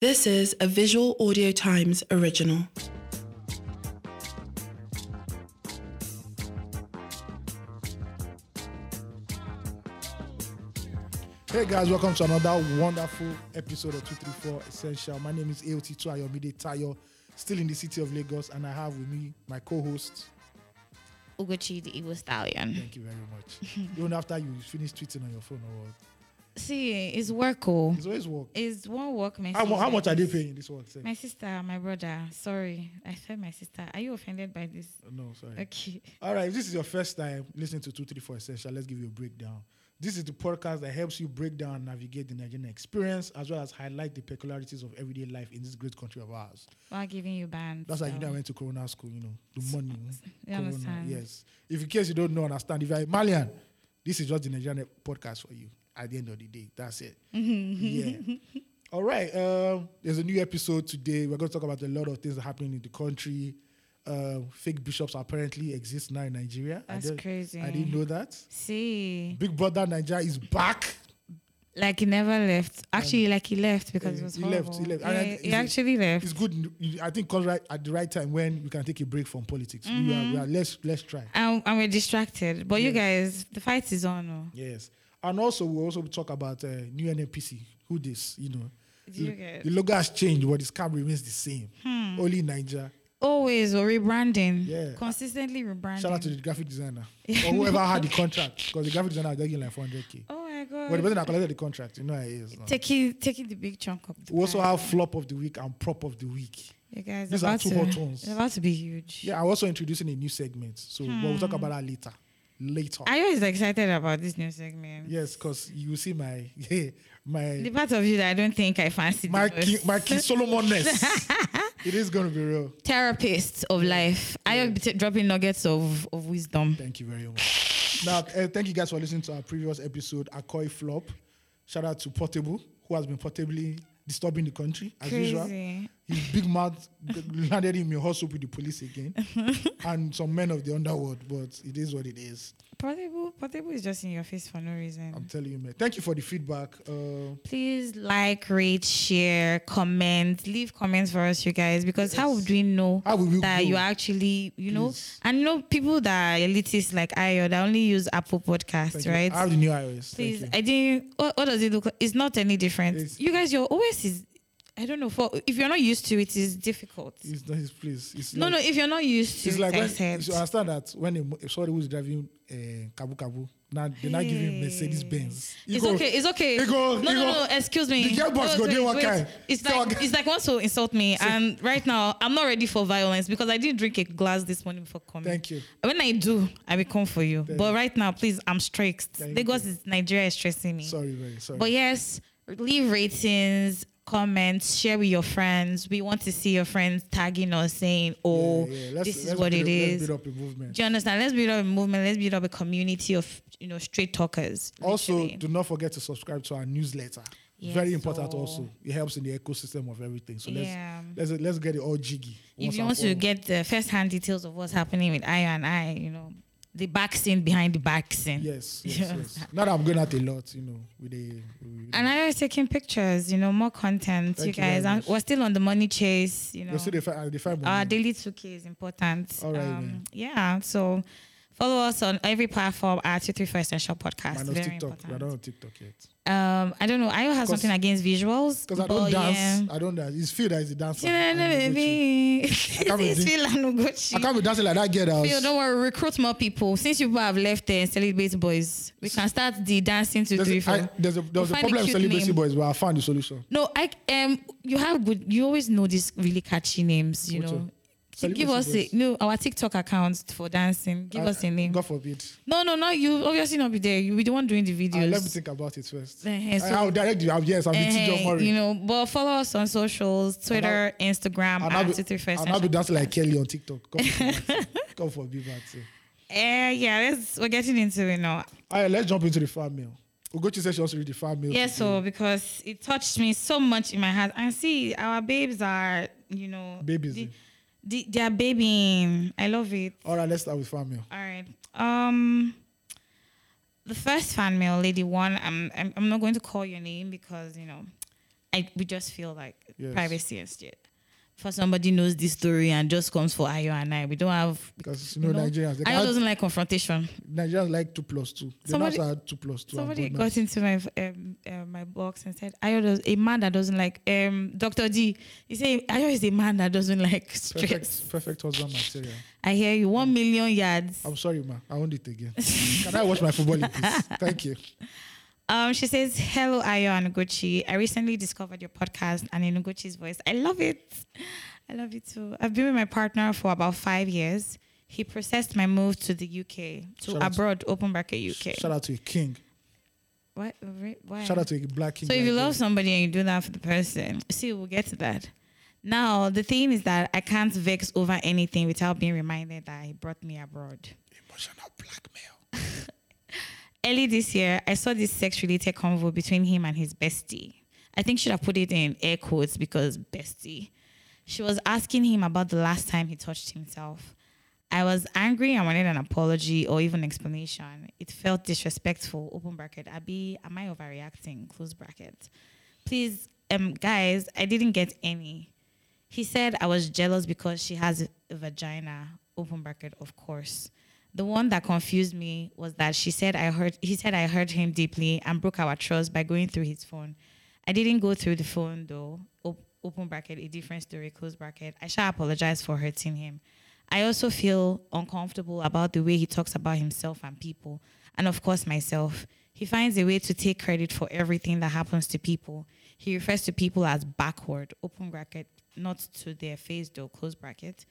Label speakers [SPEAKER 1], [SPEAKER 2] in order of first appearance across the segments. [SPEAKER 1] This is a Visual Audio Times original.
[SPEAKER 2] Hey guys, welcome to another wonderful episode of 234 Essential. My name is AOT Tuayomide Tayo, still in the city of Lagos, and I have with me my co-host.
[SPEAKER 3] Ugochi the Igbo Stallion.
[SPEAKER 2] Thank you very much. Even after you finish tweeting on your phone or what?
[SPEAKER 3] See, it's work. Oh.
[SPEAKER 2] It's always work.
[SPEAKER 3] It's one work, my
[SPEAKER 2] How, mu- how
[SPEAKER 3] sister.
[SPEAKER 2] much are they paying this work? Sef?
[SPEAKER 3] My sister, my brother. Sorry. I said my sister. Are you offended by this?
[SPEAKER 2] Oh, No, sorry.
[SPEAKER 3] Okay.
[SPEAKER 2] All right, if this is your first time listening to 234 Essential, let's give you a breakdown. This is the podcast that helps you break down and navigate the Nigerian experience as well as highlight the peculiarities of everyday life in this great country of ours.
[SPEAKER 3] While giving you bands.
[SPEAKER 2] That's why you
[SPEAKER 3] so-
[SPEAKER 2] know I went to Corona school, you know, the money.
[SPEAKER 3] You understand?
[SPEAKER 2] Yes. If in case you don't know, understand, if you're a Malian, this is just the Nigerian podcast for you at the end of the day. That's it. yeah. All right. Um, there's a new episode today. We're going to talk about a lot of things that are happening in the country. Um, fake bishops apparently exist now in Nigeria. I
[SPEAKER 3] That's
[SPEAKER 2] don't-
[SPEAKER 3] crazy.
[SPEAKER 2] I didn't know that.
[SPEAKER 3] See,
[SPEAKER 2] Big Brother Nigeria is back.
[SPEAKER 3] like he never left. Actually, like he left because
[SPEAKER 2] Um, he-
[SPEAKER 3] it was
[SPEAKER 2] he left,
[SPEAKER 3] horrible.
[SPEAKER 2] he left. And I-
[SPEAKER 3] Yeah, he
[SPEAKER 2] is it-
[SPEAKER 3] actually left.
[SPEAKER 2] It's good. n- I think comes right at the right time when we can take a break from politics. We
[SPEAKER 3] Mm-hmm.
[SPEAKER 2] are, we are, let's let's try.
[SPEAKER 3] And, and we're distracted. But you guys, the fight is on. Oh.
[SPEAKER 2] Yes. And also, we also talk about uh, new NNPC. Who this, you know?
[SPEAKER 3] Do you
[SPEAKER 2] The-
[SPEAKER 3] get- Hmm.
[SPEAKER 2] The logo has changed, but the scam remains the same. Only in Nigeria.
[SPEAKER 3] Always or rebranding.
[SPEAKER 2] Yeah.
[SPEAKER 3] Consistently rebranding.
[SPEAKER 2] Shout out to the graphic designer or whoever had the contract because the graphic designer is getting like 400k.
[SPEAKER 3] Oh my God.
[SPEAKER 2] But the person that collected the contract, you know, how it is. now.
[SPEAKER 3] taking, taking the big chunk of the
[SPEAKER 2] We also
[SPEAKER 3] pie.
[SPEAKER 2] have flop of the week and prop of the week.
[SPEAKER 3] You guys,
[SPEAKER 2] These are
[SPEAKER 3] about
[SPEAKER 2] two
[SPEAKER 3] to,
[SPEAKER 2] hot ones.
[SPEAKER 3] it's about to be huge.
[SPEAKER 2] Yeah, I'm also introducing a new segment, so but we'll
[SPEAKER 3] Hmm.
[SPEAKER 2] talk about that later. Later.
[SPEAKER 3] Are you always excited about this new segment?
[SPEAKER 2] yes, because you see my my
[SPEAKER 3] The part of you that I don't think I fancy. the
[SPEAKER 2] my
[SPEAKER 3] most.
[SPEAKER 2] King, my King Solomon-ness. it is gonna be real.
[SPEAKER 3] Therapist of life. Are you t- dropping nuggets of, of wisdom?
[SPEAKER 2] Thank you very much. Now, uh, thank you guys for listening to our previous episode, Akoi Flop. Shout out to Portable, who has been portably disturbing the country as usual.
[SPEAKER 3] Crazy.
[SPEAKER 2] His big mouth g- landed him in hustle with the police again, and some men of the underworld. But it is what it is.
[SPEAKER 3] Portable, portable is just in your face for no
[SPEAKER 2] I'm
[SPEAKER 3] reason.
[SPEAKER 2] telling you, man. Thank you for the feedback. Uh,
[SPEAKER 3] Please like, rate, share, comment, leave comments for us, you guys, because how would we know
[SPEAKER 2] How will we
[SPEAKER 3] that
[SPEAKER 2] grow?
[SPEAKER 3] you actually, you know,
[SPEAKER 2] Please.
[SPEAKER 3] and you know people that are elitist like I or that only use Apple Podcasts,
[SPEAKER 2] thank
[SPEAKER 3] right?
[SPEAKER 2] You. I have the new iOS.
[SPEAKER 3] Please,
[SPEAKER 2] Thank you.
[SPEAKER 3] I didn't. What, what does it look like? It's not any different.
[SPEAKER 2] It's-
[SPEAKER 3] you guys, your OS is. I don't know. For if you're not used to it, it's difficult.
[SPEAKER 2] It's, not- it's, please. It's
[SPEAKER 3] no,
[SPEAKER 2] like,
[SPEAKER 3] no. If you're not used to
[SPEAKER 2] It's
[SPEAKER 3] it,
[SPEAKER 2] like
[SPEAKER 3] I
[SPEAKER 2] when,
[SPEAKER 3] said.
[SPEAKER 2] you understand that when a, mo- somebody who's driving uh, Kabu Kabu, now they're not giving Mercedes Benz.
[SPEAKER 3] It's okay. It's okay.
[SPEAKER 2] Ego,
[SPEAKER 3] no, no,
[SPEAKER 2] ego.
[SPEAKER 3] no. Excuse me.
[SPEAKER 2] The gearbox
[SPEAKER 3] Wait,
[SPEAKER 2] go
[SPEAKER 3] wait,
[SPEAKER 2] dey one
[SPEAKER 3] wait.
[SPEAKER 2] kind.
[SPEAKER 3] It's
[SPEAKER 2] Talk.
[SPEAKER 3] like it's like wants to insult me, and right now I'm not ready for violence because I didn't drink a glass this morning before coming.
[SPEAKER 2] Thank you.
[SPEAKER 3] When I do, I will come for you. but right now, please, I'm stressed.
[SPEAKER 2] Thank
[SPEAKER 3] Lagos is Nigeria is stressing me.
[SPEAKER 2] Sorry, very sorry.
[SPEAKER 3] But yes, leave ratings, comments, share with your friends. We want to see your friends tagging us saying, "Oh,
[SPEAKER 2] Yeah, yeah.
[SPEAKER 3] this is what
[SPEAKER 2] build
[SPEAKER 3] it
[SPEAKER 2] up-
[SPEAKER 3] is."
[SPEAKER 2] Let's build up a movement.
[SPEAKER 3] Do you understand? Let's build up a movement. Let's build up a community of you know straight talkers.
[SPEAKER 2] Also,
[SPEAKER 3] literally.
[SPEAKER 2] do not forget to subscribe to our newsletter.
[SPEAKER 3] Yes,
[SPEAKER 2] Very important.
[SPEAKER 3] oh.
[SPEAKER 2] Also, it helps in the ecosystem of everything. So let's
[SPEAKER 3] Yeah.
[SPEAKER 2] let's let's get it all jiggy.
[SPEAKER 3] if
[SPEAKER 2] once
[SPEAKER 3] you
[SPEAKER 2] and
[SPEAKER 3] want
[SPEAKER 2] for
[SPEAKER 3] to
[SPEAKER 2] all.
[SPEAKER 3] get the first-hand details of what's happening with I and I, you know, the back scene behind the back scene.
[SPEAKER 2] yes, yes, yes. Now that I'm going out a lot, you know, with the with-
[SPEAKER 3] And I was taking pictures, you know, more content,
[SPEAKER 2] Thank
[SPEAKER 3] you
[SPEAKER 2] you very
[SPEAKER 3] guys. And
[SPEAKER 2] much.
[SPEAKER 3] we're still on the money chase, you know.
[SPEAKER 2] you see the fi- the five
[SPEAKER 3] Our
[SPEAKER 2] moment.
[SPEAKER 3] Uh, daily 2K is important. Um,
[SPEAKER 2] All right, then.
[SPEAKER 3] yeah, so follow us on every platform at 234 Essential Podcast.
[SPEAKER 2] minus
[SPEAKER 3] Very
[SPEAKER 2] TikTok. We are
[SPEAKER 3] important.
[SPEAKER 2] not on TikTok yet
[SPEAKER 3] Um, I don't know. I have something against visuals.
[SPEAKER 2] because I
[SPEAKER 3] but
[SPEAKER 2] don't dance.
[SPEAKER 3] Yeah.
[SPEAKER 2] I don't dance. It's Phil that is the dancer.
[SPEAKER 3] Yeah,
[SPEAKER 2] I'm
[SPEAKER 3] no,
[SPEAKER 2] the go-to.
[SPEAKER 3] baby.
[SPEAKER 2] can't be
[SPEAKER 3] It's
[SPEAKER 2] doing-
[SPEAKER 3] Phil and Ugochi.
[SPEAKER 2] I can't be dancing like that girl. That was,
[SPEAKER 3] Phil, don't worry. Recruit more people. Since you people have left there and celebrate boys, we can start the dancing to
[SPEAKER 2] there's,
[SPEAKER 3] three
[SPEAKER 2] a,
[SPEAKER 3] four.
[SPEAKER 2] I, there's a there was a
[SPEAKER 3] find a
[SPEAKER 2] problem with
[SPEAKER 3] cute
[SPEAKER 2] celebrity
[SPEAKER 3] name.
[SPEAKER 2] boys, but I found the solution.
[SPEAKER 3] No, I um, you have good. You always know these really catchy names. You
[SPEAKER 2] Which
[SPEAKER 3] know,
[SPEAKER 2] one?
[SPEAKER 3] give
[SPEAKER 2] Celebrity
[SPEAKER 3] us a,
[SPEAKER 2] boys.
[SPEAKER 3] no our TikTok account for dancing. Give
[SPEAKER 2] I-
[SPEAKER 3] us a name.
[SPEAKER 2] God forbid.
[SPEAKER 3] No, no, no. You obviously not be there. You be the one doing the
[SPEAKER 2] Uh,
[SPEAKER 3] videos.
[SPEAKER 2] let me think about it first.
[SPEAKER 3] Eh, so-
[SPEAKER 2] I- I'll direct you. I'll, yes, I'll be
[SPEAKER 3] Eh,
[SPEAKER 2] T.J. Murray.
[SPEAKER 3] you know, but follow us on socials, Twitter, Instagram,
[SPEAKER 2] I'll not
[SPEAKER 3] at
[SPEAKER 2] be,
[SPEAKER 3] 231st.
[SPEAKER 2] I'll not be dancing like Kelly on TikTok. Come for that. Come for me, man. too.
[SPEAKER 3] Eh, yeah, let's, we're getting into it now.
[SPEAKER 2] All right, let's jump into the fan mail. Ugochi says she wants to read the fan mail.
[SPEAKER 3] Yes,
[SPEAKER 2] today.
[SPEAKER 3] so because it touched me so much in my heart. And see, our babes are, you know,
[SPEAKER 2] Babies,
[SPEAKER 3] The,
[SPEAKER 2] eh?
[SPEAKER 3] the, they are babying. I love it.
[SPEAKER 2] All right, let's start with fan mail.
[SPEAKER 3] All right. Um, the first fan mail, lady one. I'm, I'm I'm not going to call your name because you know I we just feel like
[SPEAKER 2] Yes.
[SPEAKER 3] privacy is shit. For somebody knows this story and just comes for Ayo and I, we don't have.
[SPEAKER 2] Because you know, Nigerians, they
[SPEAKER 3] Ayo
[SPEAKER 2] can't-
[SPEAKER 3] doesn't like confrontation.
[SPEAKER 2] Nigerians like two plus two. They
[SPEAKER 3] Somebody-
[SPEAKER 2] now start two plus two. and
[SPEAKER 3] Somebody
[SPEAKER 2] God
[SPEAKER 3] got into my um, uh, my box and said, "Ayo, does, a man that doesn't like um, Doctor D." He said, "Ayo is a man that doesn't like stress."
[SPEAKER 2] perfect, perfect husband material.
[SPEAKER 3] I hear you. One million yards.
[SPEAKER 2] I'm sorry, ma. I owned it again. Can I watch my football in peace? Thank you.
[SPEAKER 3] Um, she says, "Hello, Ayo and Gucci. I recently discovered your podcast and in Gucci's voice. I love it. I love it too. I've been with my partner for about five years. He processed my move to the UK to
[SPEAKER 2] Shout out to-
[SPEAKER 3] abroad, open bracket UK.
[SPEAKER 2] Shout out to a king.
[SPEAKER 3] Why? re- Why?
[SPEAKER 2] Shout out to a black king.
[SPEAKER 3] So if
[SPEAKER 2] like
[SPEAKER 3] you
[SPEAKER 2] that.
[SPEAKER 3] love somebody and you do that for the person, see, we'll get to that. Now the thing is that I can't vex over anything without being reminded that he brought me abroad.
[SPEAKER 2] emotional blackmail.
[SPEAKER 3] Early this year, I saw this sex-related convo between him and his bestie. I think should have put it in air quotes because bestie. She was asking him about the last time he touched himself. I was angry and wanted an apology or even explanation. It felt disrespectful. Open bracket. Abi, am I overreacting? Close bracket. Please, um, guys, I didn't get any. He said I was jealous because she has a vagina. Open bracket, of course. The one that confused me was that she said I hurt. He said I hurt him deeply and broke our trust by going through his phone. I didn't go through the phone though. Op- open bracket, a different story. Close bracket. I shall apologize for hurting him. I also feel uncomfortable about the way he talks about himself and people, and of course myself. He finds a way to take credit for everything that happens to people. He refers to people as backward, open bracket, not to their face though, close bracket.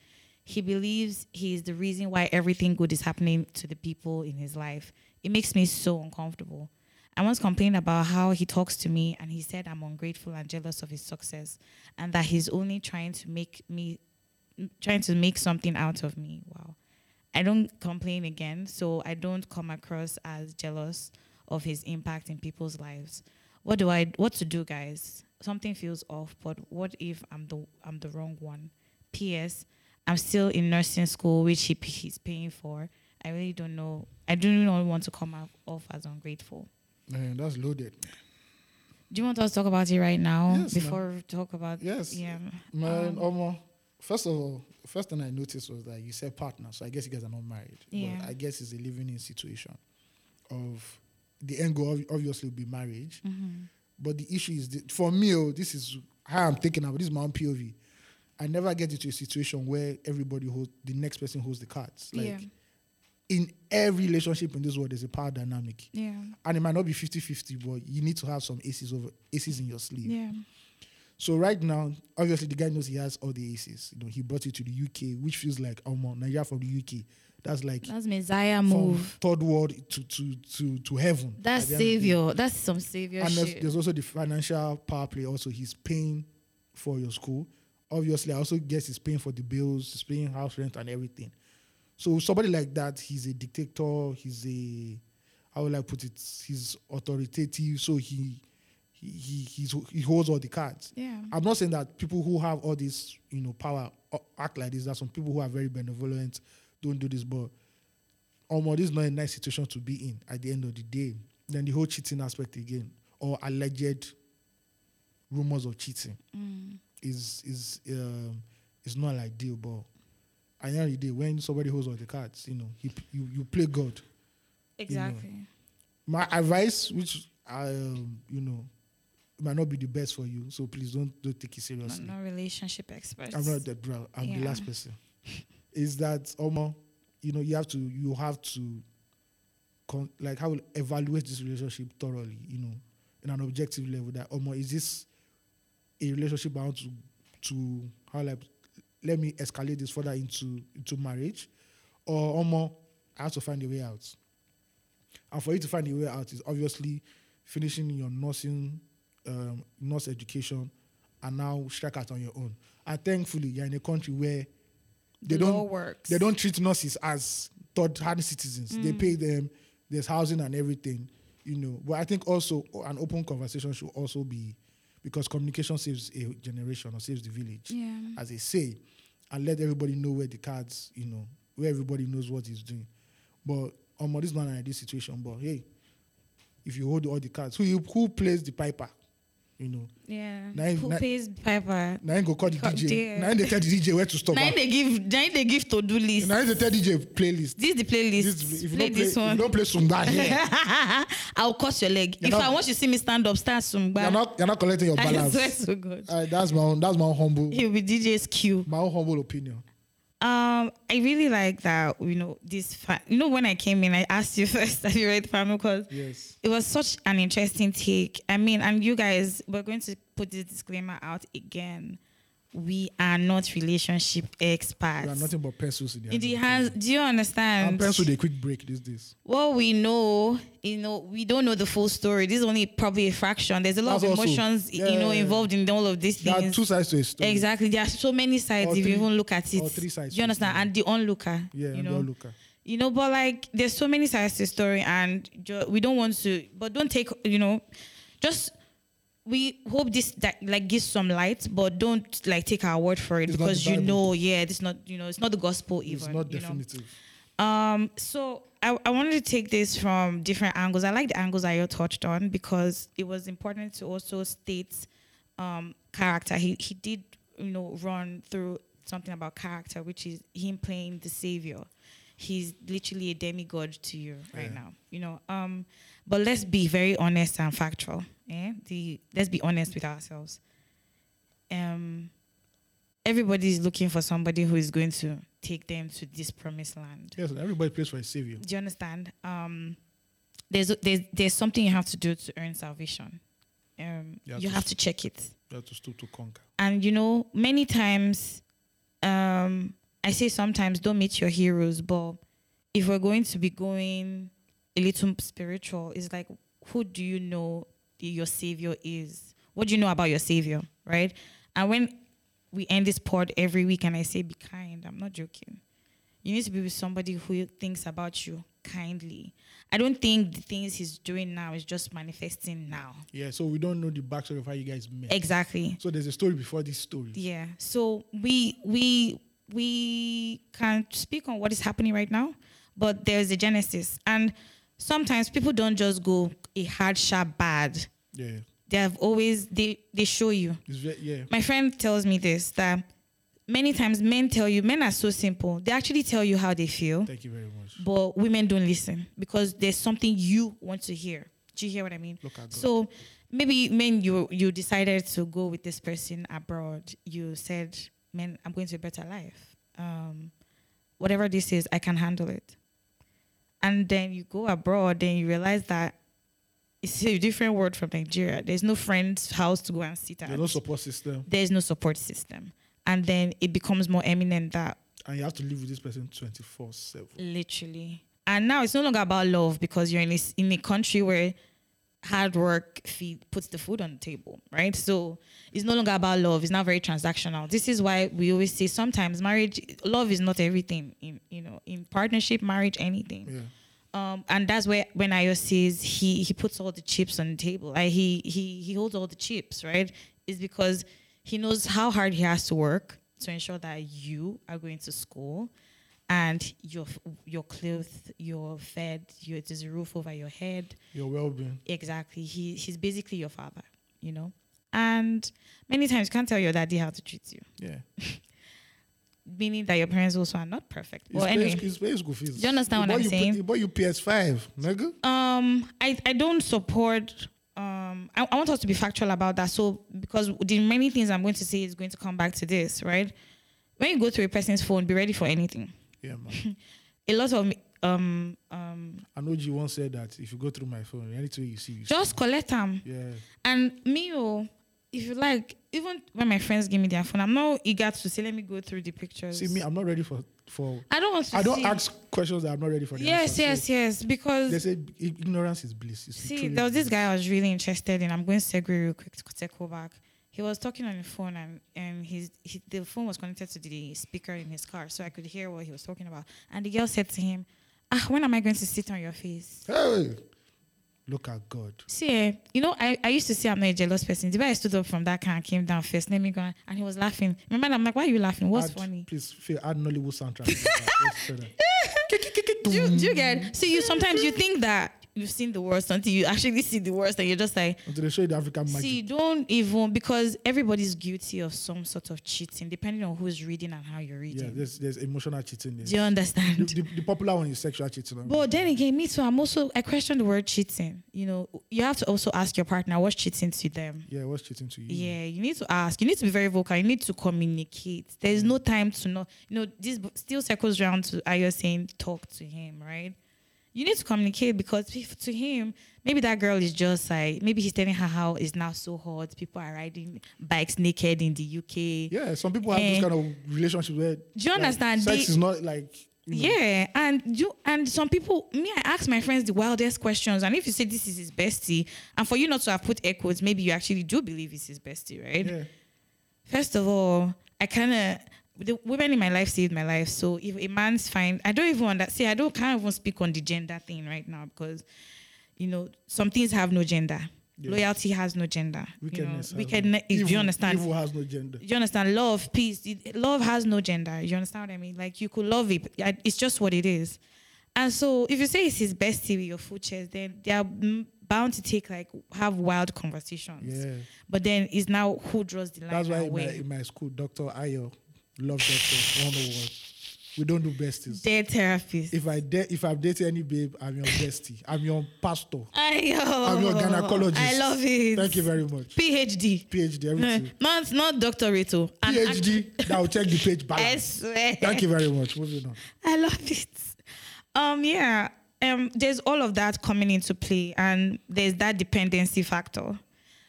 [SPEAKER 3] He believes he is the reason why everything good is happening to the people in his life. It makes me so uncomfortable. I once complained about how he talks to me and he said I'm ungrateful and jealous of his success and that he's only trying to make me trying to make something out of me. Wow. I don't complain again, so I don't come across as jealous of his impact in people's lives. What do I what to do, guys? Something feels off, but what if I'm the I'm the wrong one? PS, I'm still in nursing school which he he's paying for. I really don't know. I do not want to come out, off as ungrateful.
[SPEAKER 2] Man, that's loaded. man.
[SPEAKER 3] Do you want us to talk about it right now
[SPEAKER 2] Yes, ma'am.
[SPEAKER 3] before we talk about
[SPEAKER 2] Yes.
[SPEAKER 3] yeah Um,
[SPEAKER 2] Man, Omo, first of all, first thing I noticed was that you said partner, so I guess you guys are not married.
[SPEAKER 3] Yeah.
[SPEAKER 2] But I guess it's a living in situation of the end goal ob- obviously will be
[SPEAKER 3] Mm-hmm.
[SPEAKER 2] marriage. But the issue is that for me, oh, this is how I'm thinking about this is my own POV. I never get into a situation where everybody holds the next person holds the cards. Like
[SPEAKER 3] Yeah.
[SPEAKER 2] in every relationship in this world there's a power dynamic.
[SPEAKER 3] yeah
[SPEAKER 2] And it might not be 50-50, but you need to have some aces over aces in your sleeve.
[SPEAKER 3] yeah
[SPEAKER 2] So right now, obviously the guy knows he has all the aces. You know, he brought it to the UK, which feels like oh man, Nigeria from the UK. That's like
[SPEAKER 3] that's Messiah
[SPEAKER 2] from
[SPEAKER 3] move.
[SPEAKER 2] third world to to to to heaven.
[SPEAKER 3] That's
[SPEAKER 2] at the end of the day.
[SPEAKER 3] savior. That's some savior
[SPEAKER 2] And there's,
[SPEAKER 3] shit.
[SPEAKER 2] there's also the financial power play. Also, he's paying for your school. Obviously, I also guess he's paying for the bills, he's paying house rent and everything. So somebody like that, he's a dictator. He's a how will I put it? He's authoritative. So he he he he's, he holds all the cards.
[SPEAKER 3] Yeah.
[SPEAKER 2] I'm not saying that people who have all this, you know, power o- act like this. That some people who are very benevolent don't do this, but Omo, this is not a nice situation to be in at the end of the day. Then the whole cheating aspect again, or alleged rumors of cheating,
[SPEAKER 3] Mm.
[SPEAKER 2] is is um, is not ideal. But at the end of the day, when somebody holds all the cards, you know, you you, you play God.
[SPEAKER 3] exactly.
[SPEAKER 2] My advice, which I, um, you know, might not be the best for you, so please don't don't take it
[SPEAKER 3] Not,
[SPEAKER 2] seriously.
[SPEAKER 3] not relationship experts.
[SPEAKER 2] I'm not the bro. I'm the
[SPEAKER 3] Yeah.
[SPEAKER 2] last person. Is that Omo? You know, you have to you have to con- like how evaluate this relationship thoroughly. You know, in an objective level. That Omo, is this a relationship bound to to how like let me escalate this further into into marriage, or Omo, I have to find a way out. And for you to find a way out is obviously finishing your nursing, um, nurse education, and now strike out on your own. And thankfully, you're in a country where they
[SPEAKER 3] The law
[SPEAKER 2] don't
[SPEAKER 3] works.
[SPEAKER 2] they don't treat nurses as third hand citizens.
[SPEAKER 3] Mm.
[SPEAKER 2] They pay them. There's housing and everything, you know. But I think also an open conversation should also be because communication saves a generation or saves the village,
[SPEAKER 3] Yeah.
[SPEAKER 2] as they say, and let everybody know where the cards, you know, where everybody knows what he's doing. But um, this is not an ideal situation. But hey, if you hold all the cards, who you, who plays the piper? you know.
[SPEAKER 3] Yeah.
[SPEAKER 2] Nine-
[SPEAKER 3] Who
[SPEAKER 2] nine-
[SPEAKER 3] pays Piper?
[SPEAKER 2] Now you go call the
[SPEAKER 3] God
[SPEAKER 2] DJ.
[SPEAKER 3] dear.
[SPEAKER 2] Now they tell the DJ where to stop.
[SPEAKER 3] Nine
[SPEAKER 2] at.
[SPEAKER 3] they give nine they give to do list.
[SPEAKER 2] Now they tell DJ playlist.
[SPEAKER 3] This is the playlist.
[SPEAKER 2] This, if you
[SPEAKER 3] play,
[SPEAKER 2] don't play,
[SPEAKER 3] this
[SPEAKER 2] if you
[SPEAKER 3] one.
[SPEAKER 2] don't play Sumba here,
[SPEAKER 3] I'll cut your leg.
[SPEAKER 2] You're
[SPEAKER 3] if
[SPEAKER 2] not-
[SPEAKER 3] I want you to see me stand up, stand some
[SPEAKER 2] you're not you're not collecting your
[SPEAKER 3] I
[SPEAKER 2] balance.
[SPEAKER 3] swear to God.
[SPEAKER 2] Alright, that's my own that's my own humble
[SPEAKER 3] He'll be DJ's cue.
[SPEAKER 2] my own humble opinion.
[SPEAKER 3] Um, I really like that. You know, this. Fa- you know, when I came in, I asked you first have you read Family because
[SPEAKER 2] Yes.
[SPEAKER 3] it was such an interesting take. I mean, and you guys, we're going to put this disclaimer out again. We are not relationship experts.
[SPEAKER 2] We are nothing but pencils in the
[SPEAKER 3] In the
[SPEAKER 2] hand.
[SPEAKER 3] hands, do you
[SPEAKER 2] And
[SPEAKER 3] understand?
[SPEAKER 2] pencil they quick break these days.
[SPEAKER 3] What we know, you know, we don't know the full story. This is only probably a fraction. There's a lot
[SPEAKER 2] That's
[SPEAKER 3] of
[SPEAKER 2] also-
[SPEAKER 3] emotions,
[SPEAKER 2] yeah,
[SPEAKER 3] you know,
[SPEAKER 2] yeah, yeah.
[SPEAKER 3] involved in all of these
[SPEAKER 2] There are
[SPEAKER 3] things.
[SPEAKER 2] two sides to a story.
[SPEAKER 3] Exactly. There are so many sides
[SPEAKER 2] Or
[SPEAKER 3] if you
[SPEAKER 2] three-
[SPEAKER 3] even look at it.
[SPEAKER 2] or three sides,
[SPEAKER 3] Do you understand?
[SPEAKER 2] yeah.
[SPEAKER 3] And the onlooker.
[SPEAKER 2] Yeah,
[SPEAKER 3] you
[SPEAKER 2] and
[SPEAKER 3] know.
[SPEAKER 2] the looker.
[SPEAKER 3] You know, but like there's so many sides to the story and ju- we don't want to but don't take you know just we hope this that like gives some light, but don't like take our word for it
[SPEAKER 2] It's not
[SPEAKER 3] because
[SPEAKER 2] the
[SPEAKER 3] you
[SPEAKER 2] Bible.
[SPEAKER 3] know, yeah, it's not you know, it's not the gospel even.
[SPEAKER 2] It's not
[SPEAKER 3] you know?
[SPEAKER 2] definitive.
[SPEAKER 3] Um, so I, I wanted to take this from different angles. I like the angles that you touched on because it was important to also state um, character. He he did you know run through something about character, which is him playing the savior. He's literally a demigod to you right now, you know. Um, but let's be very honest and factual. Eh? The let's be honest with ourselves. Um, everybody's looking for somebody who is going to take them to this promised land.
[SPEAKER 2] Yes, everybody plays for a savior.
[SPEAKER 3] Do you understand? Um, there's there's there's something you have to do to earn salvation. Um,
[SPEAKER 2] You have
[SPEAKER 3] you
[SPEAKER 2] to
[SPEAKER 3] have to check it,
[SPEAKER 2] You have to stoop to conquer.
[SPEAKER 3] and you know many times, um, I say sometimes don't meet your heroes, but if we're going to be going a little spiritual, it's like who do you know your savior is? What do you know about your savior, right? And when we end this pod every week, and I say be kind, I'm not joking. You need to be with somebody who thinks about you kindly. I don't think the things he's doing now is just manifesting now.
[SPEAKER 2] Yeah, so we don't know the backstory of how you guys met.
[SPEAKER 3] Exactly.
[SPEAKER 2] so there's a story before this story.
[SPEAKER 3] Yeah. So we we we can speak on what is happening right now, but there's a genesis, and sometimes people don't just go a hard sharp bad.
[SPEAKER 2] Yeah.
[SPEAKER 3] They have always they they show you.
[SPEAKER 2] It's very, yeah.
[SPEAKER 3] My friend tells me this that many times men tell you men are so simple. They actually tell you how they feel,
[SPEAKER 2] Thank you very much.
[SPEAKER 3] but women don't listen because there's something you want to hear. Do you hear what I mean?
[SPEAKER 2] Look at God.
[SPEAKER 3] So maybe men you you decided to go with this person abroad. You said, "Man, I'm going to a better life. Um, whatever this is, I can handle it." And then you go abroad, then you realize that it's a different world from Nigeria. There's no friend's house to go and sit at.
[SPEAKER 2] There's no support system,
[SPEAKER 3] There's no support system, and then it becomes more eminent that
[SPEAKER 2] and you have to live with this person 24 7.
[SPEAKER 3] Literally. And now it's no longer about love because you're in a, s- in a country where hard work feed, puts the food on the table, right? So it's no longer about love. It's now very transactional. This is why we always say sometimes marriage, love is not everything. In you know, in partnership, marriage, anything.
[SPEAKER 2] Yeah.
[SPEAKER 3] Um, and that's where when Ayo says he he puts all the chips on the table. Like he he he holds all the chips, right? Is because he knows how hard he has to work to ensure that you are going to school and your your clothed, you're fed, you there's a roof over your head.
[SPEAKER 2] Your well being.
[SPEAKER 3] Exactly. He he's basically your father, you know? And many times you can't tell your daddy how to treat you.
[SPEAKER 2] Yeah.
[SPEAKER 3] Meaning that your parents also are not perfect. Well
[SPEAKER 2] it's,
[SPEAKER 3] anyway.
[SPEAKER 2] place, it's place goofy.
[SPEAKER 3] Do you
[SPEAKER 2] He
[SPEAKER 3] understand what
[SPEAKER 2] bought
[SPEAKER 3] I'm
[SPEAKER 2] you, P-
[SPEAKER 3] saying?
[SPEAKER 2] He bought you PS5, nigga.
[SPEAKER 3] Um, I, I don't support. Um, I, I want us to be factual about that. So because the many things I'm going to say is going to come back to this, right? When you go through a person's phone, be ready for anything.
[SPEAKER 2] Yeah, man.
[SPEAKER 3] A lot of um um
[SPEAKER 2] I know you once said that if you go through my phone, anything you see, you see.
[SPEAKER 3] just collect them.
[SPEAKER 2] Yeah.
[SPEAKER 3] And me, oh, if you like, even when my friends give me their phone, I'm not eager to say. Let me go through the pictures.
[SPEAKER 2] See, me, I'm not ready for. for
[SPEAKER 3] I don't want to.
[SPEAKER 2] I don't
[SPEAKER 3] see.
[SPEAKER 2] ask questions that I'm not ready for. the
[SPEAKER 3] Yes,
[SPEAKER 2] answer.
[SPEAKER 3] yes,
[SPEAKER 2] So
[SPEAKER 3] yes. Because
[SPEAKER 2] They say ignorance is bliss. It's
[SPEAKER 3] See,
[SPEAKER 2] literally
[SPEAKER 3] there was this
[SPEAKER 2] bliss.
[SPEAKER 3] guy I was really interested in. I'm going to segue real quick to circle back. He was talking on the phone, and and his he, the phone was connected to the speaker in his car, so I could hear what he was talking about. And the girl said to him, "Ah, when am I going to sit on your face?"
[SPEAKER 2] Hey, look at God.
[SPEAKER 3] See, eh, you know, I, I used to say I'm not a jealous person. The way I stood up from that car and came down first, let me go, on, and he was laughing. Remember, I'm like, "Why are you laughing? What's
[SPEAKER 2] Add-
[SPEAKER 3] funny?"
[SPEAKER 2] Please, Phil, add Nollywood soundtrack. Let's try that.
[SPEAKER 3] do, you- do you get? See, you sometimes you think that you've seen the worst until you actually see the worst and you're just like
[SPEAKER 2] Until they show you the African magic.
[SPEAKER 3] See, don't even because everybody's guilty of some sort of cheating, depending on who's reading and how you're
[SPEAKER 2] yeah,
[SPEAKER 3] reading.
[SPEAKER 2] there's, there's emotional cheating. There.
[SPEAKER 3] Do you
[SPEAKER 2] The,
[SPEAKER 3] understand?
[SPEAKER 2] the, the popular one is sexual cheating.
[SPEAKER 3] but then again, me too. I'm also I question the word cheating. You know, you have to also ask your partner what's cheating to them.
[SPEAKER 2] yeah, what's cheating to you?
[SPEAKER 3] Yeah, you need to ask. You need to be very vocal. You need to communicate. There's no time to not. You know, this b- still circles around to are you saying talk to him, right? You need to communicate because if, to him, maybe that girl is just like maybe he's telling her how it's now so hot. People are riding bikes naked in the UK.
[SPEAKER 2] Yeah, some people have this
[SPEAKER 3] Eh.
[SPEAKER 2] kind of relationship where do
[SPEAKER 3] you understand?
[SPEAKER 2] Sex
[SPEAKER 3] They-
[SPEAKER 2] is not like you know,
[SPEAKER 3] Yeah, and you and some people, me, I ask my friends the wildest questions, and if you say this is his bestie, and for you not to have put air quotes, maybe you actually do believe it's his bestie, right?
[SPEAKER 2] yeah.
[SPEAKER 3] First of all, I kind of the women in my life saved my life. So if a man's fine, I don't even under, see. I don't can't even speak on the gender thing right now because you know some things have no gender.
[SPEAKER 2] Yeah.
[SPEAKER 3] Loyalty has no gender.
[SPEAKER 2] Wickedness.
[SPEAKER 3] you
[SPEAKER 2] has no-
[SPEAKER 3] know, wickedness. Do
[SPEAKER 2] evil-
[SPEAKER 3] you understand?
[SPEAKER 2] Evil has no gender.
[SPEAKER 3] you understand love peace it- love has no gender you understand what i mean like you could love it I- it's just what it is and so if you say it's his bestie with your full chest then they are mm, bound to take like have wild conversations
[SPEAKER 2] Yeah.
[SPEAKER 3] but then it's now who draws the line
[SPEAKER 2] That's why in my,
[SPEAKER 3] away
[SPEAKER 2] in my school, Dr. Ayo, love doctor, one on one. We don't do besties.
[SPEAKER 3] their therapist
[SPEAKER 2] If I de- if I've dated any babe, I'm your bestie. I'm your pastor.
[SPEAKER 3] Ayo,
[SPEAKER 2] I'm your gynecologist.
[SPEAKER 3] Oh, i love it
[SPEAKER 2] Thank you very much.
[SPEAKER 3] phd
[SPEAKER 2] PhD, everything.
[SPEAKER 3] not not doctorate oh. An
[SPEAKER 2] PhD that will check the page
[SPEAKER 3] act- i
[SPEAKER 2] balance.
[SPEAKER 3] swear
[SPEAKER 2] Thank you very much. Moving on.
[SPEAKER 3] I love it. Um, yeah. Um, there's all of that coming into play, and there's that dependency factor.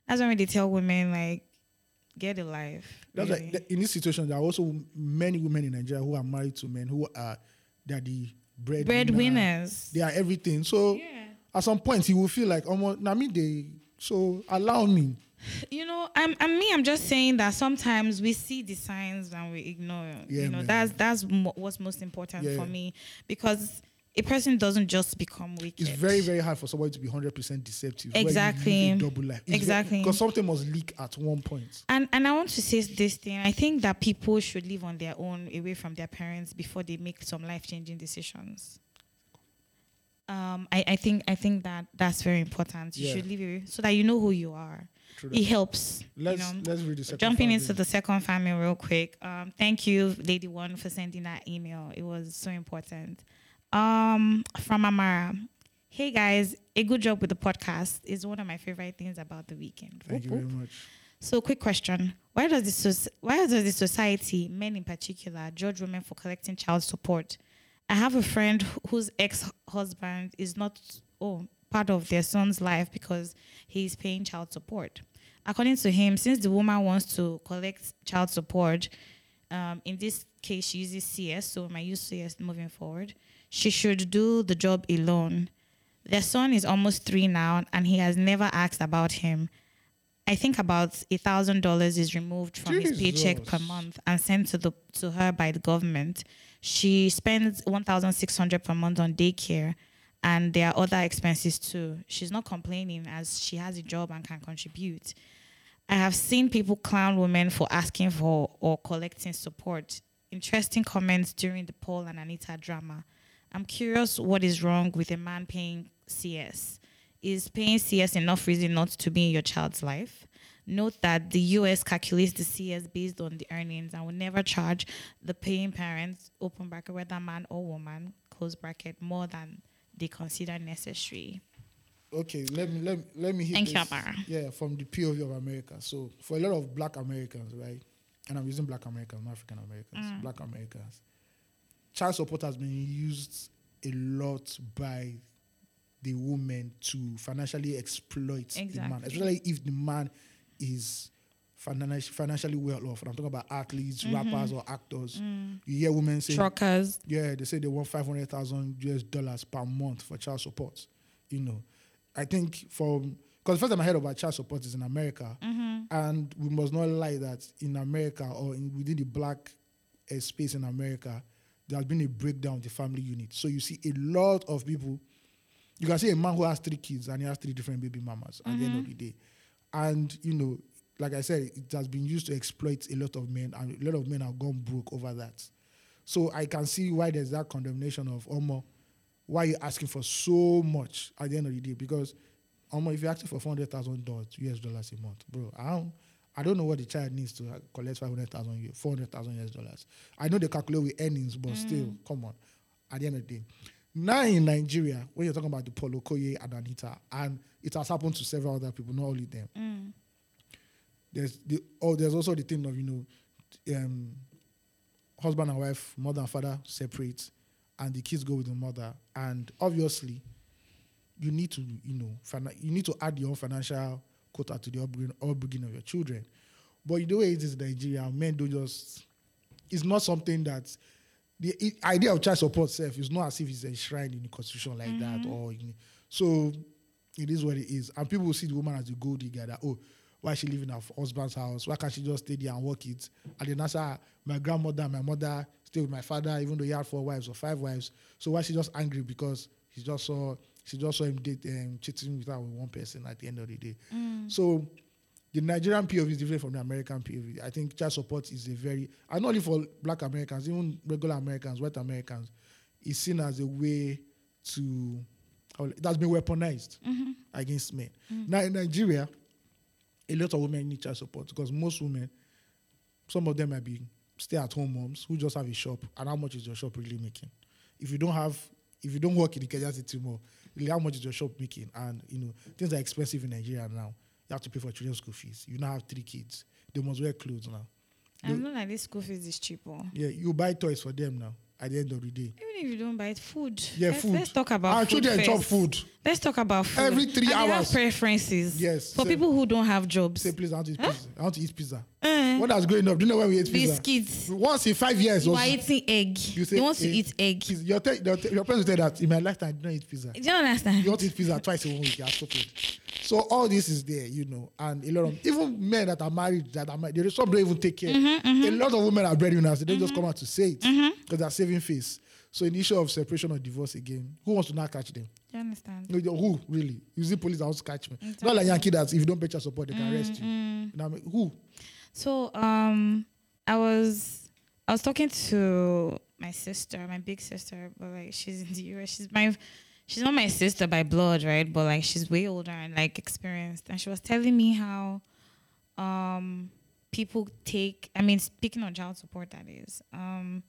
[SPEAKER 3] That's when they tell women like, get a life.
[SPEAKER 2] That's
[SPEAKER 3] really.
[SPEAKER 2] like in this situation, there are also many women in Nigeria who are married to men who are they are the bread
[SPEAKER 3] breadwinners.
[SPEAKER 2] They are everything. So
[SPEAKER 3] Yeah.
[SPEAKER 2] at some point, you will feel like, oh, now me they. So allow me.
[SPEAKER 3] You know, I'm, I'm me. I'm just saying that sometimes we see the signs and we ignore. it.
[SPEAKER 2] Yeah,
[SPEAKER 3] you know,
[SPEAKER 2] man.
[SPEAKER 3] that's that's mo- what's most important
[SPEAKER 2] Yeah.
[SPEAKER 3] for me because a person doesn't just become wicked.
[SPEAKER 2] It's very, very hard for somebody to be hundred percent deceptive. where you
[SPEAKER 3] Exactly.
[SPEAKER 2] live a double life.
[SPEAKER 3] Exactly.
[SPEAKER 2] Because something must leak at one point.
[SPEAKER 3] And and I want to say this thing. I think that people should live on their own, away from their parents, before they make some life changing decisions. Um, I, I think I think that that's very important. You
[SPEAKER 2] Yeah.
[SPEAKER 3] should live away so that you know who you are.
[SPEAKER 2] True
[SPEAKER 3] It
[SPEAKER 2] that.
[SPEAKER 3] helps. you
[SPEAKER 2] Let's
[SPEAKER 3] know.
[SPEAKER 2] let's read the second.
[SPEAKER 3] Jumping
[SPEAKER 2] family.
[SPEAKER 3] into the second family real quick. Um, thank you, Lady One, for sending that email. It was so important. Um, from Amara. Hey guys, a good job with the podcast is one of my favorite things about the weekend.
[SPEAKER 2] Thank you
[SPEAKER 3] Whoop,
[SPEAKER 2] very
[SPEAKER 3] whoop.
[SPEAKER 2] much.
[SPEAKER 3] So, quick question: Why does the soc- why does the society, men in particular, judge women for collecting child support? I have a friend wh- whose ex-husband is not oh part of their son's life because he is paying child support. According to him, since the woman wants to collect child support, um, in this case she uses CS, so my use CS moving forward. She should do the job alone. Their son is almost three now, and he has never asked about him. I think about a thousand dollars is removed from his paycheck per
[SPEAKER 2] Jesus.
[SPEAKER 3] month and sent to the to her by the government. She spends one thousand six hundred per month on daycare, and there are other expenses too. She's not complaining as she has a job and can contribute. I have seen people clown women for asking for or collecting support. Interesting comments during the Paul and Anita drama. I'm curious what is wrong with a man paying CS. Is paying CS enough reason not to be in your child's life? Note that the US calculates the CS based on the earnings and will never charge the paying parents, open bracket, whether man or woman, close bracket, more than they consider necessary.
[SPEAKER 2] Okay, let me let me let me hit
[SPEAKER 3] Thank you,
[SPEAKER 2] this.
[SPEAKER 3] Amara.
[SPEAKER 2] Yeah, from the POV of America. So for a lot of Black Americans, right? And I'm using Black Americans, not African Americans,
[SPEAKER 3] Mm.
[SPEAKER 2] Black Americans. Child support has been used a lot by the woman to financially exploit the man,
[SPEAKER 3] Exactly.
[SPEAKER 2] especially if the man is financially financially well off. And I'm talking about athletes,
[SPEAKER 3] Mm-hmm.
[SPEAKER 2] rappers, or actors.
[SPEAKER 3] Mm.
[SPEAKER 2] You hear women saying,
[SPEAKER 3] Truckers.
[SPEAKER 2] yeah, they say they want five hundred thousand US dollars per month for child support. You know, I think from because first time I heard about child support is in America, and we must not lie that in America or in, within the black uh, space in America, there has been a breakdown of the family unit. So you see a lot of people. You can see a man who has three kids and he has three different baby mamas at the end of the day, and you know, like I said, it has been used to exploit a lot of men, and a lot of men have gone broke over that. So I can see why there's that condemnation of Omo. why you're asking for so much at the end of the day. Because um, if you're asking for four hundred thousand dollars US dollars a month, bro, I don't I don't know what the child needs to uh, collect five hundred thousand four hundred thousand US dollars. I know they calculate with earnings, but still, come on. At the end of the day. Now in Nigeria, when you're talking about the Polo Koye and Anita, and it has happened to several other people, not only them there's the oh there's also the thing of you know um husband and wife mother and father separate and the kids go with the mother and obviously you need to you know fina- you need to add your own financial quota to the upbringing, upbringing of your children but the way it is in nigeria men don't just it's not something that the i- idea of child support self is not as if it's enshrined in the constitution like that or in, so it is what it is and people will see the woman as the gold digger that oh why is she living in her husband's house why can't she just stay there and work it and then that's how my grandmother and my mother stay with my father even though he had four wives or five wives so why she just angry because she just saw she just saw him date um, cheating with her with one person at the end of the day so the Nigerian POV is different from the American POV. I think child support is a very, and not only for black Americans, even regular Americans, white Americans, is seen as a way to, how will- that's been weaponized against men. Now, in Nigeria, a lot of women need child support because most women, some of them might be stay at home moms who just have a shop, and how much is your shop really making? If you don't have, if you don't work in the Kenya city more, really, how much is your shop making? And you know, things are expensive in Nigeria now. You have to pay for children's school fees. You now have three kids. They must wear clothes now.
[SPEAKER 3] I'm not like this school fees is cheaper.
[SPEAKER 2] Yeah, you buy toys for them now. At the end of the day,
[SPEAKER 3] Even if you don't buy it, food.
[SPEAKER 2] yeah,
[SPEAKER 3] let's,
[SPEAKER 2] food.
[SPEAKER 3] Let's talk about
[SPEAKER 2] our
[SPEAKER 3] food
[SPEAKER 2] children
[SPEAKER 3] first.
[SPEAKER 2] chop food.
[SPEAKER 3] Let's talk about food.
[SPEAKER 2] Every three
[SPEAKER 3] And they have
[SPEAKER 2] hours.
[SPEAKER 3] preferences.
[SPEAKER 2] Yes,
[SPEAKER 3] For
[SPEAKER 2] so-
[SPEAKER 3] people who don't have jobs.
[SPEAKER 2] Say please, I want to eat pizza. I want to eat pizza.
[SPEAKER 3] Eh,
[SPEAKER 2] What has growing up? Do you know where we ate pizza?
[SPEAKER 3] biscuits.
[SPEAKER 2] Once in five years,
[SPEAKER 3] You
[SPEAKER 2] was-
[SPEAKER 3] are eating egg.
[SPEAKER 2] You say
[SPEAKER 3] they want to
[SPEAKER 2] egg.
[SPEAKER 3] eat egg.
[SPEAKER 2] Pizza. Your, te- your, te- your parents will tell that in my lifetime I did not eat pizza.
[SPEAKER 3] Do you understand?
[SPEAKER 2] You don't eat pizza twice in one week. You're stupid. So all this is there, you know, and a lot of even men that are married that are married, they some don't even take care.
[SPEAKER 3] Mm-hmm,
[SPEAKER 2] A lot of women are breadwinners. They don't just come out to say it because they're saving face. So in the issue of separation or divorce again, who wants to now catch them?
[SPEAKER 3] Do you understand?
[SPEAKER 2] No, you- who really? You see police that wants to catch me. Not like Yankee that if you don't pay your support, they
[SPEAKER 3] Mm-hmm,
[SPEAKER 2] can arrest you.
[SPEAKER 3] Mm.
[SPEAKER 2] You know what I mean? Who?
[SPEAKER 3] So um I was I was talking to my sister, my big sister, but like she's in the US. She's my she's not my sister by blood, right? But like she's way older and like experienced. And she was telling me how um people take I mean speaking on child support that is, um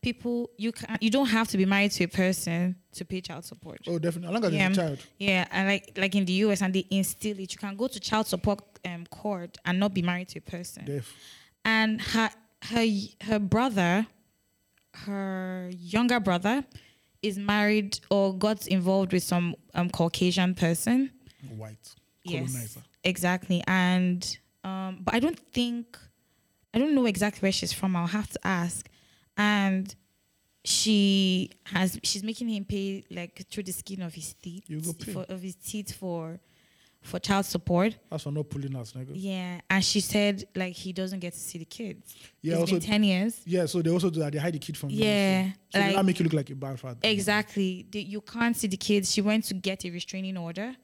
[SPEAKER 3] people you can you don't have to be married to a person to pay child support.
[SPEAKER 2] Oh, definitely. As long as
[SPEAKER 3] Yeah.
[SPEAKER 2] there's a child.
[SPEAKER 3] Yeah, and like like in the US and they instill it. You can go to child support um, court and not be married to a person
[SPEAKER 2] Deaf.
[SPEAKER 3] and her her her brother, her younger brother, is married or got involved with some um, Caucasian person.
[SPEAKER 2] White.
[SPEAKER 3] Yes,
[SPEAKER 2] Colonizer.
[SPEAKER 3] exactly. And um, but I don't think I don't know exactly where she's from. I'll have to ask. And she has she's making him pay like through the skin of his teeth
[SPEAKER 2] You go pay.
[SPEAKER 3] for, of his teeth for for child support.
[SPEAKER 2] That's for not pulling us, nigga.
[SPEAKER 3] Yeah, and she said like he doesn't get to see the kids.
[SPEAKER 2] Yeah,
[SPEAKER 3] It's
[SPEAKER 2] also-
[SPEAKER 3] been ten years.
[SPEAKER 2] Yeah, so they also do that. They hide the kid from you. So,
[SPEAKER 3] Yeah,
[SPEAKER 2] so they
[SPEAKER 3] like-
[SPEAKER 2] not make you look like a bad father.
[SPEAKER 3] Exactly, The- you can't see the kids. She went to get a restraining order.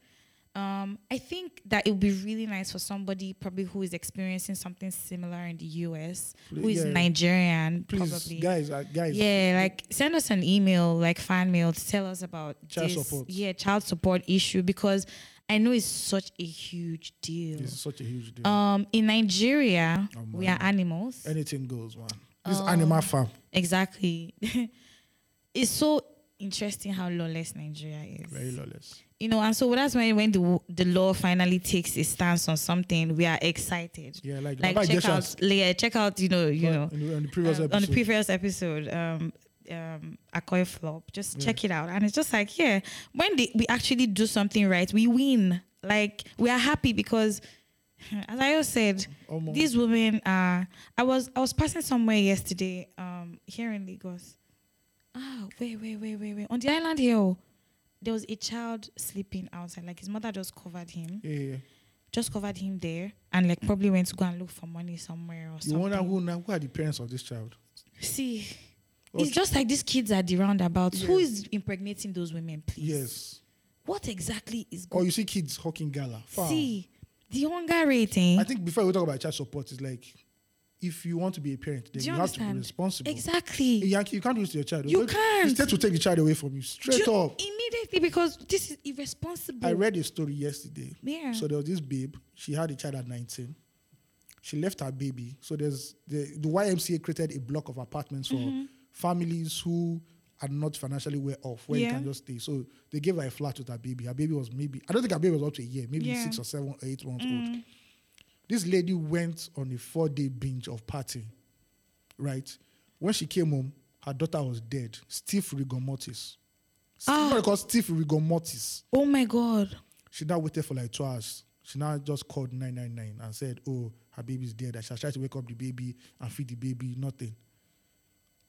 [SPEAKER 3] Um, I think that it would be really nice for somebody probably who is experiencing something similar in the U.S., who is
[SPEAKER 2] Yeah.
[SPEAKER 3] Nigerian,
[SPEAKER 2] Please,
[SPEAKER 3] probably.
[SPEAKER 2] guys, uh, guys.
[SPEAKER 3] Yeah, like send us an email, like fan mail, to tell us about
[SPEAKER 2] Child
[SPEAKER 3] this,
[SPEAKER 2] support.
[SPEAKER 3] Yeah, child support issue because I know it's such a huge deal.
[SPEAKER 2] This is such a huge deal.
[SPEAKER 3] Um, in Nigeria,
[SPEAKER 2] Oh,
[SPEAKER 3] we are animals.
[SPEAKER 2] Anything goes, man. This
[SPEAKER 3] um,
[SPEAKER 2] animal farm.
[SPEAKER 3] Exactly. it's so interesting how lawless Nigeria is.
[SPEAKER 2] Very lawless.
[SPEAKER 3] You know, and so that's when when the the law finally takes a stance on something, we are excited.
[SPEAKER 2] Yeah, like,
[SPEAKER 3] Like
[SPEAKER 2] Baba
[SPEAKER 3] check
[SPEAKER 2] Jeshas,
[SPEAKER 3] out, yeah, check out, you know, you know,
[SPEAKER 2] on, the, on the previous
[SPEAKER 3] um,
[SPEAKER 2] episode.
[SPEAKER 3] on the previous episode, um, um, Akoi flop. Just check it out, and it's just like, yeah, when they, we actually do something right, we win. Like we are happy because, as I always said,
[SPEAKER 2] Omo.
[SPEAKER 3] these women are. I was I was passing somewhere yesterday, um, here in Lagos. Ah, wait, wait, wait, wait, wait. On the island here, oh, there was a child sleeping outside. Like his mother just covered him,
[SPEAKER 2] yeah, yeah.
[SPEAKER 3] just covered him there, and like probably went to go and look for money somewhere or
[SPEAKER 2] You
[SPEAKER 3] something.
[SPEAKER 2] wonder who now? Who are the parents of this child?
[SPEAKER 3] See,
[SPEAKER 2] Okay.
[SPEAKER 3] it's just like these kids at the roundabouts. Who
[SPEAKER 2] Yes.
[SPEAKER 3] is impregnating those women, please?
[SPEAKER 2] Yes.
[SPEAKER 3] What exactly is
[SPEAKER 2] Or
[SPEAKER 3] going
[SPEAKER 2] you see kids hawking gala. Foul.
[SPEAKER 3] See, the hunger eh? rating.
[SPEAKER 2] I think before we talk about child support, it's like if you want to be a parent, then
[SPEAKER 3] Do
[SPEAKER 2] you,
[SPEAKER 3] you
[SPEAKER 2] have to be
[SPEAKER 3] understand?
[SPEAKER 2] responsible.
[SPEAKER 3] Exactly.
[SPEAKER 2] In Yankee, you can't do it to your child.
[SPEAKER 3] You
[SPEAKER 2] Because
[SPEAKER 3] can't.
[SPEAKER 2] The state will take the child away from you straight
[SPEAKER 3] Ju-
[SPEAKER 2] up.
[SPEAKER 3] Immediately because this is irresponsible.
[SPEAKER 2] I read a story yesterday.
[SPEAKER 3] Yeah.
[SPEAKER 2] So there was this babe. She had a child at 19. She left her baby. So there's the, the YMCA created a block of apartments for
[SPEAKER 3] Mm-hmm.
[SPEAKER 2] families who are not financially well off, where you
[SPEAKER 3] Yeah.
[SPEAKER 2] can just stay. So they gave her a flat with her baby. Her baby was maybe I don't think her baby was up to a year, maybe
[SPEAKER 3] Yeah. Mm.
[SPEAKER 2] six or seven or eight months old. This lady went on a four day binge of partying. Right when she came home, her daughter was dead, stiff rigor mortis.
[SPEAKER 3] Ah.
[SPEAKER 2] Somebody called stiff rigor mortis.
[SPEAKER 3] oh my God.
[SPEAKER 2] She now waited for like two hours. She now just called 999 and said, Oh, her baby's dead. I shall try to wake up the baby and feed the baby. Nothing.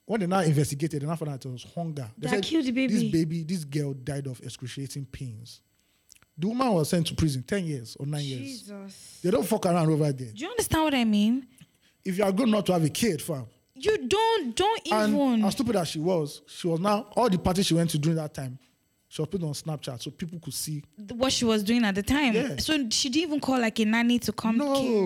[SPEAKER 2] When they now investigated, they now found out it was hunger. They
[SPEAKER 3] That killed the baby.
[SPEAKER 2] This baby, this girl died of excruciating pains. The woman was sent to prison 10 years or 9 years.
[SPEAKER 3] Jesus.
[SPEAKER 2] They don't fuck around over there.
[SPEAKER 3] Do you understand what I mean?
[SPEAKER 2] If you are good not to have a kid, fam.
[SPEAKER 3] You don't don't even.
[SPEAKER 2] And as stupid as she was, she was now, all the parties she went to during that time, she was put on Snapchat so people could see.
[SPEAKER 3] th- what she was doing at the time.
[SPEAKER 2] Yeah.
[SPEAKER 3] So she didn't even call like a nanny to come.
[SPEAKER 2] No.
[SPEAKER 3] care.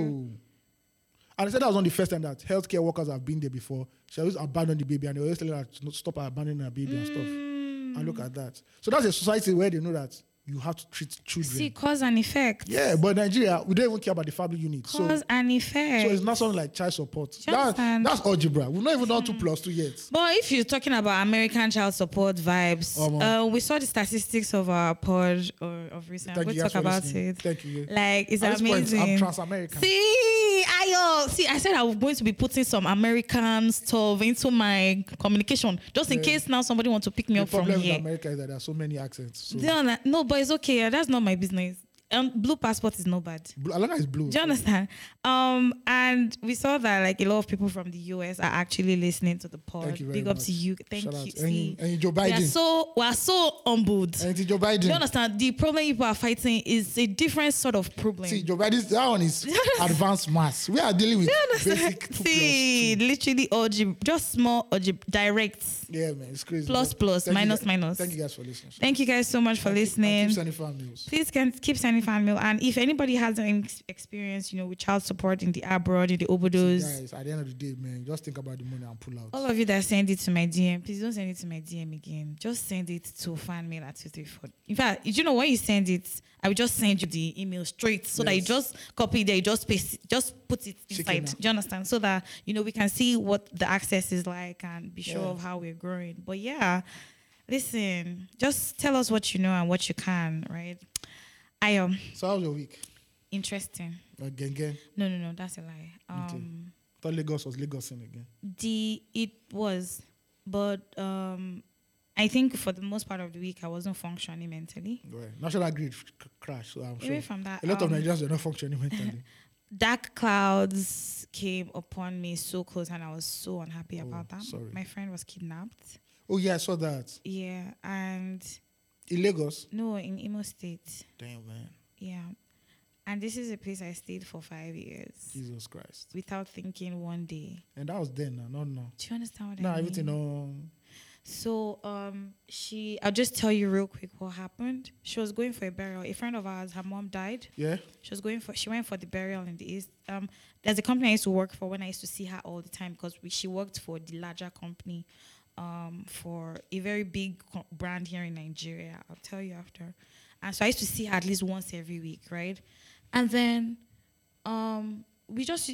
[SPEAKER 2] And I said that was not the first time that healthcare workers have been there before. She always abandoned the baby and they always telling her to not stop her abandoning her baby and stuff. And look at that. So that's a society where they know that you have to treat children.
[SPEAKER 3] See, cause and effect.
[SPEAKER 2] Yeah, but Nigeria, we don't even care about the family unit. So,
[SPEAKER 3] Cause
[SPEAKER 2] so
[SPEAKER 3] and effect.
[SPEAKER 2] it's not something like child support.
[SPEAKER 3] Do you
[SPEAKER 2] That,
[SPEAKER 3] understand?
[SPEAKER 2] that's algebra. We've not even done two plus two yet.
[SPEAKER 3] but if you're talking about American child support vibes,
[SPEAKER 2] Omo.
[SPEAKER 3] uh, we saw the statistics of our pod or of recent.
[SPEAKER 2] Thank
[SPEAKER 3] we'll
[SPEAKER 2] you guys
[SPEAKER 3] talk
[SPEAKER 2] for
[SPEAKER 3] about
[SPEAKER 2] listening.
[SPEAKER 3] it.
[SPEAKER 2] Thank you, yeah.
[SPEAKER 3] Like it's
[SPEAKER 2] At this point, I'm
[SPEAKER 3] amazing.
[SPEAKER 2] trans-American.
[SPEAKER 3] See, I see. I said I was going to be putting some American stuff into my communication just in case now somebody wants to pick me
[SPEAKER 2] The
[SPEAKER 3] up from
[SPEAKER 2] problem with
[SPEAKER 3] here.
[SPEAKER 2] America is that there are so many accents. So,
[SPEAKER 3] Do you under- no, but it's okay. That's not my business. Um, blue passport is no bad.
[SPEAKER 2] blue, Alana is blue.
[SPEAKER 3] Do you understand? Um, and we saw that like a lot of people from the US are actually listening to the pod.
[SPEAKER 2] Thank you very
[SPEAKER 3] Big up
[SPEAKER 2] much.
[SPEAKER 3] to you. Thank
[SPEAKER 2] Shout
[SPEAKER 3] you.
[SPEAKER 2] out. And-
[SPEAKER 3] See,
[SPEAKER 2] and Joe
[SPEAKER 3] We are
[SPEAKER 2] Biden.
[SPEAKER 3] so we are so humbled.
[SPEAKER 2] And it's Joe
[SPEAKER 3] Do you
[SPEAKER 2] Biden.
[SPEAKER 3] understand? The problem people are fighting is a different sort of problem.
[SPEAKER 2] See,
[SPEAKER 3] Do
[SPEAKER 2] Joe Biden, that one is advanced mass. We are dealing with
[SPEAKER 3] you understand?
[SPEAKER 2] basic two
[SPEAKER 3] See, literally algebra, just small algebra, direct.
[SPEAKER 2] plus two. Yeah, man, it's crazy.
[SPEAKER 3] Plus,
[SPEAKER 2] man.
[SPEAKER 3] plus,
[SPEAKER 2] Thank you
[SPEAKER 3] minus,
[SPEAKER 2] guys-
[SPEAKER 3] minus.
[SPEAKER 2] Thank you guys for listening.
[SPEAKER 3] Thank you guys so much for
[SPEAKER 2] And
[SPEAKER 3] listening.
[SPEAKER 2] keep sending fan mails.
[SPEAKER 3] please can keep sending fan mail. And if anybody has an ex- experience, you know, with child support in the abroad, in the overdose,
[SPEAKER 2] Guys, at the end of the day, man, just think about the money and pull out.
[SPEAKER 3] all of you that send it to my DM, please don't send it to my DM again. Just send it to fanmail at 234. In fact, you know, when you send it, I will just send you the email straight so that you
[SPEAKER 2] Yes.
[SPEAKER 3] just copy it there, you just paste it, just put it
[SPEAKER 2] Chicken
[SPEAKER 3] inside.
[SPEAKER 2] now.
[SPEAKER 3] Do you understand? So that, you know, we can see what the access is like and be sure
[SPEAKER 2] Yeah.
[SPEAKER 3] of how we're growing. But yeah, listen, just tell us what you know and what you can, right? I am
[SPEAKER 2] So how's your week?
[SPEAKER 3] interesting.
[SPEAKER 2] Again, again.
[SPEAKER 3] No, no, no, that's a lie.
[SPEAKER 2] Okay.
[SPEAKER 3] Um,
[SPEAKER 2] Thought Lagos was Lagosing again.
[SPEAKER 3] the it was, but um, I think for the most part of the week I wasn't functioning mentally.
[SPEAKER 2] Right. National grid c- c- crash. So I'm sure
[SPEAKER 3] Away from that,
[SPEAKER 2] a lot of
[SPEAKER 3] um,
[SPEAKER 2] Nigerians are not functioning mentally.
[SPEAKER 3] Dark clouds came upon me so close, and I was so unhappy
[SPEAKER 2] Oh,
[SPEAKER 3] about that.
[SPEAKER 2] sorry.
[SPEAKER 3] My friend was kidnapped.
[SPEAKER 2] oh yeah, I saw that
[SPEAKER 3] Yeah, and
[SPEAKER 2] in Lagos.
[SPEAKER 3] no, in Imo State.
[SPEAKER 2] Damn man,
[SPEAKER 3] Yeah, and this is a place I stayed for five years
[SPEAKER 2] Jesus Christ.
[SPEAKER 3] without thinking one day.
[SPEAKER 2] And that was then, now, not now.
[SPEAKER 3] Do you understand what I
[SPEAKER 2] Now
[SPEAKER 3] mean?
[SPEAKER 2] everything on.
[SPEAKER 3] So um she I'll just tell you real quick what happened. She was going for a burial. A friend of ours, her mom died.
[SPEAKER 2] Yeah.
[SPEAKER 3] She was going for she went for the burial in the east. Um there's a company I used to work for when I used to see her all the time because we, she worked for the larger company um for a very big co- brand here in Nigeria. I'll tell you after. And so I used to see her at least once every week, right? And then um we just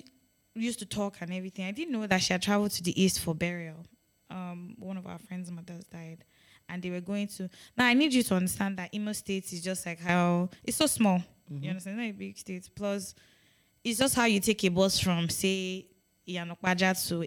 [SPEAKER 3] used to talk and everything. I didn't know that she had traveled to the east for burial. Um, one of our friends' mothers died, and they were going to. Now I need you to understand that Imo State is just like how it's so small. You understand? It's Not a big state. Plus, it's just how you take a bus from say Yanokpaja to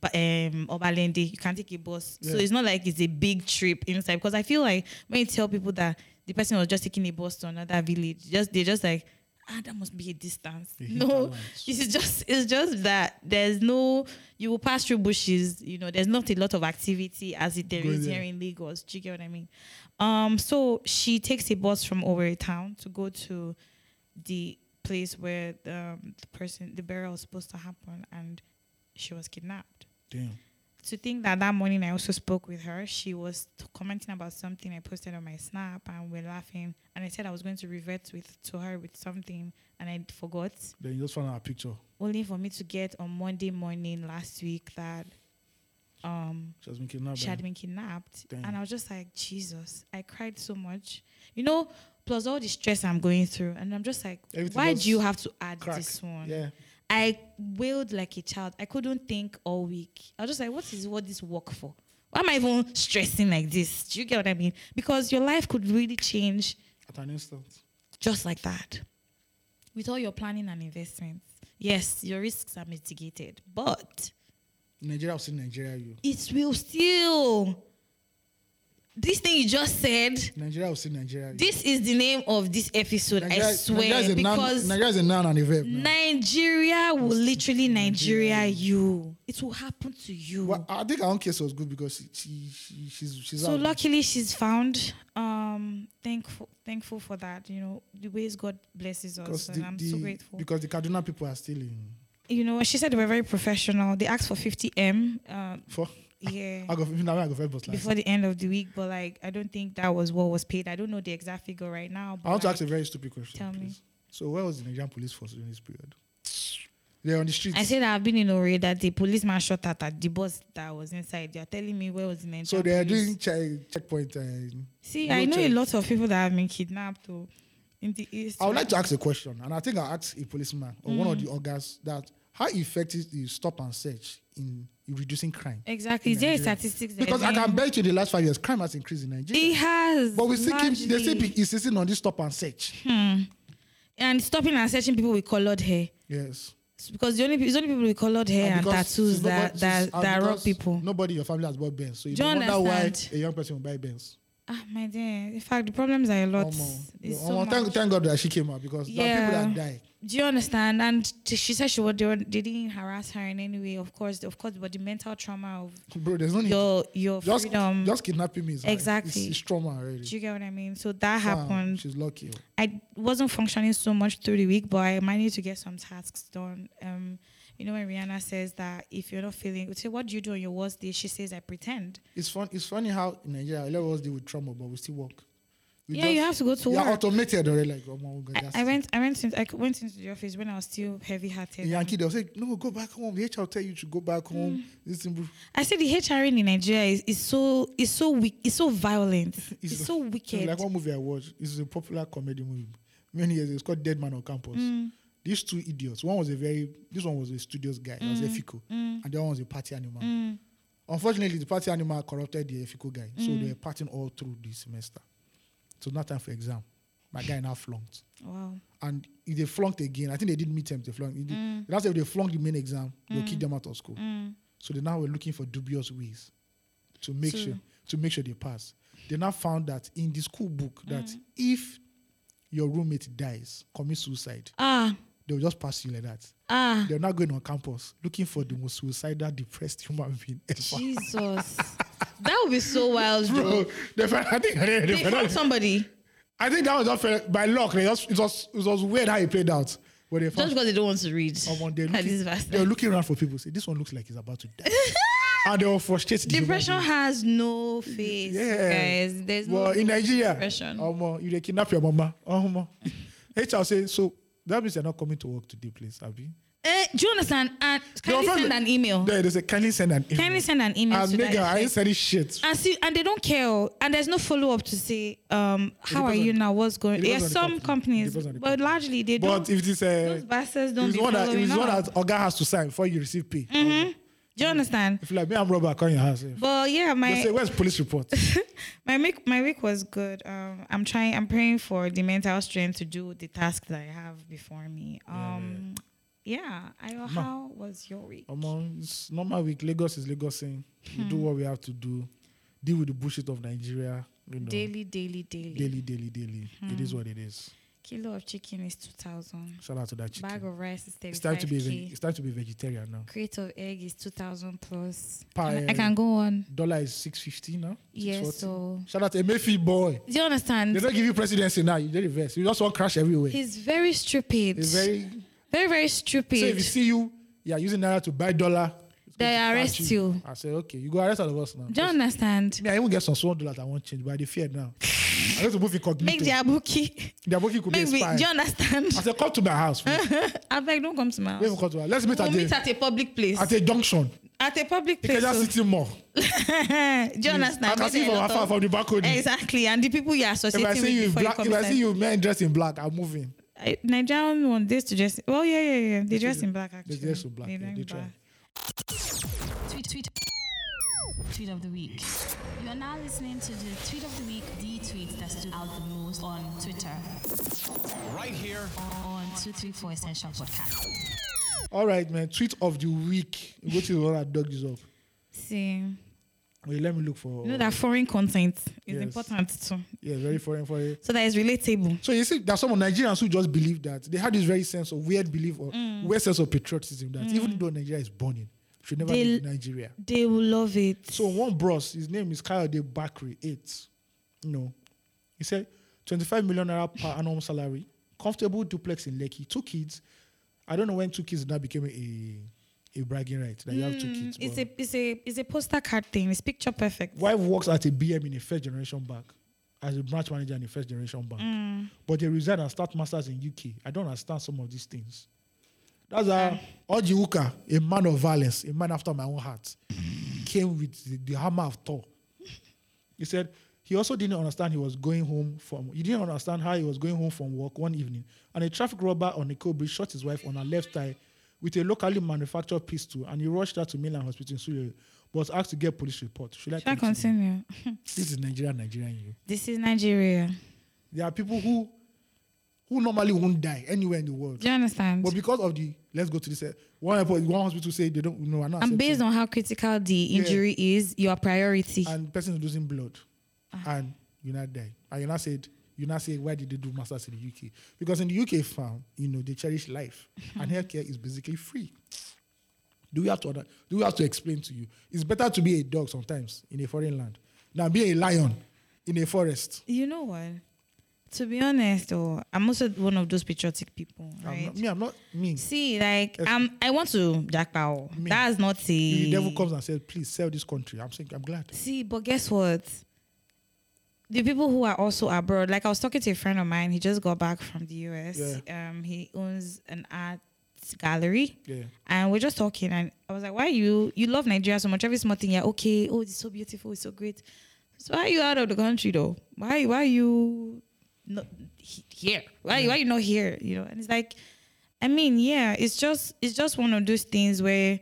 [SPEAKER 3] ba- um Obalende. You can take a bus, so
[SPEAKER 2] Yeah.
[SPEAKER 3] it's not like it's a big trip inside. Because I feel like when you tell people that the person was just taking a bus to another village, just they just like. Ah, that must be a distance.
[SPEAKER 2] They hit
[SPEAKER 3] No,
[SPEAKER 2] balance.
[SPEAKER 3] it's just it's just that there's no you will pass through bushes you know there's not a lot of activity as it there
[SPEAKER 2] Go
[SPEAKER 3] is
[SPEAKER 2] there.
[SPEAKER 3] here in lagos do you get what i mean um so she takes a bus from Owerri town to go to the place where the, um, the person the burial is supposed to happen and she was kidnapped
[SPEAKER 2] Damn.
[SPEAKER 3] To think that that morning I also spoke with her, she was t- commenting about something I posted on my snap, and we're laughing. And I said I was going to revert with to her with something, and I forgot.
[SPEAKER 2] Then you just found out a picture.
[SPEAKER 3] Only for me to get on Monday morning last week that um
[SPEAKER 2] She has been kidnapped.
[SPEAKER 3] she had been kidnapped.
[SPEAKER 2] Oh, Damn.
[SPEAKER 3] And I was just like, Jesus, I cried so much. You know, plus all the stress I'm going through. And I'm just like,
[SPEAKER 2] Everything
[SPEAKER 3] why
[SPEAKER 2] just
[SPEAKER 3] do you have to add
[SPEAKER 2] crack.
[SPEAKER 3] this one?
[SPEAKER 2] Yeah.
[SPEAKER 3] I wailed like a child. I couldn't think all week. I was just like, what is what this work for? Why am I even stressing like this? Do you get what I mean? Because your life could really change
[SPEAKER 2] At an instant.
[SPEAKER 3] just like that. With all your planning and investments. Yes, your risks are mitigated, but
[SPEAKER 2] Nigeria will see Nigeria you.
[SPEAKER 3] it will still this thing you just said
[SPEAKER 2] Nigeria will see Nigeria you.
[SPEAKER 3] this is the name of this episode i
[SPEAKER 2] Nigeria-
[SPEAKER 3] swear
[SPEAKER 2] Nigeria is a noun-
[SPEAKER 3] because
[SPEAKER 2] Nigeria is a noun and a verb. now.
[SPEAKER 3] nigeria will literally nigeria you it will happen to you
[SPEAKER 2] Well, I think her own case was good because she, she, she she's she's
[SPEAKER 3] so
[SPEAKER 2] out.
[SPEAKER 3] luckily she's found um thankful thankful for that you know the ways god blesses us
[SPEAKER 2] because
[SPEAKER 3] and i'm so grateful
[SPEAKER 2] Because the Kaduna people are still in
[SPEAKER 3] you know she said they were very professional they asked for 50m um
[SPEAKER 2] for
[SPEAKER 3] yeah
[SPEAKER 2] I go now I go first but last.
[SPEAKER 3] before the end of the week but like i don't think that was what was paid i don't know the exact figure right now but
[SPEAKER 2] I want to
[SPEAKER 3] like,
[SPEAKER 2] ask a very stupid question.
[SPEAKER 3] Tell me.
[SPEAKER 2] please. So where was the Nigerian police force during this period? They're on the streets.
[SPEAKER 3] I said I've been in Ore that the policeman shot at, at the bus that was inside. They are telling me where was the Nigerian
[SPEAKER 2] so they're
[SPEAKER 3] police.
[SPEAKER 2] doing check, checkpoint. Uh,
[SPEAKER 3] See,
[SPEAKER 2] no
[SPEAKER 3] I know
[SPEAKER 2] check.
[SPEAKER 3] a lot of people that have been kidnapped oh, in the east.
[SPEAKER 2] I would like to ask a question, and I think I'll ask a policeman or one of the organs that how effective is stop and search in reducing crime?
[SPEAKER 3] exactly.
[SPEAKER 2] in
[SPEAKER 3] There is
[SPEAKER 2] Nigeria.
[SPEAKER 3] statistics. that
[SPEAKER 2] Because
[SPEAKER 3] are
[SPEAKER 2] I can
[SPEAKER 3] being-
[SPEAKER 2] bet you the last five years crime has increased in Nigeria.
[SPEAKER 3] It has.
[SPEAKER 2] But we still keep, they still
[SPEAKER 3] largely. Hmm.
[SPEAKER 2] be insisting on this stop and search.
[SPEAKER 3] and stopping and searching people with colored hair.
[SPEAKER 2] Yes.
[SPEAKER 3] It's because the only it's only people with colored hair and,
[SPEAKER 2] because
[SPEAKER 3] tattoos
[SPEAKER 2] since
[SPEAKER 3] that
[SPEAKER 2] nobody-
[SPEAKER 3] that,
[SPEAKER 2] since- and
[SPEAKER 3] that rob
[SPEAKER 2] because
[SPEAKER 3] people.
[SPEAKER 2] Nobody in your family has bought Benz. So you
[SPEAKER 3] Do you
[SPEAKER 2] don't wonder why
[SPEAKER 3] understand?
[SPEAKER 2] a young person will buy Benz.
[SPEAKER 3] Ah, my dear. In fact, the problems are a lot.
[SPEAKER 2] Omo.
[SPEAKER 3] It's so
[SPEAKER 2] Omo,
[SPEAKER 3] much.
[SPEAKER 2] thank, thank God that she came out because there are people that
[SPEAKER 3] Yeah.
[SPEAKER 2] die.
[SPEAKER 3] Do you understand? And t- she said she was, they, were, they didn't harass her in any way, of course, of course, but the mental trauma of
[SPEAKER 2] Bro, there's no need.
[SPEAKER 3] your your
[SPEAKER 2] just,
[SPEAKER 3] freedom.
[SPEAKER 2] just kidnapping me is like-
[SPEAKER 3] Exactly.
[SPEAKER 2] It's, it's trauma already.
[SPEAKER 3] do you get what I mean? So that
[SPEAKER 2] Fam,
[SPEAKER 3] happened.
[SPEAKER 2] She's lucky. oh.
[SPEAKER 3] I wasn't functioning so much through the week, but I managed to get some tasks done. Um, you know when Rihanna says that if you're not feeling, say what do you do on your worst day? She says I pretend.
[SPEAKER 2] It's fun. It's funny how in Nigeria a lot of us deal with trauma, but we still work. We
[SPEAKER 3] yeah, you have to go to
[SPEAKER 2] You're
[SPEAKER 3] work.
[SPEAKER 2] automated already. Like, oh, Omo, we got
[SPEAKER 3] I,
[SPEAKER 2] that
[SPEAKER 3] I
[SPEAKER 2] shit.
[SPEAKER 3] went. I went. Into, I c- went into the office when I was still heavy-hearted.
[SPEAKER 2] in Yankee, they'll say, "No, go back home." The HR will tell you to go back
[SPEAKER 3] Mm.
[SPEAKER 2] home. This thing, bro.
[SPEAKER 3] I said the HR in Nigeria is, is so is so weak. It's so violent. It's,
[SPEAKER 2] the-
[SPEAKER 3] so
[SPEAKER 2] It's
[SPEAKER 3] wicked.
[SPEAKER 2] Like one movie I watched, it's a popular comedy movie. Many years ago, it's called Dead Man on Campus.
[SPEAKER 3] Mm.
[SPEAKER 2] These two idiots. One was a very, this one was a studious guy. That was
[SPEAKER 3] Mm.
[SPEAKER 2] Efiko, and the other one was a party animal. Unfortunately, the party animal corrupted the Efiko guy, so
[SPEAKER 3] Mm.
[SPEAKER 2] they were partying all through the semester. So not time for exam. My guy now flunked,
[SPEAKER 3] wow.
[SPEAKER 2] and if they flunked again, I think they did midterms. They flunked. If they- That's if they flunked the main exam, they'll kick them out of school. So they now were looking for dubious ways to make
[SPEAKER 3] To-
[SPEAKER 2] sure to make sure they pass. They now found that in the school book that if your roommate dies, commits suicide,
[SPEAKER 3] Ah
[SPEAKER 2] they'll just pass you like that.
[SPEAKER 3] ah.
[SPEAKER 2] They're not going on campus looking for the most suicidal, depressed human being ever.
[SPEAKER 3] Jesus. that would be so wild, bro.
[SPEAKER 2] Bro, they found, I think they
[SPEAKER 3] They
[SPEAKER 2] found-
[SPEAKER 3] found somebody
[SPEAKER 2] I think that was not fair. by luck. They just, it was it was weird how it played out. When they
[SPEAKER 3] just
[SPEAKER 2] found
[SPEAKER 3] because they don't want to read.
[SPEAKER 2] someone, they're
[SPEAKER 3] at this
[SPEAKER 2] looking,
[SPEAKER 3] vast-
[SPEAKER 2] they're looking around for people. Say this one looks like he's about to die, and they will frustrate the human
[SPEAKER 3] Depression
[SPEAKER 2] being.
[SPEAKER 3] has no face,
[SPEAKER 2] Yeah.
[SPEAKER 3] guys. There's
[SPEAKER 2] Well,
[SPEAKER 3] no
[SPEAKER 2] in Nigeria,
[SPEAKER 3] depression.
[SPEAKER 2] Omo, you they kidnap your mama. Omo. HR say, so that means you're not coming to work today, please, Abi.
[SPEAKER 3] Eh, do you understand? And
[SPEAKER 2] Your
[SPEAKER 3] can you send
[SPEAKER 2] family-
[SPEAKER 3] an email?
[SPEAKER 2] There, they say, kindly send an email.
[SPEAKER 3] Can you send an email
[SPEAKER 2] And
[SPEAKER 3] to that Ah,
[SPEAKER 2] nigga, I ain't
[SPEAKER 3] effect?
[SPEAKER 2] sending shit.
[SPEAKER 3] and see, and they don't care. oh. And there's no follow up to say, um, how are
[SPEAKER 2] depends
[SPEAKER 3] you
[SPEAKER 2] on-
[SPEAKER 3] now? What's going?
[SPEAKER 2] it
[SPEAKER 3] There are
[SPEAKER 2] depends on the
[SPEAKER 3] some
[SPEAKER 2] company. It
[SPEAKER 3] companies,
[SPEAKER 2] depends on the
[SPEAKER 3] but
[SPEAKER 2] company.
[SPEAKER 3] largely they
[SPEAKER 2] But
[SPEAKER 3] don't.
[SPEAKER 2] if this, uh,
[SPEAKER 3] Those bastards
[SPEAKER 2] if
[SPEAKER 3] don't
[SPEAKER 2] it's
[SPEAKER 3] be
[SPEAKER 2] one that, if
[SPEAKER 3] following
[SPEAKER 2] it's one
[SPEAKER 3] up. Mm-hmm.
[SPEAKER 2] that Oga has to sign before you receive pay.
[SPEAKER 3] Do you understand?
[SPEAKER 2] If like me, I'm robber, come your house. They
[SPEAKER 3] But yeah, my
[SPEAKER 2] say, where's police report?
[SPEAKER 3] my week my week was good. Um, I'm trying. I'm praying for the mental strength to do the task that I have before me. Um, yeah. I how was your
[SPEAKER 2] Um,
[SPEAKER 3] week?
[SPEAKER 2] Omo, it's normal week. Lagos is Lagos saying, we
[SPEAKER 3] Hmm.
[SPEAKER 2] do what we have to do, deal with the bullshit of Nigeria, you know.
[SPEAKER 3] Daily, Hmm. daily, daily,
[SPEAKER 2] Daily, daily, daily. It is what it is.
[SPEAKER 3] Kilo of chicken is two thousand.
[SPEAKER 2] Shout out to that chicken.
[SPEAKER 3] Bag of rice is
[SPEAKER 2] It's
[SPEAKER 3] thirty
[SPEAKER 2] time
[SPEAKER 3] five
[SPEAKER 2] to be a veg-
[SPEAKER 3] k.
[SPEAKER 2] it's time to be vegetarian now.
[SPEAKER 3] Crate of egg is two thousand plus.
[SPEAKER 2] Pa-
[SPEAKER 3] Can I- I can go on.
[SPEAKER 2] Dollar um, is six fifty now.
[SPEAKER 3] Yeah.
[SPEAKER 2] 640.
[SPEAKER 3] So
[SPEAKER 2] shout out to Emefi boy.
[SPEAKER 3] do you
[SPEAKER 2] They
[SPEAKER 3] understand?
[SPEAKER 2] don't give you presidency now. You don't reverse. You just want crash everywhere.
[SPEAKER 3] He's very stupid.
[SPEAKER 2] It's very
[SPEAKER 3] very, very
[SPEAKER 2] so if
[SPEAKER 3] stupid.
[SPEAKER 2] you see you, yeah, using naira to buy dollar.
[SPEAKER 3] They
[SPEAKER 2] Catch
[SPEAKER 3] arrest you.
[SPEAKER 2] I said, okay, you go arrest all of us now.
[SPEAKER 3] Do you understand?
[SPEAKER 2] Me, I even get some small dollars I won't change, but I dey fear now. I need to move
[SPEAKER 3] Make
[SPEAKER 2] incognito.
[SPEAKER 3] the abuki.
[SPEAKER 2] Their booking could
[SPEAKER 3] Make
[SPEAKER 2] be a
[SPEAKER 3] me.
[SPEAKER 2] spy.
[SPEAKER 3] Do you understand?
[SPEAKER 2] I said, come to my house. please.
[SPEAKER 3] I beg, don't come to my
[SPEAKER 2] Don't even
[SPEAKER 3] house.
[SPEAKER 2] come to my house. Let's meet
[SPEAKER 3] We'll
[SPEAKER 2] at,
[SPEAKER 3] meet
[SPEAKER 2] the,
[SPEAKER 3] at a public place.
[SPEAKER 2] at a junction.
[SPEAKER 3] At a public place.
[SPEAKER 2] Keja
[SPEAKER 3] so-
[SPEAKER 2] City Mall.
[SPEAKER 3] Do you understand?
[SPEAKER 2] I can
[SPEAKER 3] Make
[SPEAKER 2] see
[SPEAKER 3] a
[SPEAKER 2] from
[SPEAKER 3] lot
[SPEAKER 2] afar
[SPEAKER 3] of-
[SPEAKER 2] from the balcony.
[SPEAKER 3] Exactly, and the people you're
[SPEAKER 2] If
[SPEAKER 3] associating
[SPEAKER 2] I
[SPEAKER 3] with
[SPEAKER 2] see you in
[SPEAKER 3] before
[SPEAKER 2] black,
[SPEAKER 3] you
[SPEAKER 2] if
[SPEAKER 3] come
[SPEAKER 2] I see
[SPEAKER 3] inside.
[SPEAKER 2] you men dressed in black, I'm moving.
[SPEAKER 3] I, Nigerian want this to just. Well, yeah, yeah, yeah. They dress in black actually.
[SPEAKER 2] dress in black, yeah,
[SPEAKER 3] dress
[SPEAKER 2] they
[SPEAKER 3] in
[SPEAKER 2] try.
[SPEAKER 3] black.
[SPEAKER 4] tweet tweet tweet of the week you are now listening to the tweet of the week the tweet that stood out the most on twitter
[SPEAKER 5] right here
[SPEAKER 4] on 234 essential podcast
[SPEAKER 2] All right, man. Tweet of the week. You go to the one that dug this up.
[SPEAKER 3] See,
[SPEAKER 2] Wait, let me look for.
[SPEAKER 3] you know that foreign content is
[SPEAKER 2] Oh. Yes.
[SPEAKER 3] important too,
[SPEAKER 2] Yeah, very foreign for you.
[SPEAKER 3] so that is relatable.
[SPEAKER 2] So you see, there's some Nigerians who just believe that they have this very sense of weird belief or
[SPEAKER 3] Mm.
[SPEAKER 2] weird sense of patriotism that even though Nigeria is burning, should never
[SPEAKER 3] They-
[SPEAKER 2] leave Nigeria.
[SPEAKER 3] They will love it.
[SPEAKER 2] So one bros, his name is Kayode Bakri, eight. You know, he said 25 million naira per annum salary, comfortable duplex in Lekki, two kids. I don't know when two kids now became a, a bragging right that you have two kids.
[SPEAKER 3] Hmm, Mm, It's
[SPEAKER 2] but-
[SPEAKER 3] a it's a it's a poster card thing. It's picture perfect.
[SPEAKER 2] wife works at a BM in a first generation bank as a branch manager in a first generation bank. But they resign and start masters in UK. I don't understand some of these things. That's how Oji Uka, a man of violence, a man after my own heart, came with the, the hammer of Thor. He said he also didn't understand he was going home from he didn't understand how he was going home from work one evening. And a traffic robber on a cold bridge shot his wife on her left thigh with a locally manufactured pistol and he rushed her to Milan Hospital in Surrey, but asked to get police report. Should I
[SPEAKER 3] Should I
[SPEAKER 2] continue?
[SPEAKER 3] continue?
[SPEAKER 2] This is Nigeria, Nigerian you.
[SPEAKER 3] this is Nigeria.
[SPEAKER 2] There are people who who normally won't die anywhere in the world.
[SPEAKER 3] Do you understand?
[SPEAKER 2] But because of the let's go to this uh, one airport, one hospital say they don't know.
[SPEAKER 3] and based on how critical the injury is, your priority.
[SPEAKER 2] and person is losing blood
[SPEAKER 3] Ah.
[SPEAKER 2] and you not die. And you not said you not say why did they do masters in the UK? Because in the UK found, you know, they cherish life
[SPEAKER 3] Mm-hmm.
[SPEAKER 2] and healthcare is basically free. Do we have to under- do we have to explain to you? It's better to be a dog sometimes in a foreign land than be a lion in a forest.
[SPEAKER 3] you know what? To be honest, though, I'm also one of those patriotic people,
[SPEAKER 2] I'm
[SPEAKER 3] right?
[SPEAKER 2] not, me, I'm not me.
[SPEAKER 3] See, like um, I want to jackpot.
[SPEAKER 2] Me.
[SPEAKER 3] That's not
[SPEAKER 2] If
[SPEAKER 3] a
[SPEAKER 2] the devil comes and says, "Please sell this country," I'm saying, "I'm glad."
[SPEAKER 3] See, but guess what? The people who are also abroad, like I was talking to a friend of mine, he just got back from the US. Um, he owns an art gallery.
[SPEAKER 2] Yeah.
[SPEAKER 3] And we're just talking, and I was like, "Why you you love Nigeria so much? Every small thing, yeah, okay. Oh, it's so beautiful, it's so great. So why are you out of the country though? Why why are you not he- here? Why why you not here? You know?" And it's like, I mean, yeah, it's just it's just one of those things where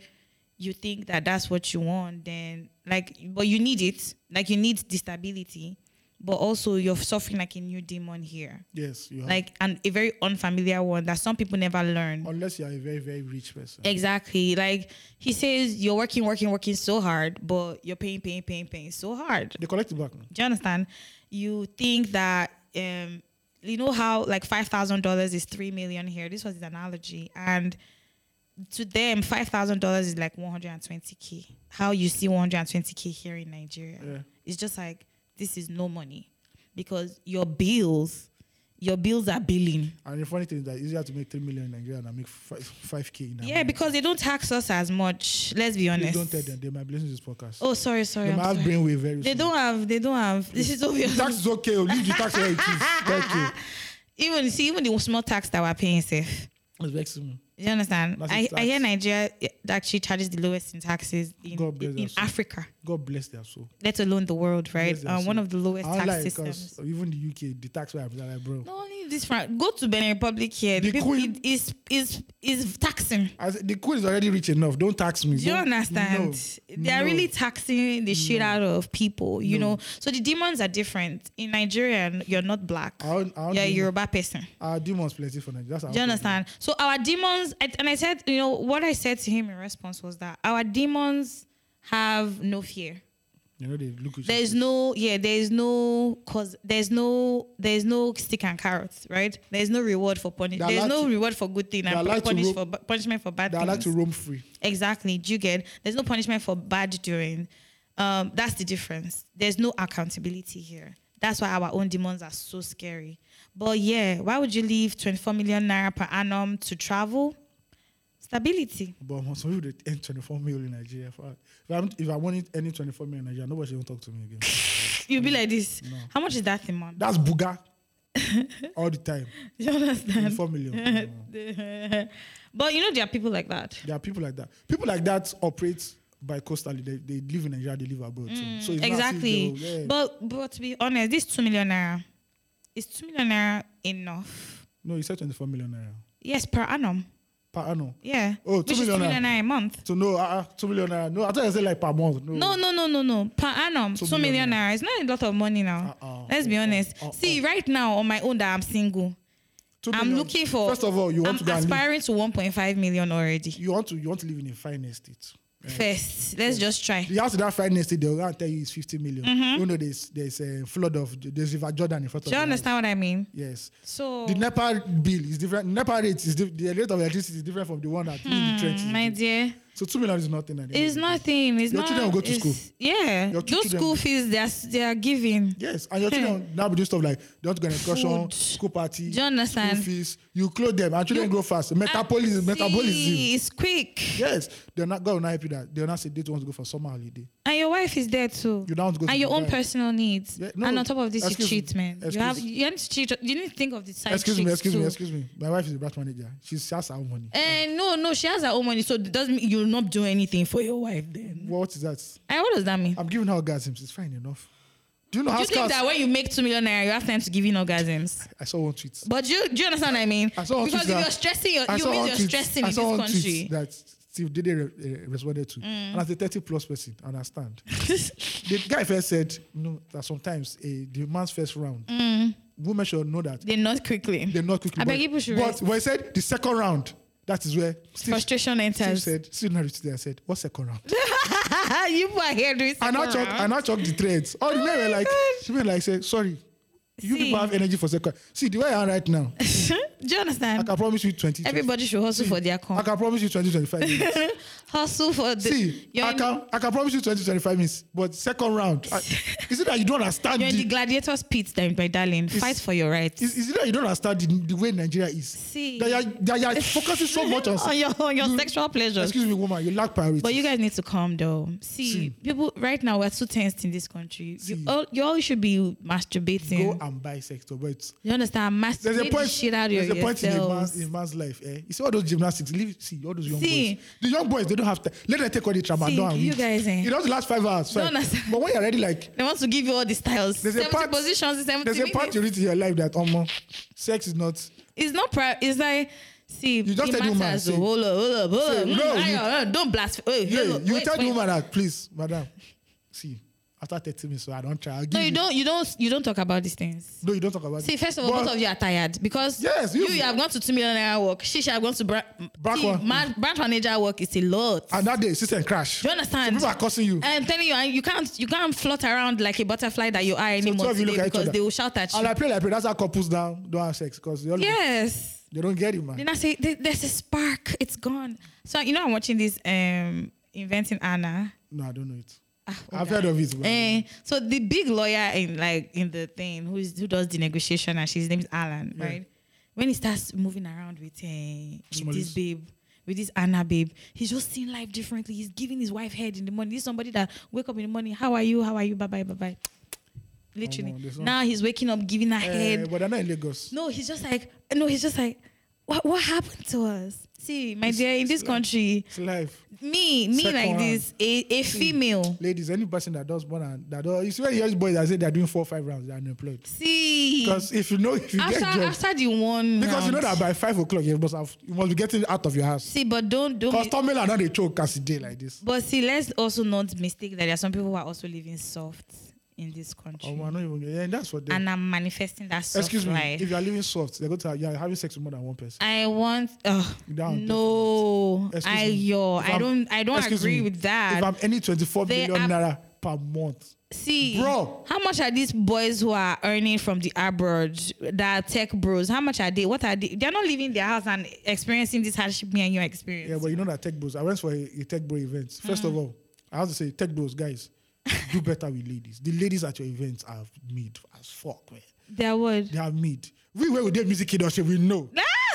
[SPEAKER 3] you think that that's what you want, then like, but you need it. Like you need the stability, but also you're suffering like a new demon here,
[SPEAKER 2] Yes, you have.
[SPEAKER 3] like and a very unfamiliar one that some people never learn.
[SPEAKER 2] unless you are a very, very rich person.
[SPEAKER 3] eh. Exactly. Like he says, you're working, working, working so hard, but you're paying, paying, paying, paying so hard.
[SPEAKER 2] They collect it back now.
[SPEAKER 3] Do you understand? You think that um, you know how like five thousand dollars is three million here. This was his analogy, and to them, five thousand dollars is like one hundred and twenty k. How you see one hundred and twenty k here in Nigeria?
[SPEAKER 2] Yeah.
[SPEAKER 3] It's just like this is no money because your bills, your bills are billing.
[SPEAKER 2] And the funny thing is that it's easier to make three million in Nigeria than make five k in America.
[SPEAKER 3] Yeah, because they don't tax us as much. Let's be
[SPEAKER 2] Please
[SPEAKER 3] honest.
[SPEAKER 2] don't tell them they might be listening to this podcast.
[SPEAKER 3] Oh, sorry, sorry.
[SPEAKER 2] they
[SPEAKER 3] I'm
[SPEAKER 2] might have
[SPEAKER 3] sorry.
[SPEAKER 2] brainwave very
[SPEAKER 3] They
[SPEAKER 2] soon.
[SPEAKER 3] don't have. They don't have. This is obvious.
[SPEAKER 2] Tax is okay. oh, Leave the tax where it is. Thank you.
[SPEAKER 3] Even see, even the small tax that we're paying safe.
[SPEAKER 2] It's vexing me.
[SPEAKER 3] You understand?
[SPEAKER 2] That's
[SPEAKER 3] I,
[SPEAKER 2] it,
[SPEAKER 3] I hear
[SPEAKER 2] tax.
[SPEAKER 3] Nigeria eh, actually charges the lowest in taxes in,
[SPEAKER 2] God bless
[SPEAKER 3] in,
[SPEAKER 2] their
[SPEAKER 3] in
[SPEAKER 2] soul.
[SPEAKER 3] Africa,
[SPEAKER 2] God bless their soul.
[SPEAKER 3] let alone the world, right?
[SPEAKER 2] Bless their
[SPEAKER 3] Um, one
[SPEAKER 2] soul.
[SPEAKER 3] of the lowest
[SPEAKER 2] I
[SPEAKER 3] tax
[SPEAKER 2] don't like
[SPEAKER 3] systems.
[SPEAKER 2] because even the UK, the tax where I'm like, bro.
[SPEAKER 3] Not only this front, go to Benin Republic here.
[SPEAKER 2] The
[SPEAKER 3] The people
[SPEAKER 2] queen-
[SPEAKER 3] is is is taxing.
[SPEAKER 2] I said, the queen is already rich enough. Don't tax me.
[SPEAKER 3] Do you
[SPEAKER 2] Don't-
[SPEAKER 3] understand?
[SPEAKER 2] No.
[SPEAKER 3] they are
[SPEAKER 2] No.
[SPEAKER 3] really taxing the shit out of people, you know. So the demons are different. In Nigeria, you're not black.
[SPEAKER 2] Our- our
[SPEAKER 3] you're a
[SPEAKER 2] demon-
[SPEAKER 3] Yoruba person.
[SPEAKER 2] Our demons plenty for Nigeria. That's our
[SPEAKER 3] Do you understand? So our demons, and and I said, you know, what I said to him in response was that our demons have no fear.
[SPEAKER 2] problem. You know they look. at you.
[SPEAKER 3] There is no, yeah, there is no cause. There's no, there's no stick and carrots, right? There is no reward for punishment.
[SPEAKER 2] They
[SPEAKER 3] There's
[SPEAKER 2] are
[SPEAKER 3] no
[SPEAKER 2] allowed to-
[SPEAKER 3] reward for good thing
[SPEAKER 2] are
[SPEAKER 3] and
[SPEAKER 2] allowed to
[SPEAKER 3] punish
[SPEAKER 2] ro-
[SPEAKER 3] for ba- punishment for bad
[SPEAKER 2] They
[SPEAKER 3] things.
[SPEAKER 2] like to roam free.
[SPEAKER 3] Exactly. Do you get? There's no punishment for bad doing. Um, that's the difference. There's no accountability here. That's why our own demons are so scary. But yeah, why would you leave 24 million naira per annum to travel? Stability.
[SPEAKER 2] But some people they earn 24 mil in Nigeria. If I, if I'm, if I wanted any 24 mil in Nigeria, nobody should even talk to me again.
[SPEAKER 3] You'll be like this. How much is that thing, man?
[SPEAKER 2] That's booger all the time.
[SPEAKER 3] you understand?
[SPEAKER 2] 24 million.
[SPEAKER 3] but you know there are people like that.
[SPEAKER 2] there are people like that. People like that operate by coastally. They, they live in Nigeria, they live abroad. too. so it's not as if
[SPEAKER 3] Mm, exactly.
[SPEAKER 2] they will- yeah.
[SPEAKER 3] But but to be honest, this two million naira is two million naira enough?
[SPEAKER 2] no, you said 24 million naira
[SPEAKER 3] Yes, per annum.
[SPEAKER 2] per annum.
[SPEAKER 3] Yeah.
[SPEAKER 2] Oh,
[SPEAKER 3] Which
[SPEAKER 2] 2
[SPEAKER 3] is two
[SPEAKER 2] million naira.
[SPEAKER 3] million naira a month.
[SPEAKER 2] So no, uh, two million naira. No, I thought you said like per month. No,
[SPEAKER 3] No, no, no, no, no. Per annum,
[SPEAKER 2] Two
[SPEAKER 3] two,
[SPEAKER 2] million
[SPEAKER 3] million naira. It's not a lot of money now.
[SPEAKER 2] Uh-uh.
[SPEAKER 3] Let's be
[SPEAKER 2] Uh-uh.
[SPEAKER 3] honest.
[SPEAKER 2] Uh-uh.
[SPEAKER 3] See, right now on my own that I'm single,
[SPEAKER 2] Two
[SPEAKER 3] I'm
[SPEAKER 2] million-
[SPEAKER 3] looking for.
[SPEAKER 2] First of all, you want
[SPEAKER 3] I'm
[SPEAKER 2] to go and live.
[SPEAKER 3] aspiring to 1.5 million already.
[SPEAKER 2] You want to you want to live in a fine estate.
[SPEAKER 3] First, let's just try.
[SPEAKER 2] The house in that fine estate, they'll go and tell you it's 50 million. You know, there's there's a flood of there's River Jordan in front of
[SPEAKER 3] Mm-hmm. Do you
[SPEAKER 2] your house.
[SPEAKER 3] understand Oh. what I mean?
[SPEAKER 2] Yes.
[SPEAKER 3] So,
[SPEAKER 2] The NEPA bill is different. NEPA rate is diff- the rate of electricity is different from the one that in the trenches.
[SPEAKER 3] Hmm, mm, my dear,
[SPEAKER 2] So two million is nothing. at the end
[SPEAKER 3] it's
[SPEAKER 2] of the day.
[SPEAKER 3] nothing. It's
[SPEAKER 2] Your
[SPEAKER 3] not.
[SPEAKER 2] children will go to
[SPEAKER 3] it's-
[SPEAKER 2] school.
[SPEAKER 3] Yeah,
[SPEAKER 2] Your
[SPEAKER 3] those
[SPEAKER 2] children-
[SPEAKER 3] school fees they are, s- they are giving.
[SPEAKER 2] Yes, and your children now be doing stuff like they want to go on excursion,
[SPEAKER 3] Hmm. Food.
[SPEAKER 2] school party,
[SPEAKER 3] Do you understand?
[SPEAKER 2] school fees. You clothe them, and children grow fast. Metabolism,
[SPEAKER 3] Ah, see,
[SPEAKER 2] metabolism.
[SPEAKER 3] It's quick,
[SPEAKER 2] Yes, they're not. God will not help you that. They'll not say they don't want to go for summer holiday.
[SPEAKER 3] and your wife is there too.
[SPEAKER 2] You don't want to go to
[SPEAKER 3] and your own
[SPEAKER 2] Dubai.
[SPEAKER 3] personal needs.
[SPEAKER 2] Yeah, no,
[SPEAKER 3] and on top of this, you
[SPEAKER 2] excuse
[SPEAKER 3] cheat,
[SPEAKER 2] me,
[SPEAKER 3] man. You have
[SPEAKER 2] excuse-
[SPEAKER 3] you need to cheat. You need to think of the side
[SPEAKER 2] excuse me,
[SPEAKER 3] chicks
[SPEAKER 2] excuse
[SPEAKER 3] too.
[SPEAKER 2] me, excuse me. My wife is a branch manager. She has her own money.
[SPEAKER 3] Eh, no, no, she has her own money, so it doesn't mean you'll not do anything for your wife then.
[SPEAKER 2] What is that?
[SPEAKER 3] And what does that mean?
[SPEAKER 2] I'm giving her orgasms. It's fine enough. Do you know how
[SPEAKER 3] Do you think
[SPEAKER 2] scars?
[SPEAKER 3] that when you make two million naira, you have time to give in orgasms?
[SPEAKER 2] I saw one tweet.
[SPEAKER 3] But do you, do you understand what I mean?
[SPEAKER 2] I saw one
[SPEAKER 3] because if
[SPEAKER 2] tweet that-
[SPEAKER 3] you're stressing, your,
[SPEAKER 2] I
[SPEAKER 3] you
[SPEAKER 2] saw
[SPEAKER 3] mean
[SPEAKER 2] one
[SPEAKER 3] you're
[SPEAKER 2] tweet-
[SPEAKER 3] stressing
[SPEAKER 2] I
[SPEAKER 3] in this
[SPEAKER 2] saw one
[SPEAKER 3] country. Mm.
[SPEAKER 2] tweet that Steve Diddy re- uh, responded to, and as a 30 plus person, I understand. the guy first said, you know, that sometimes a the man's first round, women should know that
[SPEAKER 3] They're not quickly.
[SPEAKER 2] they're not quickly.
[SPEAKER 3] Mm. I beg
[SPEAKER 2] but-
[SPEAKER 3] people should
[SPEAKER 2] But
[SPEAKER 3] rest.
[SPEAKER 2] when he said the second round, that is where Steve, Steve
[SPEAKER 3] Frustration enters. Ah,
[SPEAKER 2] said, Steve Nari today, I said, what second round?
[SPEAKER 3] you people are here doing
[SPEAKER 2] and I
[SPEAKER 3] second
[SPEAKER 2] chucked,
[SPEAKER 3] round.
[SPEAKER 2] and I chucked the threads. All the men were like, she were like, say, sorry, you
[SPEAKER 3] See.
[SPEAKER 2] people have energy for second. See, the way I am right now,
[SPEAKER 3] Do you
[SPEAKER 2] I
[SPEAKER 3] understand?
[SPEAKER 2] can promise you 20.
[SPEAKER 3] Everybody should hustle for their
[SPEAKER 2] I
[SPEAKER 3] con.
[SPEAKER 2] can promise you 20, 25 minutes.
[SPEAKER 3] Hustle for the.
[SPEAKER 2] See,
[SPEAKER 3] you're,
[SPEAKER 2] I
[SPEAKER 3] in,
[SPEAKER 2] can I can promise you 20, 25 minutes, but second round, I, is it that you don't understand?
[SPEAKER 3] you're in the
[SPEAKER 2] The,
[SPEAKER 3] gladiator's pit, then, my darling. Fight for your rights.
[SPEAKER 2] is, is it that you don't understand the, the way Nigeria is? See, that you're, that you're focusing so much on,
[SPEAKER 3] on your, on your sexual pleasures.
[SPEAKER 2] Excuse me, woman, you lack priorities.
[SPEAKER 3] Oh, But you guys need to calm down. See, people right now we're too tensed in this country. You all, you all should be
[SPEAKER 2] go
[SPEAKER 3] masturbating.
[SPEAKER 2] and buy sex toy, but
[SPEAKER 3] You understand? Masturbate
[SPEAKER 2] there's a
[SPEAKER 3] the
[SPEAKER 2] point.
[SPEAKER 3] shit out of
[SPEAKER 2] there's a point in a,
[SPEAKER 3] yourselves.
[SPEAKER 2] man's, in a man's life. Eh? You see all those gymnastics. Leave, see all those young
[SPEAKER 3] See.
[SPEAKER 2] boys. The young boys, they don't have time. Let them take all the trauma
[SPEAKER 3] See,
[SPEAKER 2] down. and
[SPEAKER 3] you
[SPEAKER 2] weed.
[SPEAKER 3] guys, eh.
[SPEAKER 2] It doesn't last five hours.
[SPEAKER 3] Don't
[SPEAKER 2] fine.
[SPEAKER 3] understand.
[SPEAKER 2] But when you're already like
[SPEAKER 3] They want to give you all the styles.
[SPEAKER 2] there's a
[SPEAKER 3] 70
[SPEAKER 2] part
[SPEAKER 3] positions, 70
[SPEAKER 2] there's a
[SPEAKER 3] minutes.
[SPEAKER 2] part you reach in your life that um, sex is not
[SPEAKER 3] It's not pri- It's like, see,
[SPEAKER 2] You just
[SPEAKER 3] it
[SPEAKER 2] tell the woman,
[SPEAKER 3] matters.
[SPEAKER 2] say-
[SPEAKER 3] oh, hold up, hold up, hold
[SPEAKER 2] Say,
[SPEAKER 3] up.
[SPEAKER 2] no,
[SPEAKER 3] Mm,
[SPEAKER 2] you-
[SPEAKER 3] ayo, ayo, don't blast. Wait,
[SPEAKER 2] Yeah,
[SPEAKER 3] hold up,
[SPEAKER 2] you
[SPEAKER 3] wait,
[SPEAKER 2] tell the
[SPEAKER 3] wait.
[SPEAKER 2] woman that, please, madam, see, after 30 minutes, so I don't try. I'll give
[SPEAKER 3] No, you don't. You don't. You don't talk about these things.
[SPEAKER 2] No, you don't talk about
[SPEAKER 3] See,
[SPEAKER 2] it.
[SPEAKER 3] first of all,
[SPEAKER 2] But
[SPEAKER 3] both of you are tired because
[SPEAKER 2] Yes, you-
[SPEAKER 3] you, you have gone to two million naira work. She should have gone to bra-
[SPEAKER 2] Back
[SPEAKER 3] see,
[SPEAKER 2] one.
[SPEAKER 3] man, branch manager work. is a lot.
[SPEAKER 2] And that day, system crash.
[SPEAKER 3] Do you understand? Eh,
[SPEAKER 2] So people are cursing you.
[SPEAKER 3] I'm telling you, and you can't you can't float around like a butterfly that you are
[SPEAKER 2] two
[SPEAKER 3] anymore
[SPEAKER 2] of you look
[SPEAKER 3] today
[SPEAKER 2] at each
[SPEAKER 3] because
[SPEAKER 2] other.
[SPEAKER 3] they will shout at you.
[SPEAKER 2] And I pray, like, pray, that's how couples now don't have sex because they, all
[SPEAKER 3] yes.
[SPEAKER 2] they don't get it, man.
[SPEAKER 3] Then I say "There- there's a spark, it's gone. So you know I'm watching this um inventing Anna.
[SPEAKER 2] No, I don't know it.
[SPEAKER 3] Ah,
[SPEAKER 2] I've
[SPEAKER 3] okay.
[SPEAKER 2] heard of it. but-
[SPEAKER 3] Eh, so the big lawyer in like in the thing who is who does the negotiation and she- his name is Alan, right? When he starts moving around with, eh, with
[SPEAKER 2] Smallies.
[SPEAKER 3] this babe, with this Anna babe, he's just seeing life differently. He's giving his wife head in the morning. This is somebody that wake up in the morning, how are you? How are you? Bye bye bye bye. Literally.
[SPEAKER 2] Omo, Oh, this one-
[SPEAKER 3] now he's waking up giving her
[SPEAKER 2] Eh,
[SPEAKER 3] head.
[SPEAKER 2] but they're not in Lagos.
[SPEAKER 3] No, he's just like no, he's just like what what happened to us? See, my dear, in this country,
[SPEAKER 2] It's life.
[SPEAKER 3] me, me
[SPEAKER 2] Second
[SPEAKER 3] like
[SPEAKER 2] round.
[SPEAKER 3] this, a, a female.
[SPEAKER 2] Ladies, any person that does one and that does, you see when you hear boys that say they're doing four or five rounds, they're unemployed.
[SPEAKER 3] See,
[SPEAKER 2] Because if you know, if you
[SPEAKER 3] after
[SPEAKER 2] get job,
[SPEAKER 3] after the one
[SPEAKER 2] because you know
[SPEAKER 3] round.
[SPEAKER 2] that by five o'clock, you must, have, you must be getting out of your house.
[SPEAKER 3] see but don't don't
[SPEAKER 2] Because
[SPEAKER 3] mi-
[SPEAKER 2] Tom Miller, not they choke as a day like this.
[SPEAKER 3] but see let's also not mistake that there are some people who are also living soft in this country
[SPEAKER 2] Oh, man, not even. Yeah, that's for them.
[SPEAKER 3] and i'm manifesting that soft
[SPEAKER 2] Excuse me.
[SPEAKER 3] life
[SPEAKER 2] If you are living soft, you're going to have, you're having sex with more than one person.
[SPEAKER 3] I want oh,
[SPEAKER 2] Down,
[SPEAKER 3] no
[SPEAKER 2] Excuse
[SPEAKER 3] I
[SPEAKER 2] me.
[SPEAKER 3] yo
[SPEAKER 2] If
[SPEAKER 3] I
[SPEAKER 2] I'm-
[SPEAKER 3] don't I don't
[SPEAKER 2] excuse
[SPEAKER 3] agree
[SPEAKER 2] me.
[SPEAKER 3] with that
[SPEAKER 2] If I'm any 24
[SPEAKER 3] They
[SPEAKER 2] million naira per month,
[SPEAKER 3] see
[SPEAKER 2] Bro.
[SPEAKER 3] how much are these boys who are earning from the abroad that are tech bros how much are they what are they they're not leaving their house and experiencing this hardship me and you experience
[SPEAKER 2] yeah, but you know that tech bros. I went for a, a tech bro event. First
[SPEAKER 3] Mm.
[SPEAKER 2] of all, I have to say, tech bros, guys, do better with ladies. The ladies at your events are mid as fuck, man.
[SPEAKER 3] they're what
[SPEAKER 2] They are mid. We where we did music industry, we know.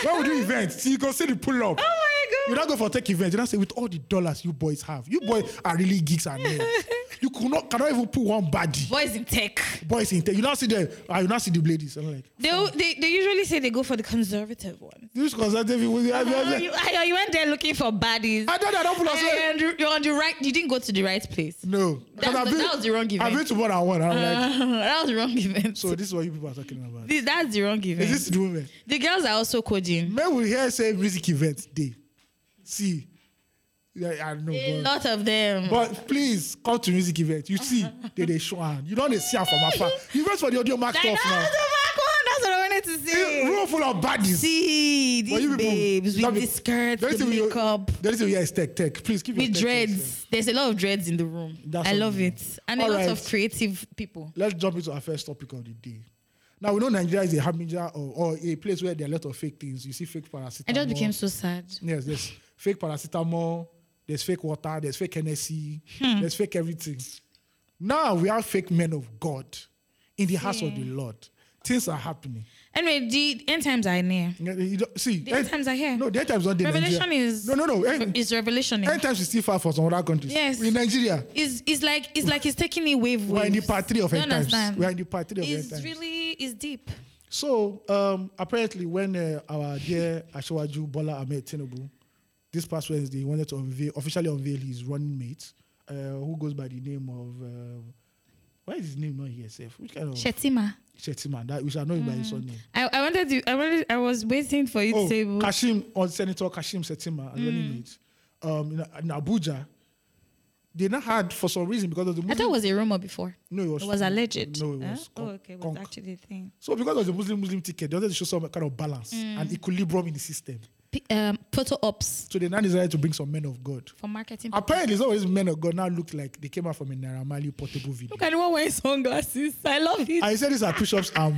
[SPEAKER 2] when we do events, you go see the pull up.
[SPEAKER 3] oh my god
[SPEAKER 2] You don't go for tech events. You don't say with all the dollars you boys have. You boys are really geeks and nerds. You could not cannot even put one body.
[SPEAKER 3] Boys in tech.
[SPEAKER 2] Boys in tech. You not see them. Ah, you not see the ladies. I'm like,
[SPEAKER 3] They, they, they usually say they go for the conservative one.
[SPEAKER 2] this conservative. people, they have- they have-
[SPEAKER 3] Oh, you, Eh. ah, you went there looking for baddies.
[SPEAKER 2] I don't know. I don't put us-
[SPEAKER 3] And you're- you're on the right. You didn't go to the right place.
[SPEAKER 2] No, 'Cause
[SPEAKER 3] That's
[SPEAKER 2] I've
[SPEAKER 3] the- that was the wrong
[SPEAKER 2] I've
[SPEAKER 3] event.
[SPEAKER 2] been to more than one. I'm like,
[SPEAKER 3] that was the wrong event.
[SPEAKER 2] so this is what you people are talking about.
[SPEAKER 3] This- that's the wrong event.
[SPEAKER 2] Is this the women?
[SPEAKER 3] the girls are also coding.
[SPEAKER 2] Men will hear say music event day. See, yeah, I know.
[SPEAKER 3] A
[SPEAKER 2] but-
[SPEAKER 3] lot of them.
[SPEAKER 2] Mm. But please come to music event. You see, they they show hand. You don't dey see am from afar. You wait for the audio mark
[SPEAKER 3] like,
[SPEAKER 2] stuff
[SPEAKER 3] that
[SPEAKER 2] now.
[SPEAKER 3] was the back one. That's what I wanted to say.
[SPEAKER 2] Room full of baddies.
[SPEAKER 3] See
[SPEAKER 2] But
[SPEAKER 3] these
[SPEAKER 2] you people-
[SPEAKER 3] babes
[SPEAKER 2] that
[SPEAKER 3] with
[SPEAKER 2] be-
[SPEAKER 3] the skirts,
[SPEAKER 2] Don't
[SPEAKER 3] the
[SPEAKER 2] say we-
[SPEAKER 3] makeup,
[SPEAKER 2] Don't say we are tech tech. Please keep your
[SPEAKER 3] with
[SPEAKER 2] tech to yourself.
[SPEAKER 3] dreads. There's a lot of dreads in the room.
[SPEAKER 2] That's
[SPEAKER 3] I
[SPEAKER 2] what
[SPEAKER 3] love
[SPEAKER 2] we
[SPEAKER 3] it, and
[SPEAKER 2] All
[SPEAKER 3] a lot
[SPEAKER 2] right.
[SPEAKER 3] of creative people.
[SPEAKER 2] Let's jump into our first topic of the day. Now we know Nigeria is a harbinger or, or a place where there are a lot of fake things. You see fake paracetamol.
[SPEAKER 3] I just became so sad.
[SPEAKER 2] Yes, there's fake paracetamol, there's fake water, there's fake Hennessy,
[SPEAKER 3] Hmm.
[SPEAKER 2] there's fake everything. Now we are fake men of God in the house of the Lord. Things are happening.
[SPEAKER 3] Anyway, the end times are near.
[SPEAKER 2] You know, you don't- see, eh,
[SPEAKER 3] The end times are here.
[SPEAKER 2] No, the end times not the
[SPEAKER 3] Revelation
[SPEAKER 2] Nigeria.
[SPEAKER 3] is
[SPEAKER 2] no, no, no. End,
[SPEAKER 3] Is revelation.
[SPEAKER 2] end times is still far for some other countries.
[SPEAKER 3] Yes.
[SPEAKER 2] in Nigeria,
[SPEAKER 3] Is is like it's like it's taking a wave.
[SPEAKER 2] we are in the
[SPEAKER 3] waves.
[SPEAKER 2] part three of
[SPEAKER 3] You
[SPEAKER 2] end times.
[SPEAKER 3] understand?
[SPEAKER 2] We are in the part three of end
[SPEAKER 3] It's
[SPEAKER 2] times.
[SPEAKER 3] really it's deep.
[SPEAKER 2] So um, apparently, when uh, our dear Ashwaju Bola Ahmed Tinubu this past Wednesday he wanted to unveil, officially unveil his running mate, uh, who goes by the name of um why is his name not here? Sef? Which kind of
[SPEAKER 3] Shetima.
[SPEAKER 2] Shetima? That we shall know him
[SPEAKER 3] Mm.
[SPEAKER 2] by his surname.
[SPEAKER 3] I, I wanted to I wanted I was waiting for you
[SPEAKER 2] Oh,
[SPEAKER 3] to say
[SPEAKER 2] Kashim or Senator Kashim Shetima, and
[SPEAKER 3] Mm.
[SPEAKER 2] running mate um, in, in Abuja. They now had for some reason because of the
[SPEAKER 3] I
[SPEAKER 2] Muslim.
[SPEAKER 3] thought it was a rumor before.
[SPEAKER 2] no, it was,
[SPEAKER 3] It was alleged.
[SPEAKER 2] No, it
[SPEAKER 3] Huh?
[SPEAKER 2] was
[SPEAKER 3] Oh,
[SPEAKER 2] con-
[SPEAKER 3] okay. It was
[SPEAKER 2] conc-
[SPEAKER 3] actually a thing.
[SPEAKER 2] So because of the Muslim Muslim ticket, they wanted to show some kind of balance
[SPEAKER 3] Mm.
[SPEAKER 2] and equilibrium in the system.
[SPEAKER 3] P- um, photo ops
[SPEAKER 2] So they now decided to bring some men of God.
[SPEAKER 3] for marketing.
[SPEAKER 2] Apparently, some of these men of God now look like they came out from a Naramali portable video.
[SPEAKER 3] Look at the one wearing sunglasses. I love it.
[SPEAKER 2] I said these are bishops and,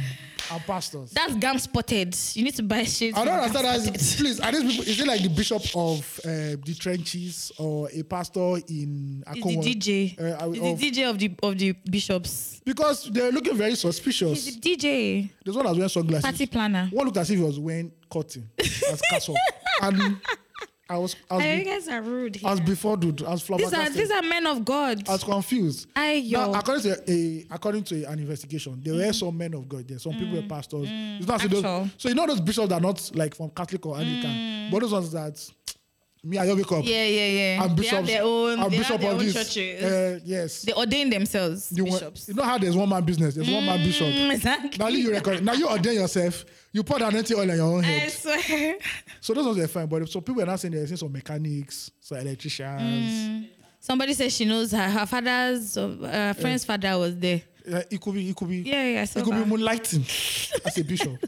[SPEAKER 2] and pastors.
[SPEAKER 3] That's gum spotted. You need to buy shades.
[SPEAKER 2] I don't
[SPEAKER 3] for gum
[SPEAKER 2] understand that.
[SPEAKER 3] spotted.
[SPEAKER 2] Please, are these people? Is it like the bishop of uh, the trenches or a pastor in
[SPEAKER 3] It's the
[SPEAKER 2] Akowo?
[SPEAKER 3] DJ.
[SPEAKER 2] Uh,
[SPEAKER 3] It's
[SPEAKER 2] of-
[SPEAKER 3] the DJ of the of the bishops.
[SPEAKER 2] Because they're looking very
[SPEAKER 3] It's
[SPEAKER 2] suspicious.
[SPEAKER 3] the DJ.
[SPEAKER 2] This one has wearing sunglasses.
[SPEAKER 3] Party planner.
[SPEAKER 2] One looked as if he was wearing cotton as castle. and I was, I was,
[SPEAKER 3] I, you
[SPEAKER 2] be,
[SPEAKER 3] guys are rude.
[SPEAKER 2] I was
[SPEAKER 3] here.
[SPEAKER 2] befuddled, I was
[SPEAKER 3] These are
[SPEAKER 2] flabbergasted.
[SPEAKER 3] these are men of God.
[SPEAKER 2] I was confused.
[SPEAKER 3] Aye, yo. Mm-hmm.
[SPEAKER 2] Now, according to a, according to an investigation, there were some men of God there. Some people were pastors. It's not as if those,
[SPEAKER 3] Actual. Mm.
[SPEAKER 2] so you know those bishops that are not like from Catholic or Anglican, but those ones that me I just wake up.
[SPEAKER 3] Yeah, yeah, yeah.
[SPEAKER 2] I'm
[SPEAKER 3] they
[SPEAKER 2] bishop.
[SPEAKER 3] have their own.
[SPEAKER 2] I'm
[SPEAKER 3] they
[SPEAKER 2] bishop
[SPEAKER 3] have their
[SPEAKER 2] of
[SPEAKER 3] own
[SPEAKER 2] this.
[SPEAKER 3] churches.
[SPEAKER 2] Uh, yes.
[SPEAKER 3] they ordain themselves
[SPEAKER 2] You, wa-
[SPEAKER 3] bishops.
[SPEAKER 2] you know how there's one man business. There's one man bishop.
[SPEAKER 3] Mm, exactly.
[SPEAKER 2] Now you record. Now you ordain yourself. You pour the anointing oil on your own
[SPEAKER 3] I
[SPEAKER 2] head.
[SPEAKER 3] swear.
[SPEAKER 2] So those ones are fine. But so people are now saying they're seeing some mechanics, some
[SPEAKER 3] Mm.
[SPEAKER 2] electricians.
[SPEAKER 3] Somebody says she knows her, her father's uh, friend's father was there.
[SPEAKER 2] Uh, it could be. It could be.
[SPEAKER 3] Yeah, yeah. I saw
[SPEAKER 2] it could
[SPEAKER 3] that.
[SPEAKER 2] be moonlighting as a bishop.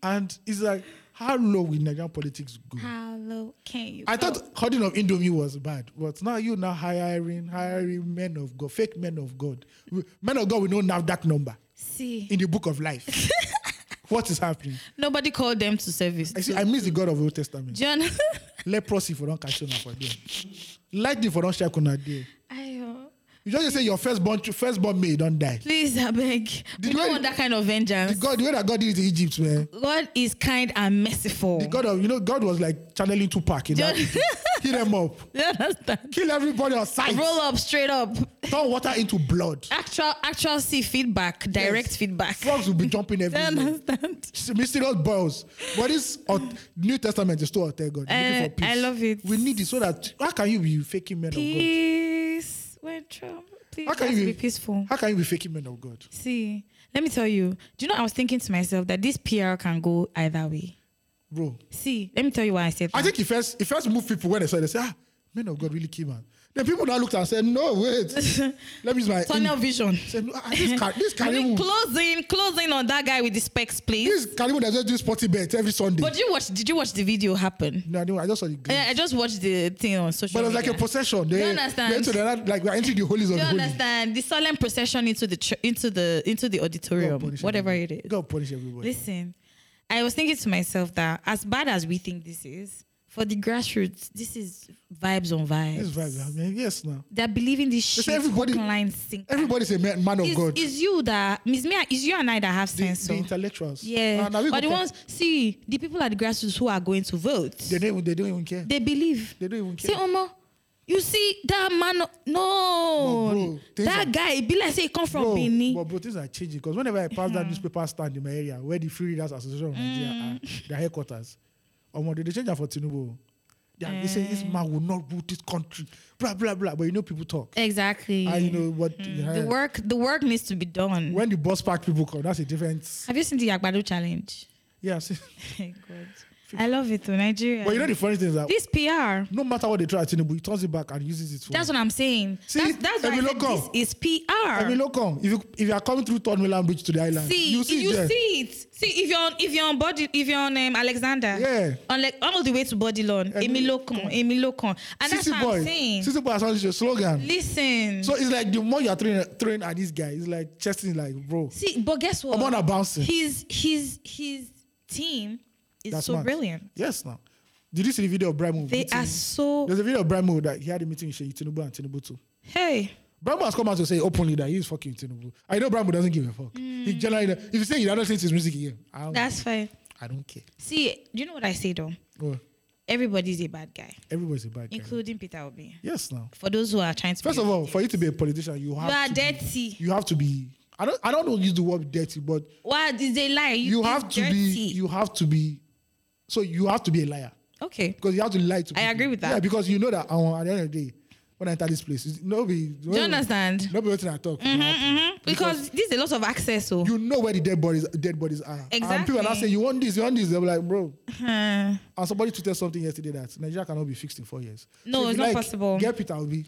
[SPEAKER 2] And it's like, how low will Nigerian politics go?
[SPEAKER 3] How low can you?
[SPEAKER 2] I
[SPEAKER 3] go?
[SPEAKER 2] thought holding of Indomie was bad, but now you now hiring, hiring men of God, fake men of God. We- Men of God, we know now that number
[SPEAKER 3] see
[SPEAKER 2] in the book of life. what is happening?
[SPEAKER 3] nobody called them to service.
[SPEAKER 2] I see, I miss the God of Old Testament.
[SPEAKER 3] John,
[SPEAKER 2] Leprosy for don't catch on for them. Lightning for don't strike on a day.
[SPEAKER 3] Ayo,
[SPEAKER 2] You just say your firstborn, firstborn maid don't die.
[SPEAKER 3] please, I beg.
[SPEAKER 2] The
[SPEAKER 3] we don't
[SPEAKER 2] way-
[SPEAKER 3] want that kind of
[SPEAKER 2] The
[SPEAKER 3] vengeance.
[SPEAKER 2] God, the way that God did it in Egypt, man.
[SPEAKER 3] God is kind and merciful.
[SPEAKER 2] The God of, you know, God was like channeling Tupac in that. Hit them up.
[SPEAKER 3] Do you understand?
[SPEAKER 2] kill everybody on sight.
[SPEAKER 3] Roll up, straight up.
[SPEAKER 2] Turn water into blood.
[SPEAKER 3] Actual, actual, see feedback, direct
[SPEAKER 2] Yes.
[SPEAKER 3] feedback.
[SPEAKER 2] Frogs will be jumping
[SPEAKER 3] Do you
[SPEAKER 2] everywhere.
[SPEAKER 3] understand?
[SPEAKER 2] Mysterious boils. But this aut- New Testament is still authentic God. We're
[SPEAKER 3] Eh,
[SPEAKER 2] looking for peace.
[SPEAKER 3] I love it.
[SPEAKER 2] We need it so that how can you be faking men of
[SPEAKER 3] Peace. When Trump, please,
[SPEAKER 2] God? How
[SPEAKER 3] let's
[SPEAKER 2] can you
[SPEAKER 3] be peaceful.
[SPEAKER 2] How can you be faking men of God?
[SPEAKER 3] See, let me tell you. Do you know I was thinking to myself that this PR can go either way.
[SPEAKER 2] Bro.
[SPEAKER 3] See, let me tell you why I said that.
[SPEAKER 2] I think he first he first moved people when they saw it, they said, ah, men of God really came out. Then people now looked and said, No, wait. Let me use my
[SPEAKER 3] tunnel vision.
[SPEAKER 2] Said, "Ah, this car this
[SPEAKER 3] I think
[SPEAKER 2] Karimu.
[SPEAKER 3] closing, closing on that guy with the specs, please.
[SPEAKER 2] This Karimu that just do sporty bet every Sunday.
[SPEAKER 3] But did you watch? Did you watch the video happen?
[SPEAKER 2] no, I didn't- I just saw the glimpse.
[SPEAKER 3] Yeah, I just watched the thing on social.
[SPEAKER 2] But it's like
[SPEAKER 3] media.
[SPEAKER 2] a procession. They,
[SPEAKER 3] You understand?
[SPEAKER 2] They entered that, like we are entering the holies of
[SPEAKER 3] Do
[SPEAKER 2] the
[SPEAKER 3] you
[SPEAKER 2] holies.
[SPEAKER 3] understand the solemn procession into the tr- into the into the auditorium, whatever it is?
[SPEAKER 2] God punish everybody.
[SPEAKER 3] Listen, I was thinking to myself that as bad as we think this is, for the grassroots, this is vibes on vibes.
[SPEAKER 2] Yes, vibes. I mean, yes, now
[SPEAKER 3] They're believing this shit.
[SPEAKER 2] say everybody-
[SPEAKER 3] line sink.
[SPEAKER 2] everybody's a man, man of
[SPEAKER 3] It's,
[SPEAKER 2] God.
[SPEAKER 3] it's you that Miss Mia. It's you and I that have
[SPEAKER 2] the,
[SPEAKER 3] sense.
[SPEAKER 2] the
[SPEAKER 3] oh.
[SPEAKER 2] intellectuals.
[SPEAKER 3] yeah,
[SPEAKER 2] Ah, now we
[SPEAKER 3] but
[SPEAKER 2] go
[SPEAKER 3] the
[SPEAKER 2] for-
[SPEAKER 3] ones see the people at the grassroots who are going to vote.
[SPEAKER 2] they don't, even- they don't even care.
[SPEAKER 3] they believe.
[SPEAKER 2] They don't even care.
[SPEAKER 3] Say, Omo, you see that man? No,
[SPEAKER 2] bro, things
[SPEAKER 3] that
[SPEAKER 2] are-
[SPEAKER 3] guy it be like say he come from
[SPEAKER 2] bro,
[SPEAKER 3] Benin.
[SPEAKER 2] But bro, things are changing because whenever I pass that newspaper stand in my area where the Free Readers Association of Nigeria
[SPEAKER 3] Mm.
[SPEAKER 2] are, their headquarters, um, they, they change that for Tinubu. They, are- they
[SPEAKER 3] Eh.
[SPEAKER 2] say this man will not rule this country, blah blah blah. But you know people talk.
[SPEAKER 3] exactly.
[SPEAKER 2] Ah, you know what? yeah.
[SPEAKER 3] Mm. the work. The work needs to be done.
[SPEAKER 2] when the bus park people come, that's a different.
[SPEAKER 3] Have you seen the Yagbado challenge?
[SPEAKER 2] Yeah, see,
[SPEAKER 3] God. I love it to Nigeria.
[SPEAKER 2] but you know the funny thing is that
[SPEAKER 3] this PR.
[SPEAKER 2] no matter what they try at Tinubu, he turns it back and uses it for.
[SPEAKER 3] That's what I'm saying.
[SPEAKER 2] See,
[SPEAKER 3] that's that's why I said
[SPEAKER 2] Emilogo.
[SPEAKER 3] this is PR.
[SPEAKER 2] I mean, look on. If you if you are coming through Third Milan Bridge to the island,
[SPEAKER 3] see,
[SPEAKER 2] you see it there.
[SPEAKER 3] see it. See if you're on if you're on body if you're on um, Alexander.
[SPEAKER 2] Yeah.
[SPEAKER 3] On like all the way to Bodylon, Emilocon, Emilocon, and that's
[SPEAKER 2] City
[SPEAKER 3] what
[SPEAKER 2] boy,
[SPEAKER 3] I'm saying.
[SPEAKER 2] City boy has your slogan.
[SPEAKER 3] Listen.
[SPEAKER 2] So it's like the more you are throwing, throwing at this guy, it's like chesting like, bro,
[SPEAKER 3] see, but guess what?
[SPEAKER 2] I'm on a bouncing.
[SPEAKER 3] His his his team is
[SPEAKER 2] That's
[SPEAKER 3] so
[SPEAKER 2] mad.
[SPEAKER 3] brilliant.
[SPEAKER 2] Yes, now. Did you see the video of Brian Mo?
[SPEAKER 3] They
[SPEAKER 2] meeting-
[SPEAKER 3] are so
[SPEAKER 2] There's a video of Brian Mo that he had a meeting with Sheyi Tinubu and Tinubu too.
[SPEAKER 3] hey.
[SPEAKER 2] Brian Mo has come out to say openly that he's fucking Tinubu. I know Brian Mo doesn't give a fuck. He generally, if you say he doesn't listen to his music again, I don't,
[SPEAKER 3] Mm. That's fine.
[SPEAKER 2] I don't care.
[SPEAKER 3] See, do you know what I say though?
[SPEAKER 2] Oh,
[SPEAKER 3] Everybody's a bad guy,
[SPEAKER 2] everybody's a bad guy.
[SPEAKER 3] including Peter Obi.
[SPEAKER 2] yes, now.
[SPEAKER 3] For those who are trying to
[SPEAKER 2] First
[SPEAKER 3] be
[SPEAKER 2] of all, for you to be a politician, you
[SPEAKER 3] you are
[SPEAKER 2] have to,
[SPEAKER 3] dirty.
[SPEAKER 2] you have to be. I don't, I don't know use the word dirty, but
[SPEAKER 3] What is a lie?
[SPEAKER 2] you,
[SPEAKER 3] it's
[SPEAKER 2] have to
[SPEAKER 3] dirty.
[SPEAKER 2] be, you have to be. So you have to be a liar.
[SPEAKER 3] okay.
[SPEAKER 2] because you have to lie to.
[SPEAKER 3] I
[SPEAKER 2] people.
[SPEAKER 3] agree with that.
[SPEAKER 2] Yeah, because you know that um, at the end of the day, when I enter this place, it's- no be. Do
[SPEAKER 3] you understand? Mm-hmm,
[SPEAKER 2] No be wetin I talk.
[SPEAKER 3] Because, this is a lot of access. oh, So
[SPEAKER 2] You know where the dead bodies, dead bodies are. And people are now
[SPEAKER 3] Exactly. Uh-huh.
[SPEAKER 2] saying you want this, you want this. They're like, bro. And somebody tweeted something yesterday that Nigeria cannot be fixed in four years.
[SPEAKER 3] No,
[SPEAKER 2] if
[SPEAKER 3] it's
[SPEAKER 2] you
[SPEAKER 3] not possible.
[SPEAKER 2] Get Peter Obi.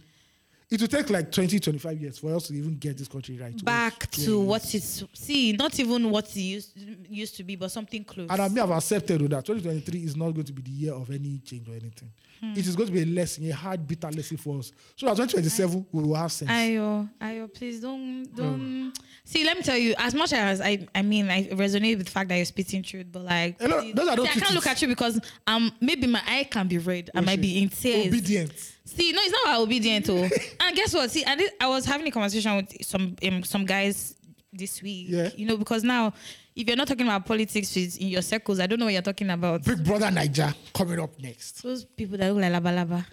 [SPEAKER 2] It will take like 20, 25 years for us to even get this country right.
[SPEAKER 3] back
[SPEAKER 2] where-
[SPEAKER 3] to
[SPEAKER 2] where it
[SPEAKER 3] what
[SPEAKER 2] is.
[SPEAKER 3] it's see, not even what it used used to be, but something close.
[SPEAKER 2] And I may have accepted though that 2023 is not going to be the year of any change or anything.
[SPEAKER 3] Hmm.
[SPEAKER 2] It is going to be a lesson, a hard, bitter lesson for us. So that 2027 we will have sense.
[SPEAKER 3] Ayo, Ayo, please don't
[SPEAKER 2] Oh.
[SPEAKER 3] don't see. Let me tell you, as much as I, I mean, I resonate with the fact that you're spitting truth, but like,
[SPEAKER 2] A lot-
[SPEAKER 3] please-
[SPEAKER 2] Eh, those are those
[SPEAKER 3] see, I can't
[SPEAKER 2] tweets.
[SPEAKER 3] look at you because um maybe my eye can be red. I might be in tears.
[SPEAKER 2] Obedient.
[SPEAKER 3] See, no, it's not about obedient oh. and guess what? See, and it, I was having a conversation with some um, some guys this week.
[SPEAKER 2] Yeah.
[SPEAKER 3] You know, because now if you're not talking about politics with- in your circles, I don't know what you're talking about.
[SPEAKER 2] Big Brother Niger coming up next.
[SPEAKER 3] Those people that look like labalaba,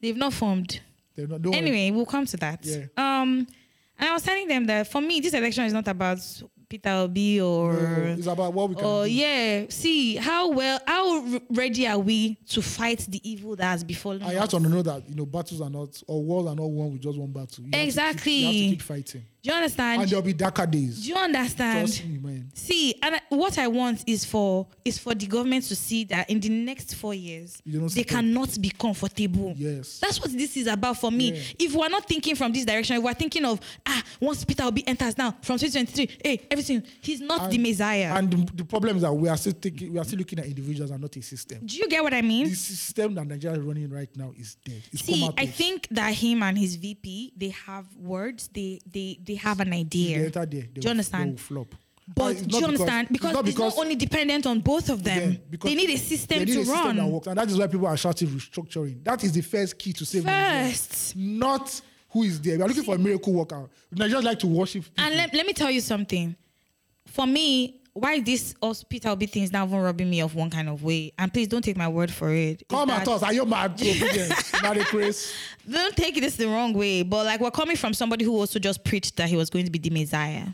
[SPEAKER 3] they've not formed.
[SPEAKER 2] They're not, don't
[SPEAKER 3] Anyway, we'll come to that.
[SPEAKER 2] Yeah.
[SPEAKER 3] Um, and I was telling them that for me, this election is not about Peter Obi
[SPEAKER 2] worry.
[SPEAKER 3] or.
[SPEAKER 2] No, it's about what we can
[SPEAKER 3] Oh
[SPEAKER 2] do.
[SPEAKER 3] yeah, see how well how re- ready are we to fight the evil that has befallen
[SPEAKER 2] I
[SPEAKER 3] us?
[SPEAKER 2] have to know that you know battles are not or wars are not won with just one battle. You have to keep-
[SPEAKER 3] Exactly.
[SPEAKER 2] you have to keep fighting,
[SPEAKER 3] Do you understand?
[SPEAKER 2] and there'll be darker
[SPEAKER 3] Do
[SPEAKER 2] days.
[SPEAKER 3] you understand?
[SPEAKER 2] Trust me, man.
[SPEAKER 3] See, and I, what I want is for is for the government to see that in the next four years
[SPEAKER 2] You don't
[SPEAKER 3] they
[SPEAKER 2] stop.
[SPEAKER 3] cannot be comfortable.
[SPEAKER 2] Yes.
[SPEAKER 3] that's what this is about for me.
[SPEAKER 2] Yeah.
[SPEAKER 3] If we're not thinking from this direction, if we're thinking of ah, once Peter will be enters now from 2023, hey, everything. He's not the Messiah.
[SPEAKER 2] And the, the problem is that we are still thinking, we are still looking at individuals and not a system.
[SPEAKER 3] Do you get what I mean?
[SPEAKER 2] The system that Nigeria is running right now is dead. It's
[SPEAKER 3] See, I
[SPEAKER 2] comatose.
[SPEAKER 3] think that him and his VP, they have words. They they they have an
[SPEAKER 2] they
[SPEAKER 3] idea.
[SPEAKER 2] enter there. They
[SPEAKER 3] Do
[SPEAKER 2] will-
[SPEAKER 3] you
[SPEAKER 2] they
[SPEAKER 3] understand?
[SPEAKER 2] will flop.
[SPEAKER 3] But
[SPEAKER 2] And it's
[SPEAKER 3] do you
[SPEAKER 2] not
[SPEAKER 3] understand? Because it's not, only dependent on both of them.
[SPEAKER 2] Yeah, because
[SPEAKER 3] they need a system
[SPEAKER 2] they need
[SPEAKER 3] to
[SPEAKER 2] a
[SPEAKER 3] run.
[SPEAKER 2] System that works. And that is why people are shouting restructuring. That is the first key to save Nigeria.
[SPEAKER 3] First.
[SPEAKER 2] Not who is there. We are looking for a miracle worker. Nigerians like to worship. people.
[SPEAKER 3] And let, let me tell you something. For me, why this hospital B thing is not even robbing me of one kind of way. And please don't take my word for it. is
[SPEAKER 2] Come at
[SPEAKER 3] that-
[SPEAKER 2] us. Are you mad? Obedience. Not a praise.
[SPEAKER 3] Don't take this the wrong way. But like we're coming from somebody who also just preached that he was going to be the Messiah.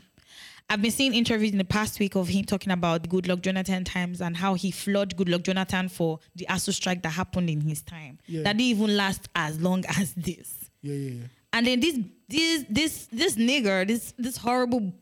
[SPEAKER 3] I've been seeing interviews in the past week of him talking about Good Luck Jonathan times and how he floored Good Luck Jonathan for the ASU strike that happened in his time.
[SPEAKER 2] Yeah.
[SPEAKER 3] That didn't even last as long as this.
[SPEAKER 2] Yeah, yeah, yeah.
[SPEAKER 3] And then this this this this nigger, this this horrible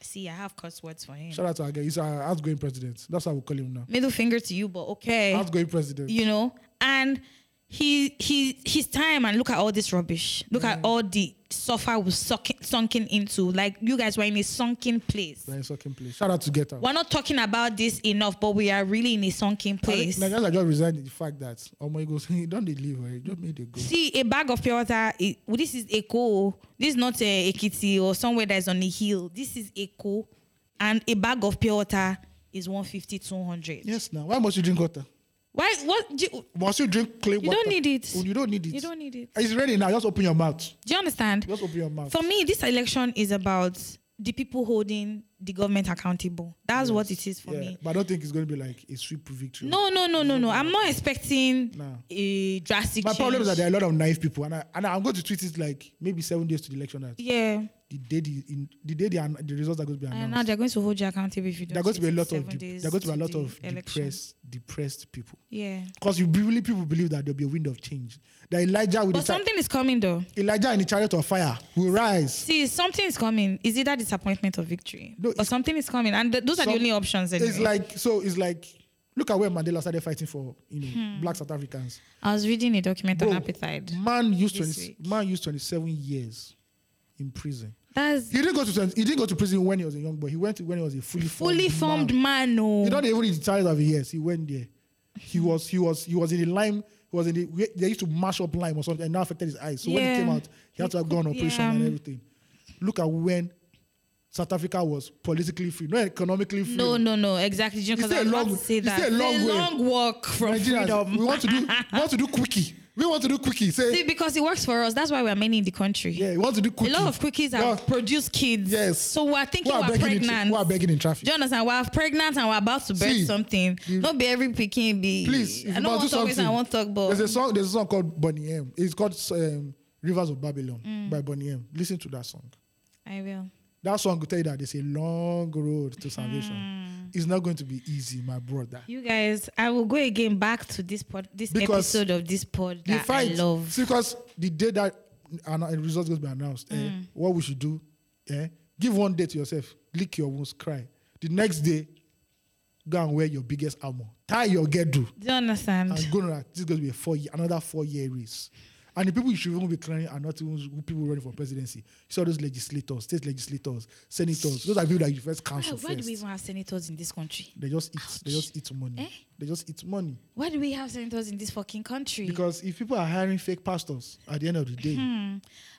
[SPEAKER 3] see, I have cuss words for him.
[SPEAKER 2] Shout out to our guy. He's our outgoing president. That's how we call him now.
[SPEAKER 3] Middle finger to you, but okay.
[SPEAKER 2] Outgoing president.
[SPEAKER 3] You know? And he he his time and look at all this rubbish. Look at all the sofa was sucking sunken into. Like you guys were in a sunken place.
[SPEAKER 2] We're in second place. Shout out to Getter.
[SPEAKER 3] We're not talking about this enough, but we are really in a sunken place.
[SPEAKER 2] Nigerians are just resigned to the fact that Omo goes, don't they leave, right? Just make they go.
[SPEAKER 3] See, a bag of pure water, it, well, this is Eko. This is not a Ekiti or somewhere that's on a hill. This is Eko. And a bag of pure water is 150, 200.
[SPEAKER 2] Yes, now. Why must you drink water?
[SPEAKER 3] Why? What? Do you,
[SPEAKER 2] Must you drink clean
[SPEAKER 3] You
[SPEAKER 2] water?
[SPEAKER 3] don't need it.
[SPEAKER 2] Oh, You don't need it.
[SPEAKER 3] you don't need it.
[SPEAKER 2] It's ready now. Just open your mouth.
[SPEAKER 3] Do you understand?
[SPEAKER 2] Just open your mouth.
[SPEAKER 3] For me, this election is about the people holding the government accountable. That's what it is for
[SPEAKER 2] yeah.
[SPEAKER 3] me.
[SPEAKER 2] But I don't think it's going to be like a sweep victory.
[SPEAKER 3] No, no, no, no, no. I'm not expecting
[SPEAKER 2] No.
[SPEAKER 3] a drastic
[SPEAKER 2] My
[SPEAKER 3] change.
[SPEAKER 2] problem is that there are a lot of naive people, and I and I'm going to tweet it like maybe seven days to the election. That
[SPEAKER 3] yeah.
[SPEAKER 2] the day the, in, the day the, an- the results are going to be
[SPEAKER 3] And now
[SPEAKER 2] announced,
[SPEAKER 3] they're going to hold you accountable if you don't.
[SPEAKER 2] there are going to be a
[SPEAKER 3] take
[SPEAKER 2] lot of
[SPEAKER 3] seven
[SPEAKER 2] de-
[SPEAKER 3] days
[SPEAKER 2] there are going to be a
[SPEAKER 3] to
[SPEAKER 2] lot
[SPEAKER 3] the
[SPEAKER 2] of
[SPEAKER 3] election.
[SPEAKER 2] depressed depressed people
[SPEAKER 3] Yeah.
[SPEAKER 2] because you really people believe that there'll be a wind of change. That Elijah with
[SPEAKER 3] But
[SPEAKER 2] the char-
[SPEAKER 3] something is coming though.
[SPEAKER 2] Elijah in the chariot of fire will rise.
[SPEAKER 3] See, something is coming. Is it that disappointment or victory?
[SPEAKER 2] No,
[SPEAKER 3] but
[SPEAKER 2] it's-
[SPEAKER 3] something is coming, and th- those are the
[SPEAKER 2] Some-
[SPEAKER 3] only options. Anyway.
[SPEAKER 2] It's like so. It's like look at where Mandela started fighting for you
[SPEAKER 3] Hmm.
[SPEAKER 2] know black South Africans.
[SPEAKER 3] I was reading a document on
[SPEAKER 2] Bro,
[SPEAKER 3] appetite.
[SPEAKER 2] Man used
[SPEAKER 3] this
[SPEAKER 2] 20,
[SPEAKER 3] week.
[SPEAKER 2] man used 27 years in prison.
[SPEAKER 3] That's
[SPEAKER 2] He didn't go to 20 he didn't go to prison when he was a young boy. He went to when he was a fully
[SPEAKER 3] fully formed man.
[SPEAKER 2] He
[SPEAKER 3] oh.
[SPEAKER 2] not even in the child of years. He went there. He was he was he was in the lime. He was in the where they used to mash up lime or something and that affected his eyes. So when he
[SPEAKER 3] Yeah.
[SPEAKER 2] came out, he had to have gone on operation
[SPEAKER 3] Yeah.
[SPEAKER 2] and everything. Look at when South Africa was politically free, not economically free.
[SPEAKER 3] No, no, no. Exactly. Because
[SPEAKER 2] still
[SPEAKER 3] I
[SPEAKER 2] a
[SPEAKER 3] was
[SPEAKER 2] long-
[SPEAKER 3] about to say
[SPEAKER 2] it's
[SPEAKER 3] that.
[SPEAKER 2] still a long
[SPEAKER 3] It's
[SPEAKER 2] way.
[SPEAKER 3] walk from
[SPEAKER 2] Nigerians,
[SPEAKER 3] freedom.
[SPEAKER 2] we want to do we want to do quickie. We want to do quickie. Say
[SPEAKER 3] See, because it works for us. That's why we are many in the country.
[SPEAKER 2] yeah, we want to do
[SPEAKER 3] A
[SPEAKER 2] quickie.
[SPEAKER 3] lot of quickies
[SPEAKER 2] Yeah.
[SPEAKER 3] have produced kids.
[SPEAKER 2] Yes.
[SPEAKER 3] So we're thinking
[SPEAKER 2] Who are
[SPEAKER 3] we're
[SPEAKER 2] begging in tra-
[SPEAKER 3] pregnant.
[SPEAKER 2] who are begging in traffic?
[SPEAKER 3] Do you understand? We're pregnant and we're about to birth
[SPEAKER 2] See, Mm.
[SPEAKER 3] something. Not be every picking be.
[SPEAKER 2] Please, if
[SPEAKER 3] I
[SPEAKER 2] you
[SPEAKER 3] don't
[SPEAKER 2] must
[SPEAKER 3] want
[SPEAKER 2] do
[SPEAKER 3] to always. I
[SPEAKER 2] something,
[SPEAKER 3] want to talk about.
[SPEAKER 2] There's a song. There's a song called Bonnie M. It's called um, Rivers of Babylon
[SPEAKER 3] Mm.
[SPEAKER 2] by Bonnie M. Listen to that song.
[SPEAKER 3] I will.
[SPEAKER 2] That song will tell you that there's a long road to salvation. It's not going to be easy, my brother.
[SPEAKER 3] Mm. You guys, I will go again back to this pod, this
[SPEAKER 2] Because
[SPEAKER 3] episode of this pod
[SPEAKER 2] the
[SPEAKER 3] that I
[SPEAKER 2] fight,
[SPEAKER 3] love.
[SPEAKER 2] see, because the day that an- a result going to be announced, eh,
[SPEAKER 3] Mm.
[SPEAKER 2] what we should do, eh, give one day to yourself, lick your wounds, cry. The next day, go and wear your biggest armor, tie your gedu,
[SPEAKER 3] Do you understand?
[SPEAKER 2] and go on. that. This is going to be a four year, another four year race. And the people you should even be clearing are not even who people running for presidency. You saw those legislators, state legislators, senators. Those are people that you first
[SPEAKER 3] why,
[SPEAKER 2] counsel
[SPEAKER 3] why do
[SPEAKER 2] first.
[SPEAKER 3] we even have senators in this country?
[SPEAKER 2] They just eat. They just eat money.
[SPEAKER 3] Eh?
[SPEAKER 2] They just eat money
[SPEAKER 3] Why do we have senators in this fucking country?
[SPEAKER 2] because if people are hiring fake pastors, at the end of the day,
[SPEAKER 3] Hmm.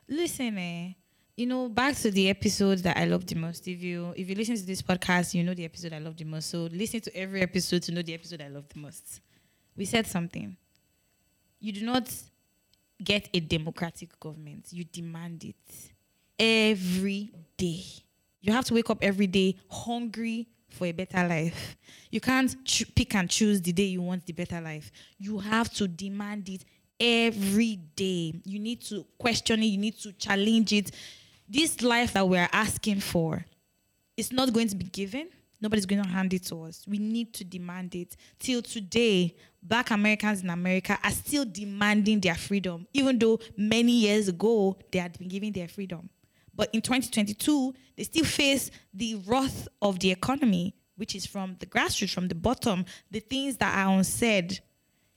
[SPEAKER 3] listen, eh, you know, back to the episode that I love the most. If you if you listen to this podcast, you know the episode I love the most. So listen to every episode to know the episode I love the most. We said something. You do not get a democratic government. You demand it every day. You have to wake up every day hungry for a better life. You can't choo- pick and choose the day you want the better life. You have to demand it every day. You need to question it, you need to challenge it. This life that we're asking for, it's not going to be given. Nobody's going to hand it to us. We need to demand it. Till today, black Americans in America are still demanding their freedom, even though many years ago they had been given their freedom. But in 2022, they still face the wrath of the economy, which is from the grassroots, from the bottom, the things that are unsaid.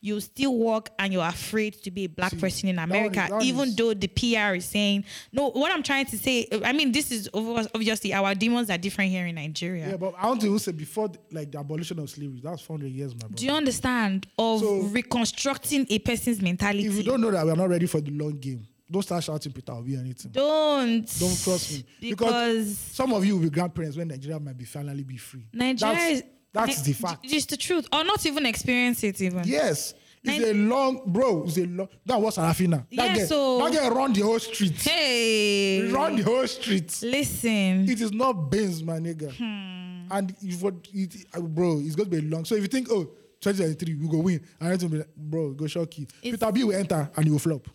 [SPEAKER 3] You still walk and you're afraid to be a black person in
[SPEAKER 2] that one is-
[SPEAKER 3] America,
[SPEAKER 2] that one
[SPEAKER 3] even
[SPEAKER 2] is-
[SPEAKER 3] though the PR is saying no. What I'm trying to say, I mean, this is obvi- obviously our demons are different here in Nigeria.
[SPEAKER 2] yeah. But I want to even say before like the abolition of slavery, that was 400 years, my brother.
[SPEAKER 3] Do you understand of
[SPEAKER 2] So-
[SPEAKER 3] reconstructing a person's mentality?
[SPEAKER 2] if you don't know that we are not ready for the long game, don't start shouting Peter Obi or anything.
[SPEAKER 3] don't,
[SPEAKER 2] Don't trust me
[SPEAKER 3] because
[SPEAKER 2] some of you will be grandparents when Nigeria might be finally be free.
[SPEAKER 3] Nigeria
[SPEAKER 2] That's,
[SPEAKER 3] is-
[SPEAKER 2] that's the
[SPEAKER 3] Ni-
[SPEAKER 2] fact.
[SPEAKER 3] It's the truth, or not even experience it even.
[SPEAKER 2] Yes. It's
[SPEAKER 3] Ni-
[SPEAKER 2] a long bro. It's a long. That was Arafina. That
[SPEAKER 3] Yeah,
[SPEAKER 2] girl,
[SPEAKER 3] so-
[SPEAKER 2] that girl run the whole street.
[SPEAKER 3] Hey,
[SPEAKER 2] Run the whole street.
[SPEAKER 3] listen,
[SPEAKER 2] It is not Benz, my nigga.
[SPEAKER 3] Hmm.
[SPEAKER 2] And if what it, uh, bro, it's going to be long. So if you think, oh, 2023, we go win, and it's going to be like, bro, go shock you.
[SPEAKER 3] It's-
[SPEAKER 2] Peter B will enter and he will flop.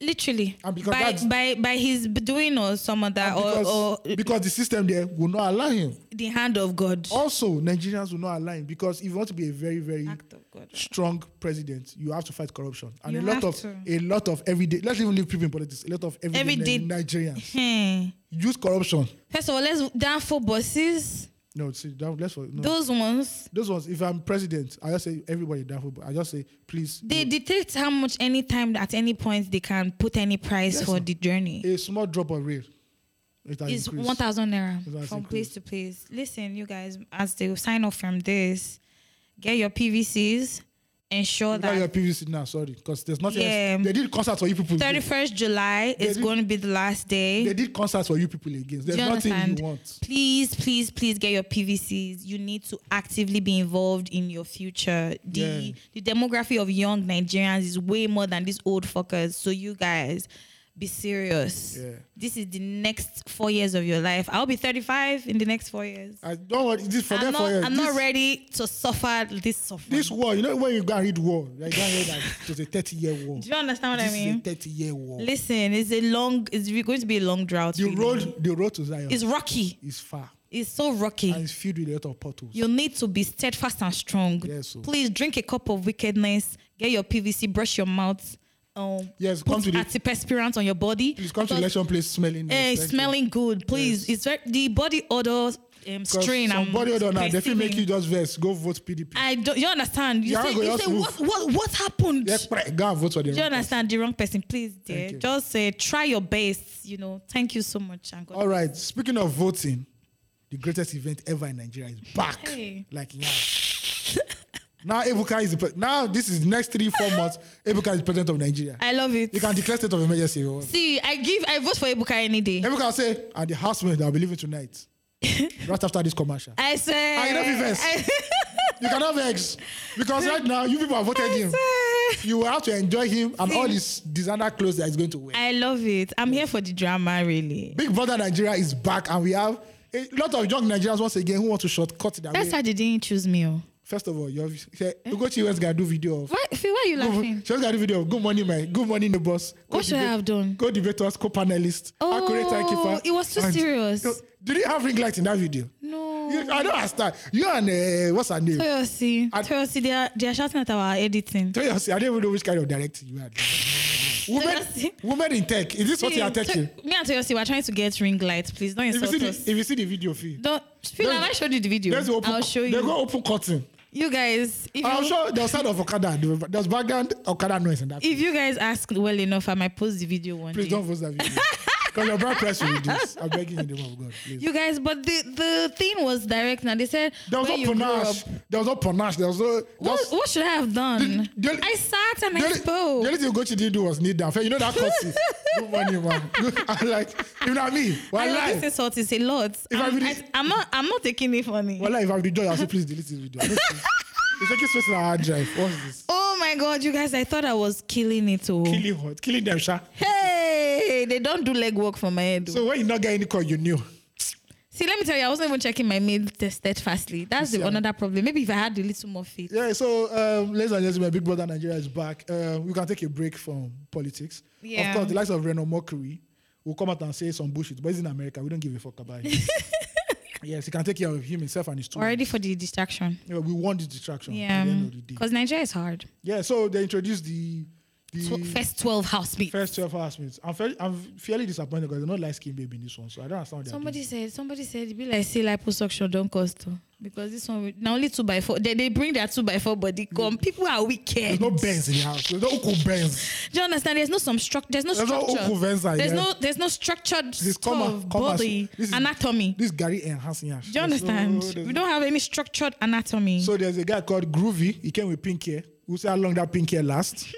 [SPEAKER 3] literally,
[SPEAKER 2] And because
[SPEAKER 3] by,
[SPEAKER 2] that's-
[SPEAKER 3] by by his doing or some of that, or,
[SPEAKER 2] Because,
[SPEAKER 3] or
[SPEAKER 2] because the system there will not allow him.
[SPEAKER 3] the hand of God,
[SPEAKER 2] Also, Nigerians will not allow him because if you want to be a very, very
[SPEAKER 3] act of God.
[SPEAKER 2] strong president, you have to fight corruption. And
[SPEAKER 3] You
[SPEAKER 2] a lot
[SPEAKER 3] have
[SPEAKER 2] of
[SPEAKER 3] to.
[SPEAKER 2] a lot of everyday let's even leave people in politics, a lot of everyday,
[SPEAKER 3] Everyday-
[SPEAKER 2] Ni- Nigerians
[SPEAKER 3] Hmm.
[SPEAKER 2] use corruption.
[SPEAKER 3] First of all, let's down for bosses.
[SPEAKER 2] No, see, that, let's for no.
[SPEAKER 3] Those ones,
[SPEAKER 2] those ones, if I'm president, I just say everybody down for, I just say please.
[SPEAKER 3] they detect how much any time at any point they can put any price
[SPEAKER 2] Yes,
[SPEAKER 3] for
[SPEAKER 2] ma'am.
[SPEAKER 3] the journey.
[SPEAKER 2] a small drop of rail. It has
[SPEAKER 3] It's
[SPEAKER 2] increased.
[SPEAKER 3] one thousand
[SPEAKER 2] It
[SPEAKER 3] naira
[SPEAKER 2] has
[SPEAKER 3] from place
[SPEAKER 2] increased.
[SPEAKER 3] to place. Listen, you guys, as they sign off from this, get your PVCs, ensure
[SPEAKER 2] You got your
[SPEAKER 3] that
[SPEAKER 2] PVC now, sorry, because there's nothing.
[SPEAKER 3] Yeah.
[SPEAKER 2] Else. They did concerts for you people. again.
[SPEAKER 3] 31st July is
[SPEAKER 2] did-
[SPEAKER 3] going to be the last day.
[SPEAKER 2] They did concerts for you people again. There's
[SPEAKER 3] Do you
[SPEAKER 2] nothing
[SPEAKER 3] understand?
[SPEAKER 2] you want.
[SPEAKER 3] Please, please, please get your PVCs. You need to actively be involved in your future. The
[SPEAKER 2] Yeah.
[SPEAKER 3] the demography of young Nigerians is way more than these old fuckers. So you guys be serious.
[SPEAKER 2] Yeah.
[SPEAKER 3] This is the next four years of your life. I'll be 35 in the next four years.
[SPEAKER 2] I don't want this for
[SPEAKER 3] I'm
[SPEAKER 2] them
[SPEAKER 3] not,
[SPEAKER 2] for you.
[SPEAKER 3] I'm
[SPEAKER 2] this,
[SPEAKER 3] not ready to suffer this suffering.
[SPEAKER 2] This war, you know when you go and read war, like you go and read that it was a 30 year war.
[SPEAKER 3] Do you understand what
[SPEAKER 2] this
[SPEAKER 3] I mean?
[SPEAKER 2] is a 30 year war.
[SPEAKER 3] Listen, it's a long, it's re- going to be a long drought.
[SPEAKER 2] the
[SPEAKER 3] really.
[SPEAKER 2] road, the road to Zion
[SPEAKER 3] is rocky.
[SPEAKER 2] is far
[SPEAKER 3] It's so rocky.
[SPEAKER 2] and it's filled with a lot of potholes.
[SPEAKER 3] You need to be steadfast and strong.
[SPEAKER 2] Yes, so.
[SPEAKER 3] Please drink a cup of wickedness, get your PVC, brush your mouth. Um,
[SPEAKER 2] Yes,
[SPEAKER 3] put
[SPEAKER 2] come to the-
[SPEAKER 3] antiperspirant on your body.
[SPEAKER 2] Please come to
[SPEAKER 3] Because,
[SPEAKER 2] election place smelling. nice,
[SPEAKER 3] eh,
[SPEAKER 2] thank you.
[SPEAKER 3] smelling good, please. It's very, the body odor um,
[SPEAKER 2] 'Cause
[SPEAKER 3] strain. I'm
[SPEAKER 2] Somebody don't know. They feel make you
[SPEAKER 3] perceiving.
[SPEAKER 2] just vex. Go vote PDP.
[SPEAKER 3] I don't. You understand? You
[SPEAKER 2] Yeah,
[SPEAKER 3] say,
[SPEAKER 2] I go
[SPEAKER 3] you
[SPEAKER 2] just
[SPEAKER 3] say
[SPEAKER 2] move.
[SPEAKER 3] what, what, what happened?
[SPEAKER 2] Yes, pre- go and vote for the.
[SPEAKER 3] Do you
[SPEAKER 2] wrong person.
[SPEAKER 3] understand the wrong person? Please,
[SPEAKER 2] Thank
[SPEAKER 3] dear,
[SPEAKER 2] you.
[SPEAKER 3] just uh, try your best. You know, thank you so much. And God
[SPEAKER 2] All right. Speaking of voting, the greatest event ever in Nigeria is back.
[SPEAKER 3] Hey.
[SPEAKER 2] Like now. now Ebuka is the pre- now this is next three four months. Ebuka is the president of Nigeria.
[SPEAKER 3] I love it.
[SPEAKER 2] you can declare state of emergency. if you want.
[SPEAKER 3] See, I give, I vote for Ebuka any day.
[SPEAKER 2] Ebuka will say, and the housemen that will be leaving tonight, right after this commercial.
[SPEAKER 3] I say,
[SPEAKER 2] Ah, you don't be vex. You cannot vex because right now you people have voted him.
[SPEAKER 3] I,
[SPEAKER 2] You will have to enjoy him and all
[SPEAKER 3] See.
[SPEAKER 2] his designer clothes that he's going to wear.
[SPEAKER 3] I love it. I'm here for the drama, really.
[SPEAKER 2] Big Brother Nigeria is back, and we have a lot of young Nigerians once again who want to shortcut their
[SPEAKER 3] That's Eh?
[SPEAKER 2] way.
[SPEAKER 3] why they didn't choose me. Oh.
[SPEAKER 2] First of all, you have say, Ugochi was gonna do video of.
[SPEAKER 3] Why, Phil, why are you laughing?
[SPEAKER 2] She was gonna do video of good morning, my good morning neighbors.
[SPEAKER 3] What should I have done?
[SPEAKER 2] Co debaters, co panelists,
[SPEAKER 3] Oh,
[SPEAKER 2] accurate timekeeper.
[SPEAKER 3] it was too
[SPEAKER 2] and-
[SPEAKER 3] serious.
[SPEAKER 2] No, did you have ring light in that video?
[SPEAKER 3] No.
[SPEAKER 2] You, I don't understand. You and uh, what's her name?
[SPEAKER 3] Toyosi,
[SPEAKER 2] I-
[SPEAKER 3] Toyosi, they are, they are shouting at our editing.
[SPEAKER 2] Toyosi. I don't even know which kind of director you had. women,
[SPEAKER 3] Toyosi.
[SPEAKER 2] women in tech. Is this what you are
[SPEAKER 3] See,
[SPEAKER 2] taking?
[SPEAKER 3] To- me and Toyosi, we're trying to get ring lights. Please don't
[SPEAKER 2] If you
[SPEAKER 3] insult
[SPEAKER 2] see the,
[SPEAKER 3] us.
[SPEAKER 2] if you see the video, Fee,
[SPEAKER 3] don't, Phil,
[SPEAKER 2] There's-
[SPEAKER 3] have I showed you the video?
[SPEAKER 2] there's open.
[SPEAKER 3] I'll show
[SPEAKER 2] They
[SPEAKER 3] you.
[SPEAKER 2] go open curtain.
[SPEAKER 3] You guys, if
[SPEAKER 2] I'm
[SPEAKER 3] you,
[SPEAKER 2] sure there was sound of Okada. There was- there was background Okada noise in that.
[SPEAKER 3] if you guys ask well enough, I might post the video one
[SPEAKER 2] Please
[SPEAKER 3] day.
[SPEAKER 2] don't post that video. Because your brand press will reduce. I'm begging you in the name of God. Please.
[SPEAKER 3] You guys, but the the thing was direct. Now they said
[SPEAKER 2] there was
[SPEAKER 3] when
[SPEAKER 2] no
[SPEAKER 3] you grew up,
[SPEAKER 2] panache. There was no panache. There was no. there
[SPEAKER 3] What,
[SPEAKER 2] was-
[SPEAKER 3] what should I have done?
[SPEAKER 2] The- the-
[SPEAKER 3] I sat and
[SPEAKER 2] the
[SPEAKER 3] I
[SPEAKER 2] only-
[SPEAKER 3] spoke.
[SPEAKER 2] The only thing Gucci didn't do was kneel down. You know that courtesy. Good morning, man. I'm like, you know what I mean?
[SPEAKER 3] I
[SPEAKER 2] Well,
[SPEAKER 3] know this
[SPEAKER 2] lie.
[SPEAKER 3] insult is a lot.
[SPEAKER 2] I
[SPEAKER 3] I'm,
[SPEAKER 2] really-
[SPEAKER 3] I, am not. I'm not taking it funny.
[SPEAKER 2] Well, if I'm the judge, I'll say, please delete this video. It's taking space in our hard drive. What's this?
[SPEAKER 3] oh my god, you guys! I thought I was killing it. Oh,
[SPEAKER 2] Killing hot. Killing them, sha.
[SPEAKER 3] hey, they don't do leg work for my head. oh.
[SPEAKER 2] So when you not get any call, you knew.
[SPEAKER 3] See, let me tell you, I wasn't even checking my mail test steadfastly. That's the,
[SPEAKER 2] see, I-
[SPEAKER 3] another problem. Maybe if I had a little more faith.
[SPEAKER 2] Yeah, so um, ladies and gentlemen, Big Brother Nigeria is back. Uh, we can take a break from politics.
[SPEAKER 3] Yeah.
[SPEAKER 2] Of course, the likes of Reno Mockery will come out and say some bullshit, but it's in America. We don't give a fuck about it. yes, he can take care of him himself and his two.
[SPEAKER 3] Already for the distraction.
[SPEAKER 2] Yeah, we want the distraction at
[SPEAKER 3] Yeah,
[SPEAKER 2] the end of the day.
[SPEAKER 3] because Nigeria is hard.
[SPEAKER 2] Yeah, so they introduced the the
[SPEAKER 3] Tw- first twelve housemates.
[SPEAKER 2] first 12 housemates. I'm, fairly, I'm fairly disappointed because they're not light skin baby in this one, so I don't understand what they're
[SPEAKER 3] Somebody said, somebody said, it be like say liposuction don't cost oh, because this one will- now only two by four. They, they bring their two by four body come. People are wicked.
[SPEAKER 2] doing. There's no Benz in the house. There's no Uku Benz.
[SPEAKER 3] Do you understand? There's no some structure. There's no
[SPEAKER 2] There's no
[SPEAKER 3] structure.
[SPEAKER 2] Uncle Venza,
[SPEAKER 3] there's
[SPEAKER 2] yeah.
[SPEAKER 3] no there's no structured
[SPEAKER 2] This is
[SPEAKER 3] stuff,
[SPEAKER 2] comma- comma-
[SPEAKER 3] body
[SPEAKER 2] this is-
[SPEAKER 3] anatomy.
[SPEAKER 2] This Gary enhancing. Do
[SPEAKER 3] Do you understand? we don't have any structured anatomy.
[SPEAKER 2] So there's a guy called Groovy. He came with pink hair. We'll see how long that pink hair lasts.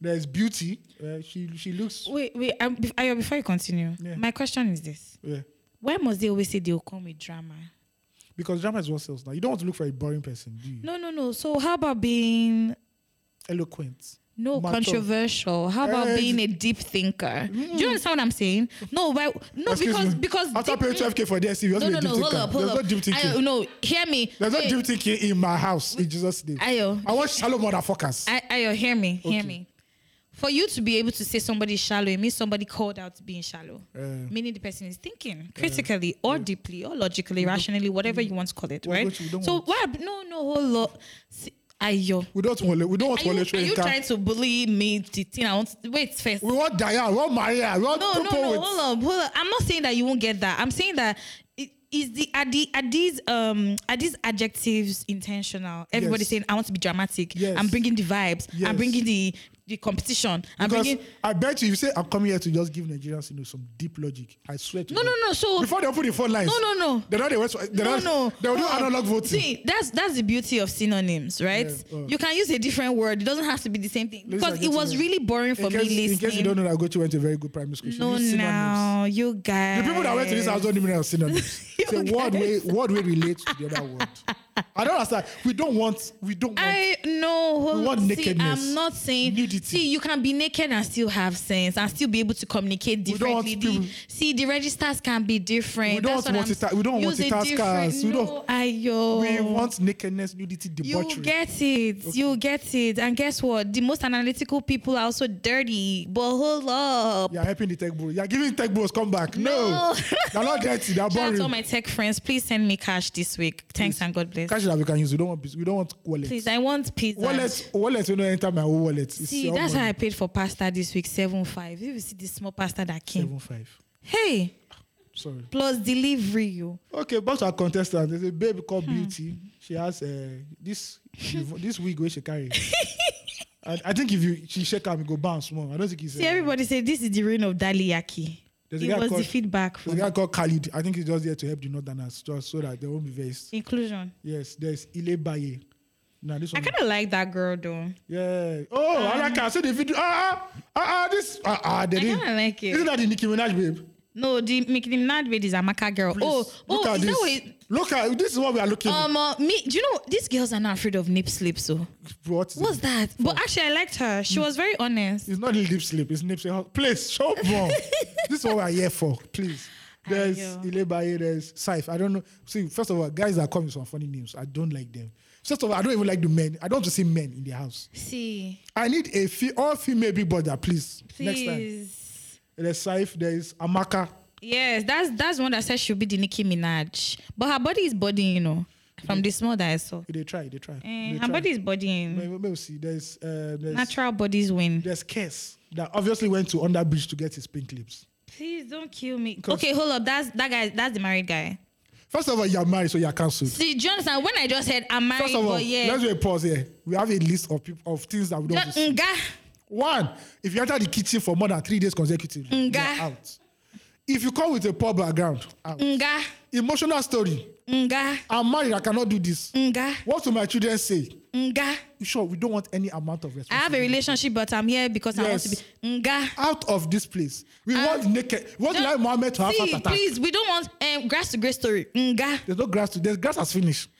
[SPEAKER 2] there's Beauty. Uh, she she looks.
[SPEAKER 3] wait, wait. Um, bef- Ayo, before you continue,
[SPEAKER 2] Yeah.
[SPEAKER 3] my question is this:
[SPEAKER 2] Yeah.
[SPEAKER 3] Why must they always say they'll come with drama?
[SPEAKER 2] Because drama is what sells now. You don't want to look for a boring person, do you?
[SPEAKER 3] No, no, no. So how about being
[SPEAKER 2] Eloquent.
[SPEAKER 3] No
[SPEAKER 2] Mature.
[SPEAKER 3] controversial. How about
[SPEAKER 2] Eh, Hmm.
[SPEAKER 3] being a deep thinker? Do you understand what I'm saying? No, why? No,
[SPEAKER 2] Excuse
[SPEAKER 3] because
[SPEAKER 2] me.
[SPEAKER 3] because
[SPEAKER 2] after
[SPEAKER 3] deep-
[SPEAKER 2] paying 12k for the SC, you
[SPEAKER 3] No,
[SPEAKER 2] also
[SPEAKER 3] no,
[SPEAKER 2] be a
[SPEAKER 3] no.
[SPEAKER 2] deep
[SPEAKER 3] Hold
[SPEAKER 2] thinker.
[SPEAKER 3] up, hold
[SPEAKER 2] There's
[SPEAKER 3] up.
[SPEAKER 2] no deep thinking.
[SPEAKER 3] Ayo, no, hear me.
[SPEAKER 2] There's no
[SPEAKER 3] Wait.
[SPEAKER 2] deep thinking in my house. In Jesus' name.
[SPEAKER 3] Ayo.
[SPEAKER 2] I want shallow motherfuckers.
[SPEAKER 3] uh, I, Ayo, hear me, hear
[SPEAKER 2] Okay.
[SPEAKER 3] me. For you to be able to say somebody's shallow, it means somebody called out being shallow,
[SPEAKER 2] Eh.
[SPEAKER 3] meaning the person is thinking critically or deeply or logically, rationally, whatever you want to call it,
[SPEAKER 2] Well,
[SPEAKER 3] right?
[SPEAKER 2] which we don't
[SPEAKER 3] So
[SPEAKER 2] want.
[SPEAKER 3] why? No, no, whole lot. See, Ayo,
[SPEAKER 2] we don't want we don't want
[SPEAKER 3] are you,
[SPEAKER 2] Wole
[SPEAKER 3] are you
[SPEAKER 2] Soyinka.
[SPEAKER 3] trying to bully me? The thing I want. To, wait first.
[SPEAKER 2] We want Diane. We want Maria. We want
[SPEAKER 3] no, no,
[SPEAKER 2] people
[SPEAKER 3] no.
[SPEAKER 2] with.
[SPEAKER 3] Hold up, hold up. I'm not saying that you won't get that. I'm saying that it is the are the are these um are these adjectives intentional? Everybody's
[SPEAKER 2] Yes.
[SPEAKER 3] saying I want to be dramatic.
[SPEAKER 2] Yes.
[SPEAKER 3] I'm bringing the vibes.
[SPEAKER 2] Yes.
[SPEAKER 3] I'm bringing the the competition and
[SPEAKER 2] Because
[SPEAKER 3] bringing.
[SPEAKER 2] I bet you, if you say I'm coming here to just give Nigerians, you know, some deep logic, I swear to
[SPEAKER 3] No,
[SPEAKER 2] God.
[SPEAKER 3] no, no. So
[SPEAKER 2] Before they open the phone lines,
[SPEAKER 3] No, no, no.
[SPEAKER 2] They know they went. They
[SPEAKER 3] no,
[SPEAKER 2] don't-
[SPEAKER 3] no.
[SPEAKER 2] They will do
[SPEAKER 3] Uh-uh.
[SPEAKER 2] analog voting.
[SPEAKER 3] See, that's that's the beauty of synonyms, right?
[SPEAKER 2] Yeah, uh.
[SPEAKER 3] You can use a different word. It doesn't have to be the same thing.
[SPEAKER 2] Ladies
[SPEAKER 3] Because
[SPEAKER 2] and
[SPEAKER 3] it was
[SPEAKER 2] gentlemen,
[SPEAKER 3] really boring for
[SPEAKER 2] in case,
[SPEAKER 3] me
[SPEAKER 2] In
[SPEAKER 3] listening.
[SPEAKER 2] case you don't know, that Gochi went to a very good primary school. She
[SPEAKER 3] no, eh.
[SPEAKER 2] used synonyms.
[SPEAKER 3] now you guys.
[SPEAKER 2] The people that went to this house don't even know synonyms.
[SPEAKER 3] You
[SPEAKER 2] It's a word way,
[SPEAKER 3] guys.
[SPEAKER 2] word way relates to the other word. I don't understand. We don't want. We don't want.
[SPEAKER 3] I no.
[SPEAKER 2] We want
[SPEAKER 3] see,
[SPEAKER 2] nakedness.
[SPEAKER 3] I'm not saying.
[SPEAKER 2] Nudity.
[SPEAKER 3] See, you can be naked and still have sense and still be able to communicate
[SPEAKER 2] We don't want
[SPEAKER 3] differently. The-
[SPEAKER 2] people-
[SPEAKER 3] see, the registers can be different.
[SPEAKER 2] We don't
[SPEAKER 3] That's
[SPEAKER 2] want
[SPEAKER 3] what I'm-
[SPEAKER 2] multita- we don't want
[SPEAKER 3] use a
[SPEAKER 2] multitaskers.
[SPEAKER 3] different-
[SPEAKER 2] We don't-
[SPEAKER 3] No, ayo.
[SPEAKER 2] we want nakedness, nudity,
[SPEAKER 3] You
[SPEAKER 2] debauchery.
[SPEAKER 3] get it. You get it. And guess what? The most analytical people are also dirty. But hold up.
[SPEAKER 2] You're helping the tech bros. You're giving tech bros come back. No,
[SPEAKER 3] No.
[SPEAKER 2] they're not dirty. They're
[SPEAKER 3] Shout out
[SPEAKER 2] boring.
[SPEAKER 3] to all my tech friends. Please send me cash this week. Thanks and God bless.
[SPEAKER 2] Cash that we can use. We don't want. We don't want wallet.
[SPEAKER 3] Please, I want pizza.
[SPEAKER 2] Wallet, wallet will not enter my own wallet. It's
[SPEAKER 3] See,
[SPEAKER 2] your
[SPEAKER 3] that's how I
[SPEAKER 2] money.
[SPEAKER 3] paid for pasta this week, seven five. You will see the small pasta that came.
[SPEAKER 2] seven five.
[SPEAKER 3] Hey,
[SPEAKER 2] Sorry.
[SPEAKER 3] plus delivery, you.
[SPEAKER 2] Okay, back to our contestant. There's a baby called
[SPEAKER 3] Hmm.
[SPEAKER 2] Beauty. She has uh, this this wig where she carry. I, I think if you she shake her, go bounce more. I don't think he's.
[SPEAKER 3] See, everybody said this is the reign of Dali Yaki.
[SPEAKER 2] There's a
[SPEAKER 3] it
[SPEAKER 2] guy
[SPEAKER 3] was the
[SPEAKER 2] called-
[SPEAKER 3] feedback
[SPEAKER 2] There's
[SPEAKER 3] from
[SPEAKER 2] a guy called Khalid. I think he's just there to help the Northerners, just so that they won't be vexed.
[SPEAKER 3] inclusion.
[SPEAKER 2] Yes, there's Ile Baye. Now this
[SPEAKER 3] I
[SPEAKER 2] one.
[SPEAKER 3] kind of like that girl though.
[SPEAKER 2] Yeah. Oh, I like I see the video. Ah, ah, ah, ah, this. Ah, ah, they
[SPEAKER 3] I
[SPEAKER 2] didn't-
[SPEAKER 3] kinda like it.
[SPEAKER 2] Isn't that the Nicki Minaj babe?
[SPEAKER 3] No, the Nicki Minaj babe is a Maka girl.
[SPEAKER 2] Please,
[SPEAKER 3] oh,
[SPEAKER 2] look
[SPEAKER 3] oh,
[SPEAKER 2] at
[SPEAKER 3] is
[SPEAKER 2] this.
[SPEAKER 3] that what? It,
[SPEAKER 2] Look at this is what we are looking.
[SPEAKER 3] um, uh, me. Do you know these girls are not afraid of nip slip? So
[SPEAKER 2] what is it?
[SPEAKER 3] what's that? But actually, I liked her.
[SPEAKER 2] Mm.
[SPEAKER 3] She was very honest.
[SPEAKER 2] It's not a lip slip. It's nip slip. Please, show more. this is what we are here for. Please. There's
[SPEAKER 3] Ayo.
[SPEAKER 2] Ilebaye, there's Saif. I don't know. See, first of all, guys that come with some funny names. I don't like them. First of all, I don't even like the men. I don't want to see men in the house.
[SPEAKER 3] See,
[SPEAKER 2] I need a fe- all female big brother, please. Next time.
[SPEAKER 3] please.
[SPEAKER 2] There's Saif, there's Amaka.
[SPEAKER 3] Yes, that's that's the one that says she'll be the Nicki Minaj, but her body is bodying, you know, from the small that I saw.
[SPEAKER 2] They try, they try.
[SPEAKER 3] Eh,
[SPEAKER 2] they
[SPEAKER 3] her
[SPEAKER 2] try.
[SPEAKER 3] body is bodying.
[SPEAKER 2] Maybe, maybe we'll see. There's, uh, there's,
[SPEAKER 3] Natural bodies win.
[SPEAKER 2] there's Kes that obviously went to Underbridge to get his pink lips.
[SPEAKER 3] Please don't kill me.
[SPEAKER 2] Because-
[SPEAKER 3] Okay, hold up. That's that guy. That's the married guy.
[SPEAKER 2] First of all, you're married, so you're cancelled.
[SPEAKER 3] See, Jonathan. When I just said I'm married,
[SPEAKER 2] First of all,
[SPEAKER 3] but yeah,
[SPEAKER 2] let's do a pause here. We have a list of people of things that we don't want to
[SPEAKER 3] Ju-
[SPEAKER 2] see.
[SPEAKER 3] Nga.
[SPEAKER 2] One, if you enter the kitchen for more than three days consecutively, you're
[SPEAKER 3] Nga.
[SPEAKER 2] out. If you come with a poor background, out.
[SPEAKER 3] Nga,
[SPEAKER 2] Emotional story.
[SPEAKER 3] nga,
[SPEAKER 2] I'm married, I cannot do this.
[SPEAKER 3] nga,
[SPEAKER 2] What will my children say?
[SPEAKER 3] nga.
[SPEAKER 2] Sure, we don't want any amount of
[SPEAKER 3] I have
[SPEAKER 2] responsibility.
[SPEAKER 3] a relationship, but I'm here because I want to
[SPEAKER 2] Yes.
[SPEAKER 3] be nga.
[SPEAKER 2] Out of this place. We
[SPEAKER 3] Um,
[SPEAKER 2] want naked. We want
[SPEAKER 3] Don't-
[SPEAKER 2] like Mohammed to have
[SPEAKER 3] See,
[SPEAKER 2] heart attack.
[SPEAKER 3] Please, we don't want um, grass to grace story. Nga.
[SPEAKER 2] There's no grass to there's grass has finished.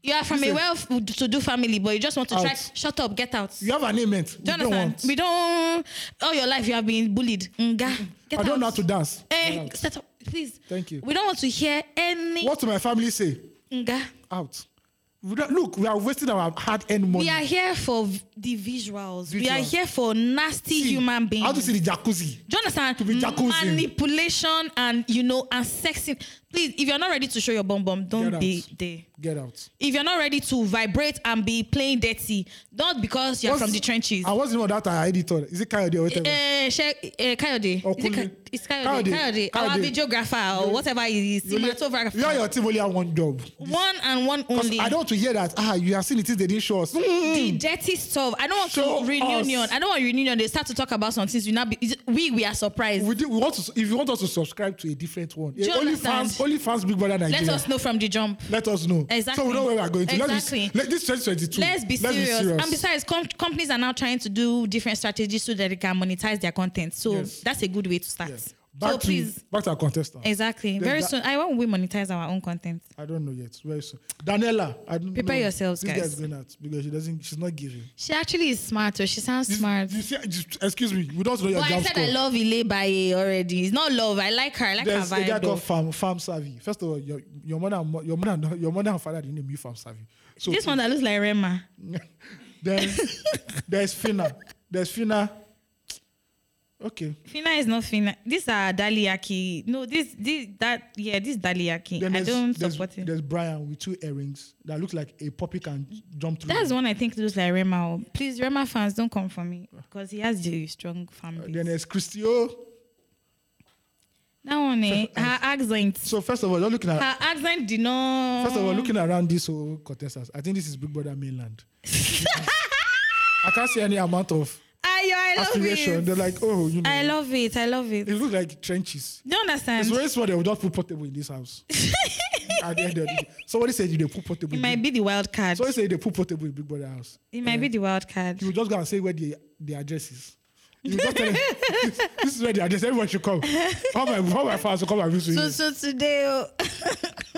[SPEAKER 3] You are from a
[SPEAKER 2] Listen.
[SPEAKER 3] well to do family, but you just want to try.
[SPEAKER 2] Out.
[SPEAKER 3] Shut up, get out.
[SPEAKER 2] You have an ailment. We don't
[SPEAKER 3] Jonathan,
[SPEAKER 2] want.
[SPEAKER 3] we don't. All your life you have been bullied. Nga. Get
[SPEAKER 2] I
[SPEAKER 3] out.
[SPEAKER 2] don't know how to dance. Get
[SPEAKER 3] Eh,
[SPEAKER 2] out.
[SPEAKER 3] set up, please.
[SPEAKER 2] Thank you.
[SPEAKER 3] We don't want to hear any.
[SPEAKER 2] What will my family say?
[SPEAKER 3] Nga.
[SPEAKER 2] Out. We don't, look, we are wasting our hard earned money.
[SPEAKER 3] We are here for v- the visuals. We are
[SPEAKER 2] Visuals.
[SPEAKER 3] here for nasty
[SPEAKER 2] See,
[SPEAKER 3] human beings.
[SPEAKER 2] How to see the jacuzzi?
[SPEAKER 3] Jonathan,
[SPEAKER 2] To be jacuzzi.
[SPEAKER 3] manipulation and you know and sexing. Please, if you're not ready to show your bum bum,
[SPEAKER 2] Get
[SPEAKER 3] don't
[SPEAKER 2] out.
[SPEAKER 3] be there.
[SPEAKER 2] Get out.
[SPEAKER 3] If you're not ready to vibrate and be playing dirty, not because you're
[SPEAKER 2] What's-
[SPEAKER 3] from the trenches.
[SPEAKER 2] I wasn't even that our editor. Is it Kayode or whatever?
[SPEAKER 3] Eh, She, eh, Kayode. Is it
[SPEAKER 2] Okunle.
[SPEAKER 3] Ka- It's Kayode.
[SPEAKER 2] Kayode.
[SPEAKER 3] Kayode. Our
[SPEAKER 2] Kayode.
[SPEAKER 3] videographer or whatever he is.
[SPEAKER 2] You only-
[SPEAKER 3] Cinematographer.
[SPEAKER 2] you and your team only have one job.
[SPEAKER 3] One and one
[SPEAKER 2] 'Cause
[SPEAKER 3] only. Mm-hmm.
[SPEAKER 2] I don't want to hear that. Ah, you have seen the things they didn't show us. Mm.
[SPEAKER 3] the dirty stuff. I don't want
[SPEAKER 2] Show
[SPEAKER 3] to reunion.
[SPEAKER 2] us.
[SPEAKER 3] I don't want reunion. They start to talk about some things. We not be, is it- we we are surprised.
[SPEAKER 2] We, do, we want to. s- If you want us to subscribe to a different one,
[SPEAKER 3] you
[SPEAKER 2] only
[SPEAKER 3] understand?
[SPEAKER 2] fans, only fans, Big Brother Nigeria.
[SPEAKER 3] Let us know from the jump.
[SPEAKER 2] Let us know.
[SPEAKER 3] Exactly.
[SPEAKER 2] So we know where we are going to.
[SPEAKER 3] Exactly.
[SPEAKER 2] Let's be, let, this 2022.
[SPEAKER 3] Let's be serious. And besides, com- companies are now trying to do different strategies so that they can monetize their content. So
[SPEAKER 2] Yes.
[SPEAKER 3] that's a good way to start.
[SPEAKER 2] Yes. Back
[SPEAKER 3] so
[SPEAKER 2] to
[SPEAKER 3] please,
[SPEAKER 2] back to our contestant.
[SPEAKER 3] exactly.
[SPEAKER 2] Then
[SPEAKER 3] Very
[SPEAKER 2] that-
[SPEAKER 3] soon, I want we monetize our own content.
[SPEAKER 2] I don't know yet. Very soon. Daniela, I don't
[SPEAKER 3] Prepare
[SPEAKER 2] know.
[SPEAKER 3] yourselves,
[SPEAKER 2] this
[SPEAKER 3] guys.
[SPEAKER 2] This going out because she doesn't. She's not giving.
[SPEAKER 3] She actually is smart, so she sounds
[SPEAKER 2] This-
[SPEAKER 3] smart.
[SPEAKER 2] you see- just- excuse me. We don't know your
[SPEAKER 3] But I
[SPEAKER 2] jam
[SPEAKER 3] said
[SPEAKER 2] score.
[SPEAKER 3] I love Ile Baye already. It's not love. I like her. I like
[SPEAKER 2] There's
[SPEAKER 3] her
[SPEAKER 2] a guy
[SPEAKER 3] vibe. though.
[SPEAKER 2] called farm, farm Savvy. First of all, your, your mother, and mo- your mother, and- your mother and father didn't name you Farm Savvy. So
[SPEAKER 3] this one that looks like Rema.
[SPEAKER 2] then there's Fina. There's Fina. Okay.
[SPEAKER 3] Fina is not Fina. These are Daliaki. No, this this that yeah, this Daliaki.
[SPEAKER 2] Then
[SPEAKER 3] I
[SPEAKER 2] there's-
[SPEAKER 3] don't
[SPEAKER 2] there's,
[SPEAKER 3] support it.
[SPEAKER 2] There's Brian with two earrings that looks like a puppy can jump through.
[SPEAKER 3] That's the one I think looks like Rema. oh. Please, Rema fans, don't come for me because he has the strong fan base.
[SPEAKER 2] Ah. Uh, Then there's Oh, Christio.
[SPEAKER 3] that one, eh, her accent,
[SPEAKER 2] So first of all, just looking at
[SPEAKER 3] her accent did not.
[SPEAKER 2] uh, first of all looking around this whole contestants. I think this is Big Brother Mainland. I can't see any amount of
[SPEAKER 3] Aye, yo, I love
[SPEAKER 2] aspiration.
[SPEAKER 3] it.
[SPEAKER 2] They're like, oh, you know,
[SPEAKER 3] I love Um, it. I love it.
[SPEAKER 2] it looks like trenches.
[SPEAKER 3] Do you understand?
[SPEAKER 2] It's very small. They will not put portable in this house. At the end of the day, somebody said they put portable.
[SPEAKER 3] It
[SPEAKER 2] in
[SPEAKER 3] might
[SPEAKER 2] Big-
[SPEAKER 3] be the wild card.
[SPEAKER 2] Somebody said they put portable in Big Brother house.
[SPEAKER 3] It might be the wild card.
[SPEAKER 2] You just go and say where the the address is. You just tell them, this, this is where the address. Everyone should come. All my all my fans will come and visit
[SPEAKER 3] So
[SPEAKER 2] you.
[SPEAKER 3] so today. oh.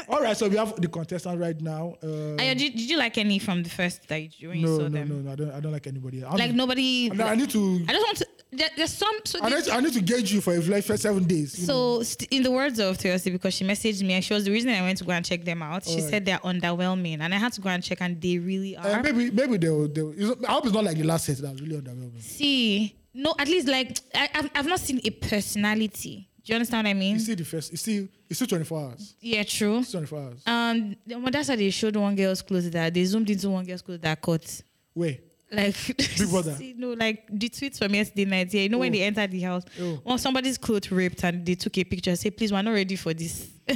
[SPEAKER 2] All right, so we have the contestant right now. Uh,
[SPEAKER 3] Ayo, did, did you like any from the first that you, when you
[SPEAKER 2] no,
[SPEAKER 3] saw
[SPEAKER 2] no,
[SPEAKER 3] them?
[SPEAKER 2] no, no, I don't. I don't like anybody. I'm,
[SPEAKER 3] Like nobody.
[SPEAKER 2] No, I need to.
[SPEAKER 3] I just want to. There, there's some. So,
[SPEAKER 2] I need,
[SPEAKER 3] this-
[SPEAKER 2] to, I need to gauge you for like first seven days. you know.
[SPEAKER 3] so st- in the words of Thursday, because she messaged me and she was the reason I went to go and check them out. she
[SPEAKER 2] Alright.
[SPEAKER 3] said they're underwhelming, and I had to go and check, and they really are.
[SPEAKER 2] Uh, maybe maybe they'll, they'll it's, I hope it's not like the last set that was really underwhelming.
[SPEAKER 3] see, no, at least like I, I've, I've not seen a personality. Do you understand what I mean?
[SPEAKER 2] You see the first. You see. It's still twenty four hours.
[SPEAKER 3] yeah, true.
[SPEAKER 2] It's twenty four hours.
[SPEAKER 3] Um, th- well, that's how they showed one girl's clothes that they zoomed into one girl's clothes that caught.
[SPEAKER 2] Wait.
[SPEAKER 3] Like,
[SPEAKER 2] Big Brother.
[SPEAKER 3] you know, like the tweets from yesterday night. Yeah, you know, when
[SPEAKER 2] Oh.
[SPEAKER 3] they entered the house,
[SPEAKER 2] Oh.
[SPEAKER 3] well, somebody's clothes ripped and they took a picture. Say, please, we're not ready for this.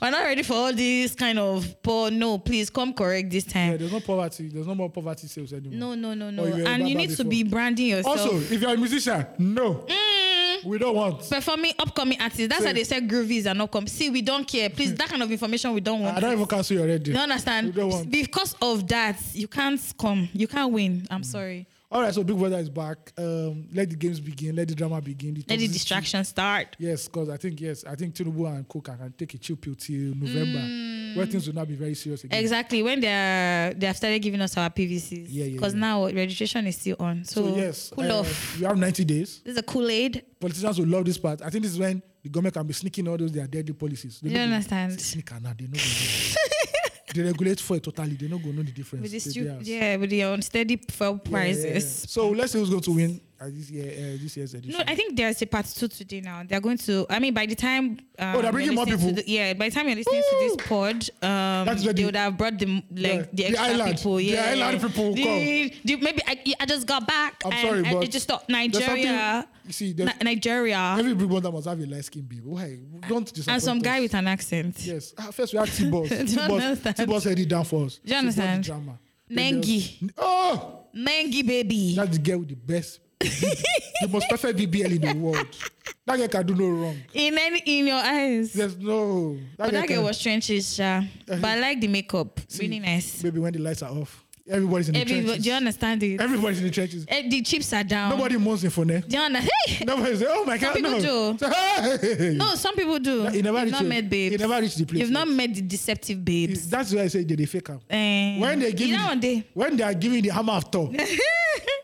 [SPEAKER 3] we're not ready for all this kind of poor. No, please come correct this
[SPEAKER 2] Yeah,
[SPEAKER 3] time.
[SPEAKER 2] there's no poverty. There's no more poverty sales anymore.
[SPEAKER 3] No, no, no, no.
[SPEAKER 2] Oh, you were
[SPEAKER 3] and you
[SPEAKER 2] Baba
[SPEAKER 3] need to
[SPEAKER 2] before.
[SPEAKER 3] be branding yourself.
[SPEAKER 2] Also, if you're a musician, no,
[SPEAKER 3] Mm,
[SPEAKER 2] we don't want.
[SPEAKER 3] performing upcoming artists. That's
[SPEAKER 2] So-
[SPEAKER 3] why they said groovies are not come. See, we don't care. Please, that kind of information we don't want.
[SPEAKER 2] I don't even cancel your radio.
[SPEAKER 3] You understand?
[SPEAKER 2] We don't want.
[SPEAKER 3] Because of that, you can't come. You can't win.
[SPEAKER 2] Mm.
[SPEAKER 3] I'm sorry.
[SPEAKER 2] All right, so Big Brother is back. Um, let the games begin. Let the drama begin.
[SPEAKER 3] Let the
[SPEAKER 2] toxicity-
[SPEAKER 3] distraction start.
[SPEAKER 2] Yes, because I think yes, I think Tinubu and Cook can take a chill pill till November, where
[SPEAKER 3] Mm.
[SPEAKER 2] things will not be very serious again.
[SPEAKER 3] Exactly. When they're they have started giving us our PVCs.
[SPEAKER 2] Yeah, yeah,
[SPEAKER 3] Because
[SPEAKER 2] yeah.
[SPEAKER 3] now registration is still on. So,
[SPEAKER 2] So yes,
[SPEAKER 3] cool
[SPEAKER 2] uh,
[SPEAKER 3] off.
[SPEAKER 2] you have 90 days.
[SPEAKER 3] This is a Kool Aid.
[SPEAKER 2] Politicians will love this part. I think this is when the government can be sneaking all those their deadly policies. They
[SPEAKER 3] You
[SPEAKER 2] no go-
[SPEAKER 3] understand?
[SPEAKER 2] Sneaker now, they know. they regulate for it totally. They don't go know the difference.
[SPEAKER 3] With the
[SPEAKER 2] They-
[SPEAKER 3] stu-
[SPEAKER 2] they are-
[SPEAKER 3] yeah, with the unsteady fuel
[SPEAKER 2] Yeah, yeah, yeah.
[SPEAKER 3] prices.
[SPEAKER 2] So let's see who's going to win uh, this year. Uh, this year's edition.
[SPEAKER 3] No, I think there's a part two today now. They're going to. I mean, by the time um,
[SPEAKER 2] Oh, they're bringing
[SPEAKER 3] you're
[SPEAKER 2] more
[SPEAKER 3] listening to
[SPEAKER 2] people.
[SPEAKER 3] the- yeah, by the time you're listening to this pod, um,
[SPEAKER 2] That's where
[SPEAKER 3] they
[SPEAKER 2] the-
[SPEAKER 3] would have brought the like
[SPEAKER 2] Yeah,
[SPEAKER 3] the
[SPEAKER 2] the
[SPEAKER 3] extra
[SPEAKER 2] island.
[SPEAKER 3] people.
[SPEAKER 2] The
[SPEAKER 3] Yeah,
[SPEAKER 2] island people will
[SPEAKER 3] The- the- maybe I, I just got back.
[SPEAKER 2] I'm
[SPEAKER 3] and,
[SPEAKER 2] sorry,
[SPEAKER 3] and
[SPEAKER 2] but
[SPEAKER 3] it just stopped.
[SPEAKER 2] there's something-
[SPEAKER 3] Nigeria,
[SPEAKER 2] You see,
[SPEAKER 3] Ni-
[SPEAKER 2] there's-
[SPEAKER 3] Nigeria,
[SPEAKER 2] every big brother must have a light skin baby. Why? Don't disappoint
[SPEAKER 3] and some
[SPEAKER 2] us.
[SPEAKER 3] guy with an accent.
[SPEAKER 2] Yes. Ah, first we had T-Boss.
[SPEAKER 3] Do you
[SPEAKER 2] T-Boss,
[SPEAKER 3] understand?
[SPEAKER 2] T-Boss headed down for us.
[SPEAKER 3] Do you understand?
[SPEAKER 2] T-Boss drama.
[SPEAKER 3] Nengi,
[SPEAKER 2] Oh.
[SPEAKER 3] Nengi baby.
[SPEAKER 2] That's the girl with the best, the most perfect BBL in the world. That girl can do no wrong.
[SPEAKER 3] In any in your eyes.
[SPEAKER 2] There's no.
[SPEAKER 3] But that
[SPEAKER 2] can-
[SPEAKER 3] girl was trenches,
[SPEAKER 2] Uh-huh.
[SPEAKER 3] sha. but I like the makeup. really nice.
[SPEAKER 2] Baby, when the lights are off, everybody's in the
[SPEAKER 3] Everybody,
[SPEAKER 2] trenches.
[SPEAKER 3] do you understand it?
[SPEAKER 2] Everybody's in the trenches.
[SPEAKER 3] Eh, the chips are down.
[SPEAKER 2] Nobody mourns in Fone.
[SPEAKER 3] Do you understand? Hey,
[SPEAKER 2] Nobody says, oh my God,
[SPEAKER 3] Some
[SPEAKER 2] no.
[SPEAKER 3] people do. No, some people do.
[SPEAKER 2] He never
[SPEAKER 3] You've
[SPEAKER 2] reached
[SPEAKER 3] not
[SPEAKER 2] the-
[SPEAKER 3] met babes.
[SPEAKER 2] he never reached the place
[SPEAKER 3] You've not
[SPEAKER 2] yet.
[SPEAKER 3] met the deceptive babes.
[SPEAKER 2] That's why I say they, they fake 'em.
[SPEAKER 3] Eh,
[SPEAKER 2] When they give
[SPEAKER 3] you
[SPEAKER 2] you,
[SPEAKER 3] know, they.
[SPEAKER 2] when they are giving the hammer of Thor,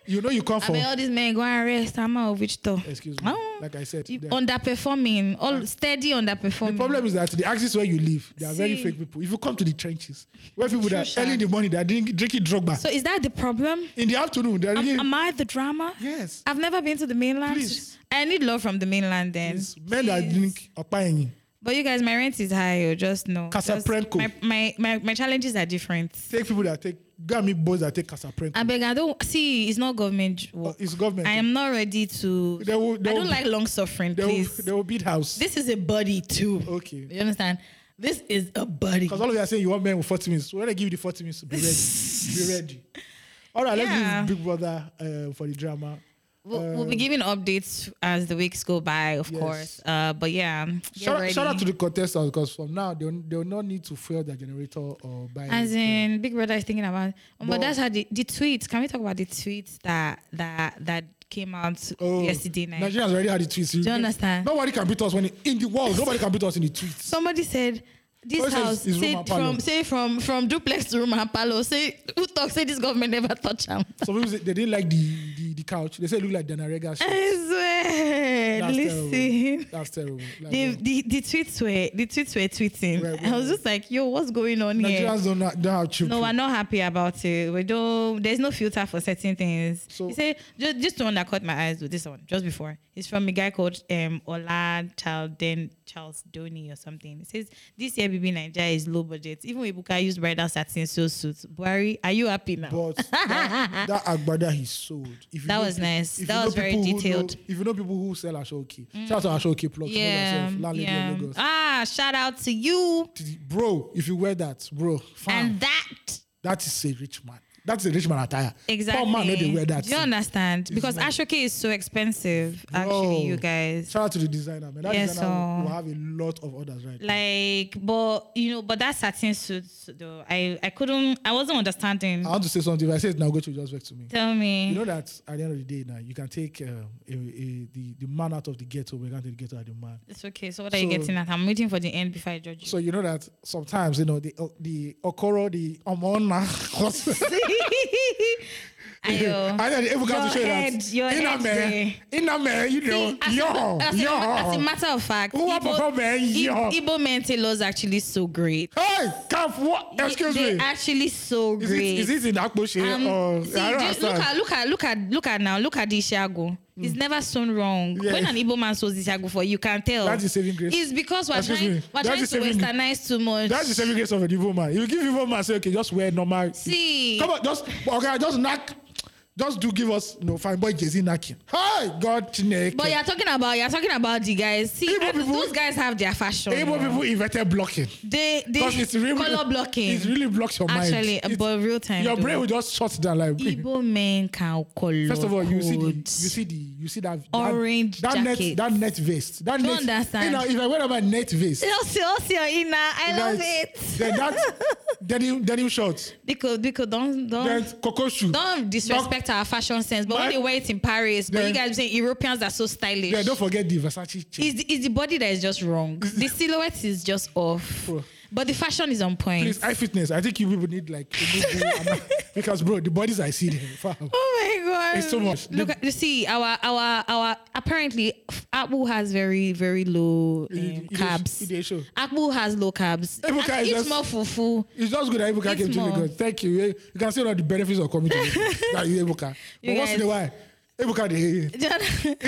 [SPEAKER 2] you know you come
[SPEAKER 3] I
[SPEAKER 2] for.
[SPEAKER 3] mean, all these men go and rest. I'm out of which though.
[SPEAKER 2] Excuse me.
[SPEAKER 3] Oh.
[SPEAKER 2] Like I said,
[SPEAKER 3] You-
[SPEAKER 2] the
[SPEAKER 3] underperforming, all steady underperforming.
[SPEAKER 2] the problem is that the axis where you live, they are very
[SPEAKER 3] See.
[SPEAKER 2] fake people. If you come to the trenches, where people that
[SPEAKER 3] Sure,
[SPEAKER 2] early in the morning they are drinking, drinking drug back.
[SPEAKER 3] So is that the problem?
[SPEAKER 2] in the afternoon, they are
[SPEAKER 3] Am,
[SPEAKER 2] drinking.
[SPEAKER 3] am I the drama?
[SPEAKER 2] yes,
[SPEAKER 3] I've never been to the mainland.
[SPEAKER 2] Please.
[SPEAKER 3] I need love from the mainland then.
[SPEAKER 2] yes. Men that drink opayin.
[SPEAKER 3] But you guys, my rent is high. Or just no. Just-
[SPEAKER 2] Casaprenco.
[SPEAKER 3] My, my my my challenges are different.
[SPEAKER 2] Take people that take gammy boys that take casaprenco.
[SPEAKER 3] I beg, I don't see. It's not government work.
[SPEAKER 2] Oh, it's government.
[SPEAKER 3] I am not ready to.
[SPEAKER 2] They will- they
[SPEAKER 3] I
[SPEAKER 2] will-
[SPEAKER 3] don't like long suffering,
[SPEAKER 2] they will,
[SPEAKER 3] please.
[SPEAKER 2] they will beat house.
[SPEAKER 3] this is a body too.
[SPEAKER 2] Okay.
[SPEAKER 3] You understand? This is a body.
[SPEAKER 2] Because all of you are saying you want men with 40 minutes. When I give you the 40 minutes, be ready. be ready. All right,
[SPEAKER 3] Yeah.
[SPEAKER 2] let's leave Big Brother uh, for the drama.
[SPEAKER 3] We'll, we'll be giving updates as the weeks go by, of
[SPEAKER 2] um, Yes.
[SPEAKER 3] course. Uh, but yeah, get
[SPEAKER 2] Shout, shout out
[SPEAKER 3] ready.
[SPEAKER 2] to the contestants because from now they will, they will not need to fuel their generator or buy.
[SPEAKER 3] As in, Big Brother is thinking about. oh, But,
[SPEAKER 2] But-
[SPEAKER 3] that's how the, the tweets. Can we talk about the tweets that that that came out
[SPEAKER 2] Oh,
[SPEAKER 3] yesterday night?
[SPEAKER 2] Nigerians already had the tweets. Do
[SPEAKER 3] you understand?
[SPEAKER 2] Nobody can beat us when in the world. Nobody can beat us in the tweets.
[SPEAKER 3] Somebody said. This
[SPEAKER 2] Somebody says
[SPEAKER 3] house,
[SPEAKER 2] it's room
[SPEAKER 3] say
[SPEAKER 2] and
[SPEAKER 3] from
[SPEAKER 2] parlour.
[SPEAKER 3] say from from duplex to room and palo. Say who talk? Say this government never touch them.
[SPEAKER 2] Some people say they didn't like the, the, the couch. They say it looked like Danarega.
[SPEAKER 3] I swear.
[SPEAKER 2] That's
[SPEAKER 3] Listen.
[SPEAKER 2] terrible. That's terrible. Like,
[SPEAKER 3] the, the the tweets were the tweets were tweeting.
[SPEAKER 2] Right,
[SPEAKER 3] I was
[SPEAKER 2] right.
[SPEAKER 3] just like, yo, what's going on here?
[SPEAKER 2] Nigerians don't, ha- don't have children.
[SPEAKER 3] No, we're not happy about it. We don't. There's no filter for certain things.
[SPEAKER 2] So-
[SPEAKER 3] he said, just, just the one that caught my eyes with this one just before. It's from a guy called um Ola Chalden Charles Donny or something. It says this year BB Nigeria is low budget. Even Ibuka used bridal satin so suits. Buhari, are you happy now?
[SPEAKER 2] But that, that Agbada he sold. If you
[SPEAKER 3] That
[SPEAKER 2] know
[SPEAKER 3] was
[SPEAKER 2] peop-
[SPEAKER 3] nice.
[SPEAKER 2] if
[SPEAKER 3] That
[SPEAKER 2] you know
[SPEAKER 3] was very
[SPEAKER 2] people who know-
[SPEAKER 3] detailed. Mm.
[SPEAKER 2] if you know people who sell Ashoki, shout out to Ashoki Plugs.
[SPEAKER 3] yeah, yeah. Ah, shout out to you
[SPEAKER 2] Bro, if you wear that, bro, fam,
[SPEAKER 3] and that.
[SPEAKER 2] that is a rich man. That's a rich man attire.
[SPEAKER 3] Exactly.
[SPEAKER 2] Poor man, no, they wear that.
[SPEAKER 3] Do you understand? because
[SPEAKER 2] not-
[SPEAKER 3] Ashoke is so expensive, actually,
[SPEAKER 2] Bro.
[SPEAKER 3] you guys.
[SPEAKER 2] Shout out to the designer, man. That
[SPEAKER 3] Yeah,
[SPEAKER 2] designer
[SPEAKER 3] so-
[SPEAKER 2] will have a lot of orders right now.
[SPEAKER 3] Like, but you know, but that satin suit though, I I couldn't, I wasn't understanding.
[SPEAKER 2] I want to say something. If I say it now, go to just vex to me.
[SPEAKER 3] Tell me.
[SPEAKER 2] Oh. You know that at the end of the day, now you can take um, a, a, the, the man out of the ghetto, we can't take the ghetto out of the man.
[SPEAKER 3] it's okay. So what are you
[SPEAKER 2] So-
[SPEAKER 3] getting at? I'm waiting for the end before I judge you.
[SPEAKER 2] So you know that sometimes you know the uh, the okoro, the omona.
[SPEAKER 3] Ayo.
[SPEAKER 2] I know the evil council
[SPEAKER 3] Your
[SPEAKER 2] show that
[SPEAKER 3] head- your head
[SPEAKER 2] Iname, Iname, you know,
[SPEAKER 3] See, as, a-
[SPEAKER 2] yo,
[SPEAKER 3] as, a- as
[SPEAKER 2] yo.
[SPEAKER 3] a matter of fact,
[SPEAKER 2] Who are performing? Yo.
[SPEAKER 3] Igbo, Igbo mental law is actually so great.
[SPEAKER 2] Hey, calf, what? Excuse
[SPEAKER 3] They-
[SPEAKER 2] me.
[SPEAKER 3] They're actually so
[SPEAKER 2] Is
[SPEAKER 3] great.
[SPEAKER 2] it, is it in Akboshe
[SPEAKER 3] Um,
[SPEAKER 2] or
[SPEAKER 3] see,
[SPEAKER 2] oh, I don't
[SPEAKER 3] just look
[SPEAKER 2] understand. Hmm.
[SPEAKER 3] at look at look at look at now. Look at the Ishago. It's never sewn wrong.
[SPEAKER 2] Yeah.
[SPEAKER 3] When an Igbo man sews Ishago for you, you can tell.
[SPEAKER 2] That's the saving grace.
[SPEAKER 3] It's because we're
[SPEAKER 2] Excuse
[SPEAKER 3] trying
[SPEAKER 2] me.
[SPEAKER 3] we're
[SPEAKER 2] That's
[SPEAKER 3] trying
[SPEAKER 2] the
[SPEAKER 3] to
[SPEAKER 2] saving-
[SPEAKER 3] westernize too much.
[SPEAKER 2] That's the saving grace of a evil man. You give evil man say, okay, just wear normal.
[SPEAKER 3] See.
[SPEAKER 2] Come on, just okay, just knock. Just do give us no fine boy Jay-Z knocking. Hi, God Chineke.
[SPEAKER 3] but you're talking about you're talking about the guys. See,
[SPEAKER 2] Igbo
[SPEAKER 3] I-
[SPEAKER 2] people-
[SPEAKER 3] those guys have their fashion.
[SPEAKER 2] Able people invented blocking.
[SPEAKER 3] They they
[SPEAKER 2] Because it's really
[SPEAKER 3] color blocking.
[SPEAKER 2] It really blocks your
[SPEAKER 3] Actually,
[SPEAKER 2] mind. It's-
[SPEAKER 3] but real time.
[SPEAKER 2] Your
[SPEAKER 3] though.
[SPEAKER 2] brain will just shut down like
[SPEAKER 3] Igbo men can color.
[SPEAKER 2] First of all, you see the you
[SPEAKER 3] codes.
[SPEAKER 2] see the you see that that-
[SPEAKER 3] Orange
[SPEAKER 2] that, net
[SPEAKER 3] jackets.
[SPEAKER 2] that net vest. That
[SPEAKER 3] Don't
[SPEAKER 2] net,
[SPEAKER 3] understand.
[SPEAKER 2] You know, if I wear my net vest,
[SPEAKER 3] You see, you see your inner. I love
[SPEAKER 2] guys,
[SPEAKER 3] it.
[SPEAKER 2] Then that denim denim shorts,
[SPEAKER 3] because because don't don't.
[SPEAKER 2] then cocoa shoe.
[SPEAKER 3] Oh. don't disrespect our fashion sense, but when
[SPEAKER 2] My-
[SPEAKER 3] they wear it in Paris, but
[SPEAKER 2] Yeah.
[SPEAKER 3] you guys say Europeans are so stylish.
[SPEAKER 2] Yeah, don't forget the Versace chain.
[SPEAKER 3] It's the, it's the body that is just wrong. the silhouette is just off.
[SPEAKER 2] Bro.
[SPEAKER 3] But the fashion is on point.
[SPEAKER 2] Oh. Please, eye fitness. I think you people need like a new boo- I'm- because bro, the bodies I see there, fam.
[SPEAKER 3] Oh my god.
[SPEAKER 2] It's too much.
[SPEAKER 3] Look
[SPEAKER 2] The-
[SPEAKER 3] at, you see, our our our apparently Apple has very, very low um,
[SPEAKER 2] It- it- it-
[SPEAKER 3] carbs.
[SPEAKER 2] it- it show.
[SPEAKER 3] Apple has low carbs.
[SPEAKER 2] Ebuka
[SPEAKER 3] And
[SPEAKER 2] is
[SPEAKER 3] Eat
[SPEAKER 2] just-
[SPEAKER 3] more fufu.
[SPEAKER 2] It's just good that Ibuka
[SPEAKER 3] It's
[SPEAKER 2] came to
[SPEAKER 3] more.
[SPEAKER 2] Lagos. Thank you. You can see all the benefits of coming to Lagos. That is Ibuka. But
[SPEAKER 3] You
[SPEAKER 2] once in a
[SPEAKER 3] guys-
[SPEAKER 2] while, Ibuka they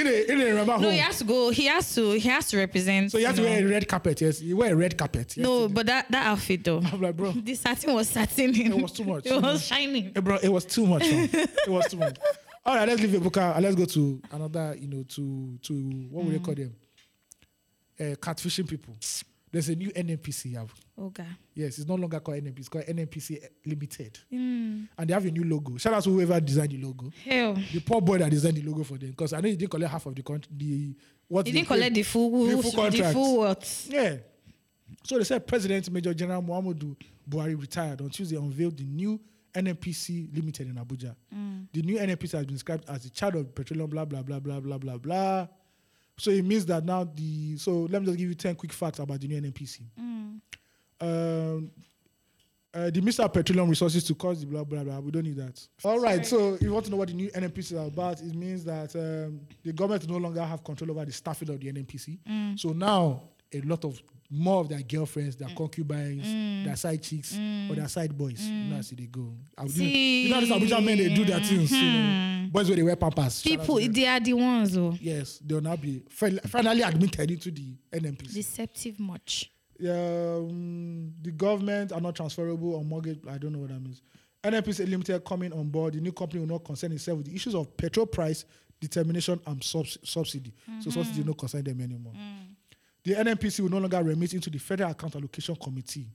[SPEAKER 2] in a in a remember
[SPEAKER 3] no,
[SPEAKER 2] home.
[SPEAKER 3] he has to go. He has to he has to represent.
[SPEAKER 2] so you have to
[SPEAKER 3] know.
[SPEAKER 2] wear a red carpet. Yes, you wear a red carpet. Yes.
[SPEAKER 3] No, but that, that outfit though.
[SPEAKER 2] I'm like, bro.
[SPEAKER 3] The satin was satin. It
[SPEAKER 2] was too much.
[SPEAKER 3] it was shining.
[SPEAKER 2] Eh, bro, it was too much. man. it was too much. All right, let's leave Ibuka and let's go to another, you know, to to what
[SPEAKER 3] Mm.
[SPEAKER 2] would they call them? Uh, catfishing people. There's a new NNPC. I've-
[SPEAKER 3] Oh god.
[SPEAKER 2] Yes, it's no longer called NNPC. It's called NNPC Limited.
[SPEAKER 3] Hmm.
[SPEAKER 2] And they have a new logo. Shout out to whoever designed the logo.
[SPEAKER 3] Hell.
[SPEAKER 2] The poor boy that designed the logo for them, because I know he didn't collect half of the country. The what?
[SPEAKER 3] He
[SPEAKER 2] they
[SPEAKER 3] didn't collect the
[SPEAKER 2] paid.
[SPEAKER 3] full
[SPEAKER 2] The full
[SPEAKER 3] The
[SPEAKER 2] contract.
[SPEAKER 3] full what?
[SPEAKER 2] Yeah. So they said President Major General Muhammadu Buhari retired on Tuesday unveiled the new NNPC Limited in Abuja.
[SPEAKER 3] Hmm.
[SPEAKER 2] The new NNPC has been described as the child of petroleum, blah blah blah blah blah blah blah. So it means that now the so let me just give you ten quick facts about the new NNPC. Um, uh, the Mr. Petroleum Resources to cause the blah blah blah. We don't need that. All right. So if you want to know what the new NNPC is about, it means that um, the government no longer have control over the staffing of the NNPC. So now a lot of more of their girlfriends, their concubines, their side chicks, or their side boys. You know how they go. I would do- you know how these Abuja men they do their things. You know, boys where they wear pampas. Shout out
[SPEAKER 3] People,
[SPEAKER 2] to them.
[SPEAKER 3] they are the ones oh. though.
[SPEAKER 2] Yes, they will now be fin- finally admitted into the NNPC
[SPEAKER 3] Deceptive much.
[SPEAKER 2] um, the government are not transferable on mortgage. I don't know what that means. NNPC Limited coming on board. The new company will not concern itself with the issues of petrol price determination and subs- subsidy.
[SPEAKER 3] Mm-hmm.
[SPEAKER 2] So subsidy will not concern them anymore.
[SPEAKER 3] Mm.
[SPEAKER 2] The NNPC will no longer remit into the Federal Account Allocation Committee.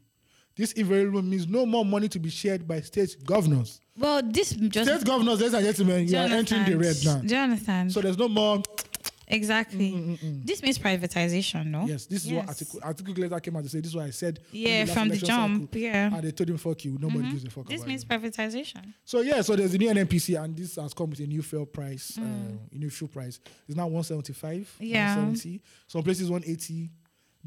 [SPEAKER 2] This invariably means no more money to be shared by state governors.
[SPEAKER 3] Well, this just.
[SPEAKER 2] State governors, ladies and gentlemen,
[SPEAKER 3] do
[SPEAKER 2] you are entering the red
[SPEAKER 3] understand?
[SPEAKER 2] now. Mm,
[SPEAKER 3] Do you understand?
[SPEAKER 2] So there's no more.
[SPEAKER 3] exactly. This means privatization, no?
[SPEAKER 2] Yes, this is what
[SPEAKER 3] Yes.
[SPEAKER 2] article article later came out to say. This is what I said. in
[SPEAKER 3] Yeah,
[SPEAKER 2] last
[SPEAKER 3] from the
[SPEAKER 2] election
[SPEAKER 3] jump,
[SPEAKER 2] cycle.
[SPEAKER 3] yeah. Mm-hmm.
[SPEAKER 2] and they told him fuck you. Nobody gives a fuck.
[SPEAKER 3] This
[SPEAKER 2] about
[SPEAKER 3] means
[SPEAKER 2] you.
[SPEAKER 3] privatization.
[SPEAKER 2] So yeah, so there's a new NNPC, and this has come with a new fuel price. Uh, a new fuel price. It's now 175.
[SPEAKER 3] Mm. Yeah.
[SPEAKER 2] 170. Some places 180.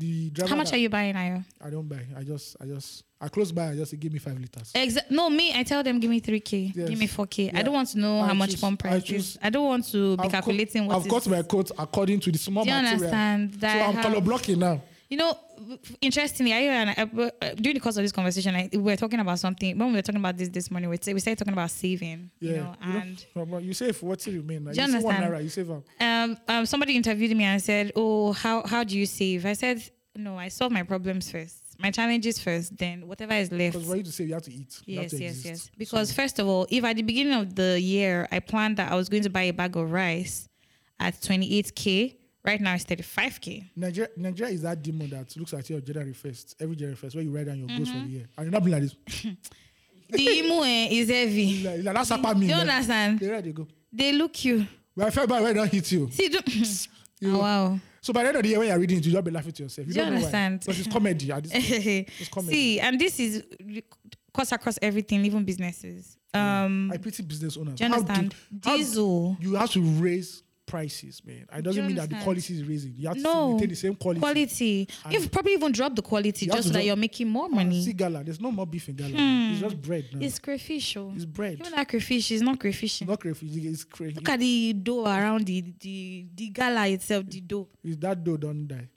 [SPEAKER 2] The driver.
[SPEAKER 3] How much
[SPEAKER 2] that-
[SPEAKER 3] are you buying, Ayo?
[SPEAKER 2] I don't buy. I just, I just, I close by. I just say, give me five liters.
[SPEAKER 3] Exa- no, me, I tell them give me 3K,
[SPEAKER 2] Yes.
[SPEAKER 3] give me 4K. I
[SPEAKER 2] Yeah.
[SPEAKER 3] don't want to know
[SPEAKER 2] I
[SPEAKER 3] how much
[SPEAKER 2] choose-
[SPEAKER 3] pump
[SPEAKER 2] I
[SPEAKER 3] price
[SPEAKER 2] choose-
[SPEAKER 3] is. I don't want to be
[SPEAKER 2] I've cut-
[SPEAKER 3] calculating what
[SPEAKER 2] I've
[SPEAKER 3] is-
[SPEAKER 2] got my quote according to the small
[SPEAKER 3] Do you
[SPEAKER 2] material.
[SPEAKER 3] understand that I
[SPEAKER 2] so I'm
[SPEAKER 3] have-
[SPEAKER 2] color blocking now.
[SPEAKER 3] You know, w- f- interestingly, I and I, uh, during the course of this conversation, I, we were talking about something. When we were talking about this this morning, we, t- we started talking about saving.
[SPEAKER 2] Yeah.
[SPEAKER 3] You know,
[SPEAKER 2] you, know,
[SPEAKER 3] and
[SPEAKER 2] but you save what you remain. Like,
[SPEAKER 3] Do
[SPEAKER 2] you
[SPEAKER 3] you
[SPEAKER 2] save one
[SPEAKER 3] understand?
[SPEAKER 2] naira. You save up.
[SPEAKER 3] um, um, somebody interviewed me and said, "Oh, how how do you save?" I said, "No, I solve my problems first, my challenges first, then whatever is left."
[SPEAKER 2] Because for you to save, you have to eat. you have
[SPEAKER 3] Yes,
[SPEAKER 2] to
[SPEAKER 3] yes,
[SPEAKER 2] exist.
[SPEAKER 3] yes. Because first of all, if at the beginning of the year I planned that I was going to buy a bag of rice at 28k, right now it's 35k.
[SPEAKER 2] Nigeria, Nigeria is that
[SPEAKER 3] Mm-hmm.
[SPEAKER 2] demon that looks at you on January first, every January first, where you write down your goals for the year, and you're not being like this.
[SPEAKER 3] the emu eh, is heavy.
[SPEAKER 2] Like, like, that's apa me.
[SPEAKER 3] You
[SPEAKER 2] like,
[SPEAKER 3] understand?
[SPEAKER 2] They ready to go.
[SPEAKER 3] They look you.
[SPEAKER 2] Well, I felt bad when they don't hit you.
[SPEAKER 3] See, do,
[SPEAKER 2] You-
[SPEAKER 3] oh, wow.
[SPEAKER 2] So by the end of the year, when you're reading it, you just be laughing to yourself. You
[SPEAKER 3] Do you
[SPEAKER 2] don't know why.
[SPEAKER 3] understand?
[SPEAKER 2] Because it's comedy. At this point. comedy.
[SPEAKER 3] See, and this is re- cuts across everything, even businesses. Um,
[SPEAKER 2] I pity business owners.
[SPEAKER 3] do you
[SPEAKER 2] How
[SPEAKER 3] understand?
[SPEAKER 2] how do-
[SPEAKER 3] Diesel.
[SPEAKER 2] you have to raise prices, man. It doesn't
[SPEAKER 3] you
[SPEAKER 2] mean that the
[SPEAKER 3] understand?
[SPEAKER 2] quality is raising. You have to
[SPEAKER 3] no
[SPEAKER 2] maintain the same quality.
[SPEAKER 3] Quality. You've probably even dropped the quality
[SPEAKER 2] You have
[SPEAKER 3] just
[SPEAKER 2] to
[SPEAKER 3] so that
[SPEAKER 2] drop- Ah,
[SPEAKER 3] you're making more money.
[SPEAKER 2] See gala. There's no more beef in gala. It's just bread. Now. It's,
[SPEAKER 3] Hmm. It's crayfish. oh.
[SPEAKER 2] bread.
[SPEAKER 3] Even that crayfish is not crayfish.
[SPEAKER 2] Not crayfish. It's crazy.
[SPEAKER 3] Look at the dough around the the, the gala itself. The dough.
[SPEAKER 2] It's that dough don't die.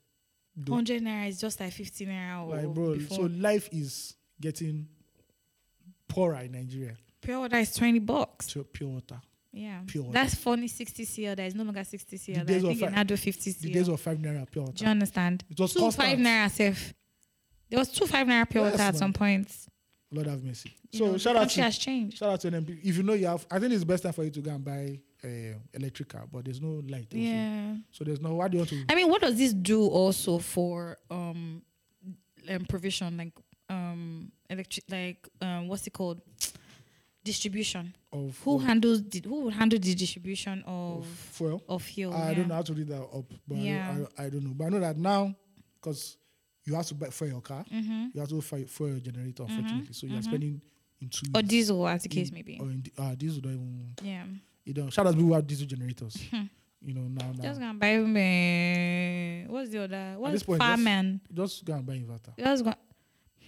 [SPEAKER 2] Dough.
[SPEAKER 3] Hundred naira is just like fifteen naira. Or
[SPEAKER 2] Like bro.
[SPEAKER 3] before.
[SPEAKER 2] So life is getting poorer in Nigeria.
[SPEAKER 3] pure water is twenty bucks.
[SPEAKER 2] So pure water.
[SPEAKER 3] Yeah,
[SPEAKER 2] Pure water.
[SPEAKER 3] that's funny. Sixty cl. That is no longer sixty cl.
[SPEAKER 2] days
[SPEAKER 3] I
[SPEAKER 2] of
[SPEAKER 3] think
[SPEAKER 2] fi-
[SPEAKER 3] in Ado fifty
[SPEAKER 2] The
[SPEAKER 3] cl.
[SPEAKER 2] days of five naira pure
[SPEAKER 3] Do you
[SPEAKER 2] water.
[SPEAKER 3] understand?
[SPEAKER 2] It was
[SPEAKER 3] two five
[SPEAKER 2] constant.
[SPEAKER 3] naira safe. There was two five naira pure
[SPEAKER 2] Yes,
[SPEAKER 3] water at
[SPEAKER 2] man.
[SPEAKER 3] some point.
[SPEAKER 2] Lord have mercy.
[SPEAKER 3] You
[SPEAKER 2] so
[SPEAKER 3] know, the
[SPEAKER 2] shout out
[SPEAKER 3] country
[SPEAKER 2] to
[SPEAKER 3] has changed.
[SPEAKER 2] shout out to NMP. If you know you have, I think it's best time for you to go and buy uh, electric car, but there's no light. also.
[SPEAKER 3] Yeah.
[SPEAKER 2] So there's no. Why do you want to?
[SPEAKER 3] I mean, what does this do also for um, um provision like um electric like um what's it called distribution?
[SPEAKER 2] Of
[SPEAKER 3] Who
[SPEAKER 2] of-
[SPEAKER 3] handles the, who would handle the distribution of
[SPEAKER 2] fuel?
[SPEAKER 3] of fuel?
[SPEAKER 2] I
[SPEAKER 3] Oh, yeah.
[SPEAKER 2] don't know how to read that up, but I,
[SPEAKER 3] Yeah.
[SPEAKER 2] don't, I, I don't know. But I know that now, because you have to buy for your car,
[SPEAKER 3] Mm-hmm.
[SPEAKER 2] you have to fuel fuel your generator, unfortunately. So you're spending in two.
[SPEAKER 3] Or
[SPEAKER 2] years.
[SPEAKER 3] diesel, as the
[SPEAKER 2] In-
[SPEAKER 3] case may be.
[SPEAKER 2] Or in, di- uh, diesel don't even.
[SPEAKER 3] Yeah.
[SPEAKER 2] You don't. Shout out to people who have diesel generators. you know now now.
[SPEAKER 3] Just gonna buy me. What's the other?
[SPEAKER 2] this
[SPEAKER 3] What's
[SPEAKER 2] point, just-
[SPEAKER 3] farmman?
[SPEAKER 2] Just go and buy inverter.
[SPEAKER 3] Just, gonna.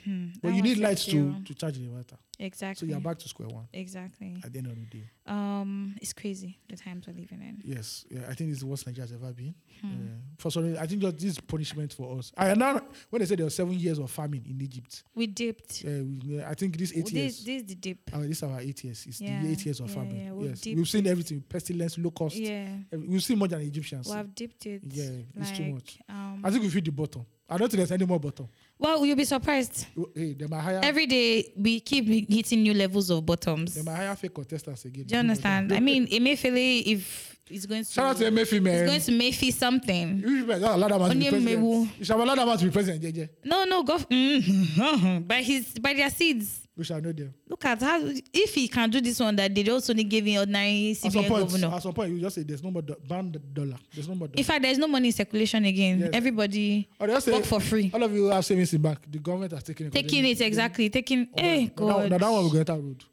[SPEAKER 3] Hmm,
[SPEAKER 2] But
[SPEAKER 3] that
[SPEAKER 2] you need
[SPEAKER 3] one's
[SPEAKER 2] lights to,
[SPEAKER 3] zero.
[SPEAKER 2] to charge the inverter. So
[SPEAKER 3] Exactly.
[SPEAKER 2] you're back to square one
[SPEAKER 3] Exactly.
[SPEAKER 2] at the end of the day.
[SPEAKER 3] Um, it's crazy the times we're living in.
[SPEAKER 2] Yes, yeah, I think it's the worst Nigeria has ever been.
[SPEAKER 3] Hmm.
[SPEAKER 2] Uh, for some reason, I think just this is punishment for us. I now when they said there were seven years of famine in Egypt,
[SPEAKER 3] We dipped.
[SPEAKER 2] uh, we, I think this eight
[SPEAKER 3] This,
[SPEAKER 2] years.
[SPEAKER 3] this is the dip.
[SPEAKER 2] Our, this is our eight years. It's
[SPEAKER 3] Yeah,
[SPEAKER 2] the eight years of
[SPEAKER 3] yeah,
[SPEAKER 2] famine.
[SPEAKER 3] yeah, we've
[SPEAKER 2] yes,
[SPEAKER 3] dipped.
[SPEAKER 2] we've seen everything: pestilence, locust.
[SPEAKER 3] Yeah.
[SPEAKER 2] every- We've seen more than Egyptians.
[SPEAKER 3] Well, I've dipped it.
[SPEAKER 2] Yeah, it's
[SPEAKER 3] like,
[SPEAKER 2] too much.
[SPEAKER 3] Um,
[SPEAKER 2] I think we've hit the bottom. I don't think there's any more bottom.
[SPEAKER 3] well, you'll be surprised.
[SPEAKER 2] Oh, Hey, they might hire.
[SPEAKER 3] Every day we keep hitting new levels of bottoms.
[SPEAKER 2] they
[SPEAKER 3] Do
[SPEAKER 2] might hire fake contestants again.
[SPEAKER 3] you understand? I mean, Emefiele, if he's going to,
[SPEAKER 2] shout out to Emefi
[SPEAKER 3] he's
[SPEAKER 2] man.
[SPEAKER 3] going to Mefi something.
[SPEAKER 2] You should be- just allow that man to be
[SPEAKER 3] Onye
[SPEAKER 2] president.
[SPEAKER 3] Mewu.
[SPEAKER 2] You should allow that man to be president. Jeje.
[SPEAKER 3] No, no, go mm, by his by their seeds.
[SPEAKER 2] We shall know them.
[SPEAKER 3] Look at how if he can do this one that they also only gave him ordinary
[SPEAKER 2] At some
[SPEAKER 3] CBN
[SPEAKER 2] point,
[SPEAKER 3] governor.
[SPEAKER 2] at some point, you just say there's no more do- ban the dollar. There's no more dollar.
[SPEAKER 3] In fact, there's no money in circulation again.
[SPEAKER 2] Yes.
[SPEAKER 3] Everybody
[SPEAKER 2] Or they just say,
[SPEAKER 3] work for free.
[SPEAKER 2] All of you have savings in bank. The government has taken it.
[SPEAKER 3] Taking it exactly, taking
[SPEAKER 2] Hey,
[SPEAKER 3] hey God.
[SPEAKER 2] Now, now Oh, that one oh. will go enter road.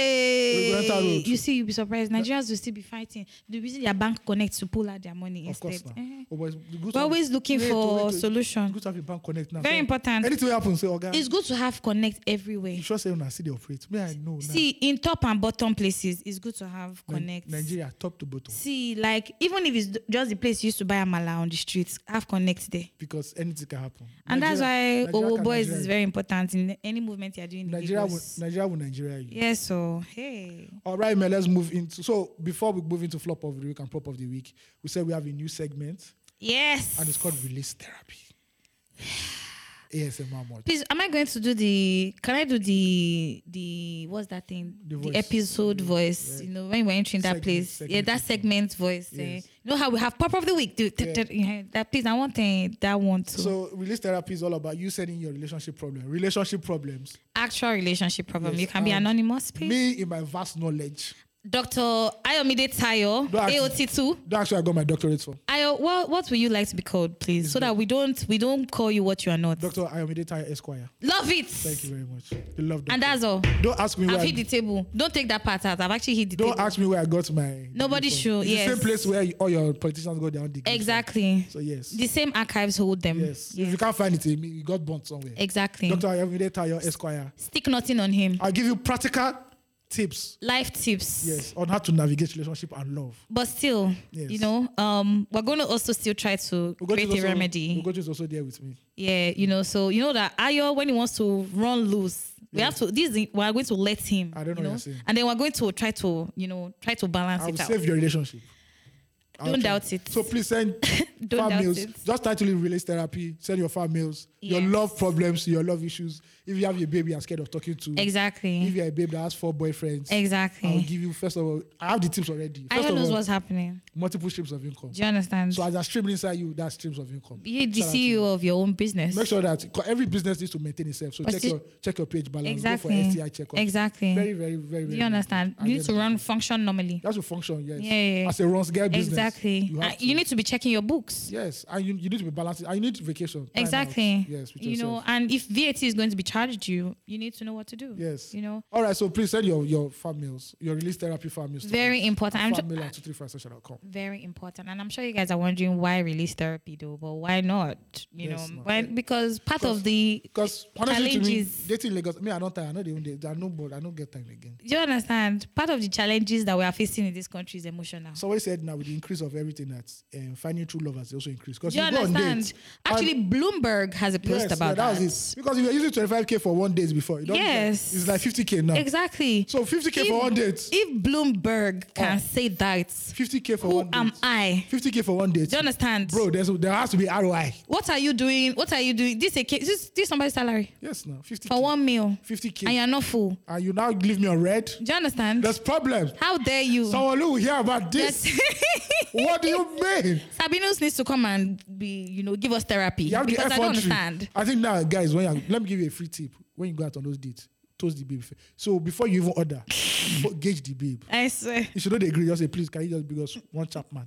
[SPEAKER 2] We go enter
[SPEAKER 3] Hey,
[SPEAKER 2] road.
[SPEAKER 3] you see, you'll be surprised. Nigerians will still be fighting. The reason their bank connects to pull out their money
[SPEAKER 2] Of course
[SPEAKER 3] instead.
[SPEAKER 2] now.
[SPEAKER 3] Eh.
[SPEAKER 2] Oh, but it's good to
[SPEAKER 3] We're
[SPEAKER 2] have-
[SPEAKER 3] always looking
[SPEAKER 2] wait,
[SPEAKER 3] for
[SPEAKER 2] wait, wait.
[SPEAKER 3] solution.
[SPEAKER 2] It's good to have a bank connect now.
[SPEAKER 3] Very important.
[SPEAKER 2] Anything happens, say, Oga.
[SPEAKER 3] Eh. It's good to have connect everywhere.
[SPEAKER 2] You sure say una see the operate. Me, I know. now.
[SPEAKER 3] See, in top and bottom places, it's good to have
[SPEAKER 2] Ni-
[SPEAKER 3] connect.
[SPEAKER 2] Nigeria, top to bottom.
[SPEAKER 3] See, like even if it's just the place you used to buy amala on the streets, have connect there.
[SPEAKER 2] Because anything can happen.
[SPEAKER 3] And
[SPEAKER 2] Nigeria-
[SPEAKER 3] that's why
[SPEAKER 2] Nigeria
[SPEAKER 3] Owo
[SPEAKER 2] can
[SPEAKER 3] Boys
[SPEAKER 2] Nigeria
[SPEAKER 3] is
[SPEAKER 2] you.
[SPEAKER 3] very important in any movement you're doing.
[SPEAKER 2] Nigeria will,
[SPEAKER 3] Yes,
[SPEAKER 2] Nigeria will Nigeria you.
[SPEAKER 3] yeah, so hey.
[SPEAKER 2] All right, man, let's move into. So, before we move into flop of the week and prop of the week, we said we have a new segment
[SPEAKER 3] Yes.
[SPEAKER 2] and it's called Release Therapy. ASMR mod.
[SPEAKER 3] Please, am I going to do the? Can I do the the what's that thing?
[SPEAKER 2] The
[SPEAKER 3] The,
[SPEAKER 2] voice.
[SPEAKER 3] episode voice. You know when we're entering that
[SPEAKER 2] Segment,
[SPEAKER 3] place. yeah,
[SPEAKER 2] segment.
[SPEAKER 3] that segment voice. eh.
[SPEAKER 2] Yes.
[SPEAKER 3] You know how we have pop of the week. Do, t- t- yeah, that please, I want eh, that one too.
[SPEAKER 2] So, release therapy is all about you setting your relationship problem, relationship problems.
[SPEAKER 3] Actual relationship problem.
[SPEAKER 2] Yes,
[SPEAKER 3] you can be
[SPEAKER 2] and
[SPEAKER 3] anonymous, please.
[SPEAKER 2] Me, in my vast knowledge,
[SPEAKER 3] Doctor Ayomide Tayo,
[SPEAKER 2] Don't ask me.
[SPEAKER 3] AOT two.
[SPEAKER 2] that actually I got my doctorate from
[SPEAKER 3] Ayo, uh, what what would you like to be called, please, so that we don't we don't call you what you are not.
[SPEAKER 2] Doctor Ayomide Tayo Esquire.
[SPEAKER 3] Love it.
[SPEAKER 2] Thank you very much. You love doctor.
[SPEAKER 3] And that's all.
[SPEAKER 2] Don't ask me where.
[SPEAKER 3] I've hit the
[SPEAKER 2] I,
[SPEAKER 3] table. Don't take that part out. I've actually hit the
[SPEAKER 2] don't
[SPEAKER 3] table.
[SPEAKER 2] ask me where I got my.
[SPEAKER 3] Nobody
[SPEAKER 2] degree
[SPEAKER 3] should,
[SPEAKER 2] It's
[SPEAKER 3] yes.
[SPEAKER 2] The same place where you- all your politicians go down.
[SPEAKER 3] Exactly.
[SPEAKER 2] So yes.
[SPEAKER 3] The same archives hold them.
[SPEAKER 2] yes.
[SPEAKER 3] Yeah.
[SPEAKER 2] If you can't find it, in me, you got burnt somewhere.
[SPEAKER 3] Exactly.
[SPEAKER 2] Doctor Ayomide Tayo Esquire.
[SPEAKER 3] Stick nothing on him.
[SPEAKER 2] I'll give you practical tips.
[SPEAKER 3] Life tips.
[SPEAKER 2] Yes, on how to navigate relationship and love.
[SPEAKER 3] But still,
[SPEAKER 2] Yes.
[SPEAKER 3] you know, um, we're going to also still try to
[SPEAKER 2] Ugochi
[SPEAKER 3] create
[SPEAKER 2] is
[SPEAKER 3] a
[SPEAKER 2] also-
[SPEAKER 3] remedy.
[SPEAKER 2] Ugochi is also there with me.
[SPEAKER 3] Yeah, you know, so you know that Ayo, when he wants to run loose, we have to. This is- we are going to let him.
[SPEAKER 2] I don't know
[SPEAKER 3] you
[SPEAKER 2] what you're saying.
[SPEAKER 3] And then we're going to try to, you know, try to balance
[SPEAKER 2] I will
[SPEAKER 3] it out.
[SPEAKER 2] save your relationship. I will
[SPEAKER 3] Don't
[SPEAKER 2] try.
[SPEAKER 3] doubt it.
[SPEAKER 2] So please send
[SPEAKER 3] Don't doubt
[SPEAKER 2] mails.
[SPEAKER 3] it.
[SPEAKER 2] Just title it Release Therapy. Send your fan mails, your
[SPEAKER 3] Yes.
[SPEAKER 2] love problems, your love issues. If you have a baby you're scared of talking to. If
[SPEAKER 3] Exactly.
[SPEAKER 2] you're a babe that has four boyfriends. I'll
[SPEAKER 3] Exactly.
[SPEAKER 2] give you, first of all, I have the tips already. First
[SPEAKER 3] I don't
[SPEAKER 2] of
[SPEAKER 3] know
[SPEAKER 2] all,
[SPEAKER 3] what's happening.
[SPEAKER 2] multiple streams of income.
[SPEAKER 3] Do you understand?
[SPEAKER 2] So as a stream inside you, that's streams of income.
[SPEAKER 3] You're the E
[SPEAKER 2] Shout out to
[SPEAKER 3] CEO of your own business.
[SPEAKER 2] Make sure that 'cause every business needs to maintain itself. So
[SPEAKER 3] But
[SPEAKER 2] check
[SPEAKER 3] still-
[SPEAKER 2] your check your page balance. Go
[SPEAKER 3] Exactly.
[SPEAKER 2] for STI checkup.
[SPEAKER 3] Exactly.
[SPEAKER 2] Very, very, very,
[SPEAKER 3] Do
[SPEAKER 2] very.
[SPEAKER 3] you understand?
[SPEAKER 2] very
[SPEAKER 3] You need to
[SPEAKER 2] important.
[SPEAKER 3] run function normally.
[SPEAKER 2] That's your function, yes.
[SPEAKER 3] Yeah, yeah, yeah.
[SPEAKER 2] As a runs girl business.
[SPEAKER 3] Exactly.
[SPEAKER 2] You, have
[SPEAKER 3] And you
[SPEAKER 2] to.
[SPEAKER 3] need to be checking your books.
[SPEAKER 2] Yes, and you, you need to be balancing. And you need vacation. time out.
[SPEAKER 3] Exactly.
[SPEAKER 2] Yes, with
[SPEAKER 3] you know,
[SPEAKER 2] yourself.
[SPEAKER 3] and if VAT is going to be charged you, you need to know what to do.
[SPEAKER 2] Yes.
[SPEAKER 3] You know,
[SPEAKER 2] All right, so please send your your fan mails, your release therapy fan mails. to
[SPEAKER 3] Very
[SPEAKER 2] us.
[SPEAKER 3] important.
[SPEAKER 2] At
[SPEAKER 3] I'm
[SPEAKER 2] fan
[SPEAKER 3] ju-
[SPEAKER 2] mail at 235session.com.
[SPEAKER 3] very important. And I'm sure you guys are wondering why release therapy though, but why not? You
[SPEAKER 2] Yes,
[SPEAKER 3] know,
[SPEAKER 2] ma'am.
[SPEAKER 3] why, because part of the
[SPEAKER 2] Because honestly, to me,
[SPEAKER 3] Challenges.
[SPEAKER 2] dating in Lagos, me, I don't time. I know they own the- I know, but I don't get time again.
[SPEAKER 3] do you understand? Part of the challenges that we are facing in this country is emotional.
[SPEAKER 2] Somebody said now with the increase of everything that um, finding true love has also increased. Because
[SPEAKER 3] do you
[SPEAKER 2] go on
[SPEAKER 3] understand?
[SPEAKER 2] dates,
[SPEAKER 3] Actually, Bloomberg has a post
[SPEAKER 2] yes, yeah,
[SPEAKER 3] about
[SPEAKER 2] that
[SPEAKER 3] that.
[SPEAKER 2] was it. Because if you're using 25k for one date before, you don't
[SPEAKER 3] Yes.
[SPEAKER 2] it's like 50k now.
[SPEAKER 3] Exactly.
[SPEAKER 2] So 50k
[SPEAKER 3] If-
[SPEAKER 2] for one date.
[SPEAKER 3] If Bloomberg can
[SPEAKER 2] Oh.
[SPEAKER 3] say that,
[SPEAKER 2] 50k for
[SPEAKER 3] who
[SPEAKER 2] one date.
[SPEAKER 3] am I?
[SPEAKER 2] 50k for one date.
[SPEAKER 3] Do you understand?
[SPEAKER 2] Bro, there's, there has to be ROI.
[SPEAKER 3] What are you doing? What are you doing? This a ca- is this this somebody's salary
[SPEAKER 2] Yes, now 50k.
[SPEAKER 3] for one meal,
[SPEAKER 2] 50k.
[SPEAKER 3] and you're not full.
[SPEAKER 2] and you now leave me on red.
[SPEAKER 3] Do you understand?
[SPEAKER 2] There's problems.
[SPEAKER 3] How dare you?
[SPEAKER 2] Someone who will hear about this.
[SPEAKER 3] Yes.
[SPEAKER 2] what do you mean?
[SPEAKER 3] Sabinus needs to come and be, you know, give us therapy
[SPEAKER 2] You have
[SPEAKER 3] because
[SPEAKER 2] the
[SPEAKER 3] I
[SPEAKER 2] F
[SPEAKER 3] don't
[SPEAKER 2] entry.
[SPEAKER 3] understand.
[SPEAKER 2] I think now, guys, when you let me give you a free tip. When you go out on those dates, toast the babe. first. So before you even order, gauge the babe.
[SPEAKER 3] I swear.
[SPEAKER 2] You should not agree. Just say, please, can you just bring us one chapman?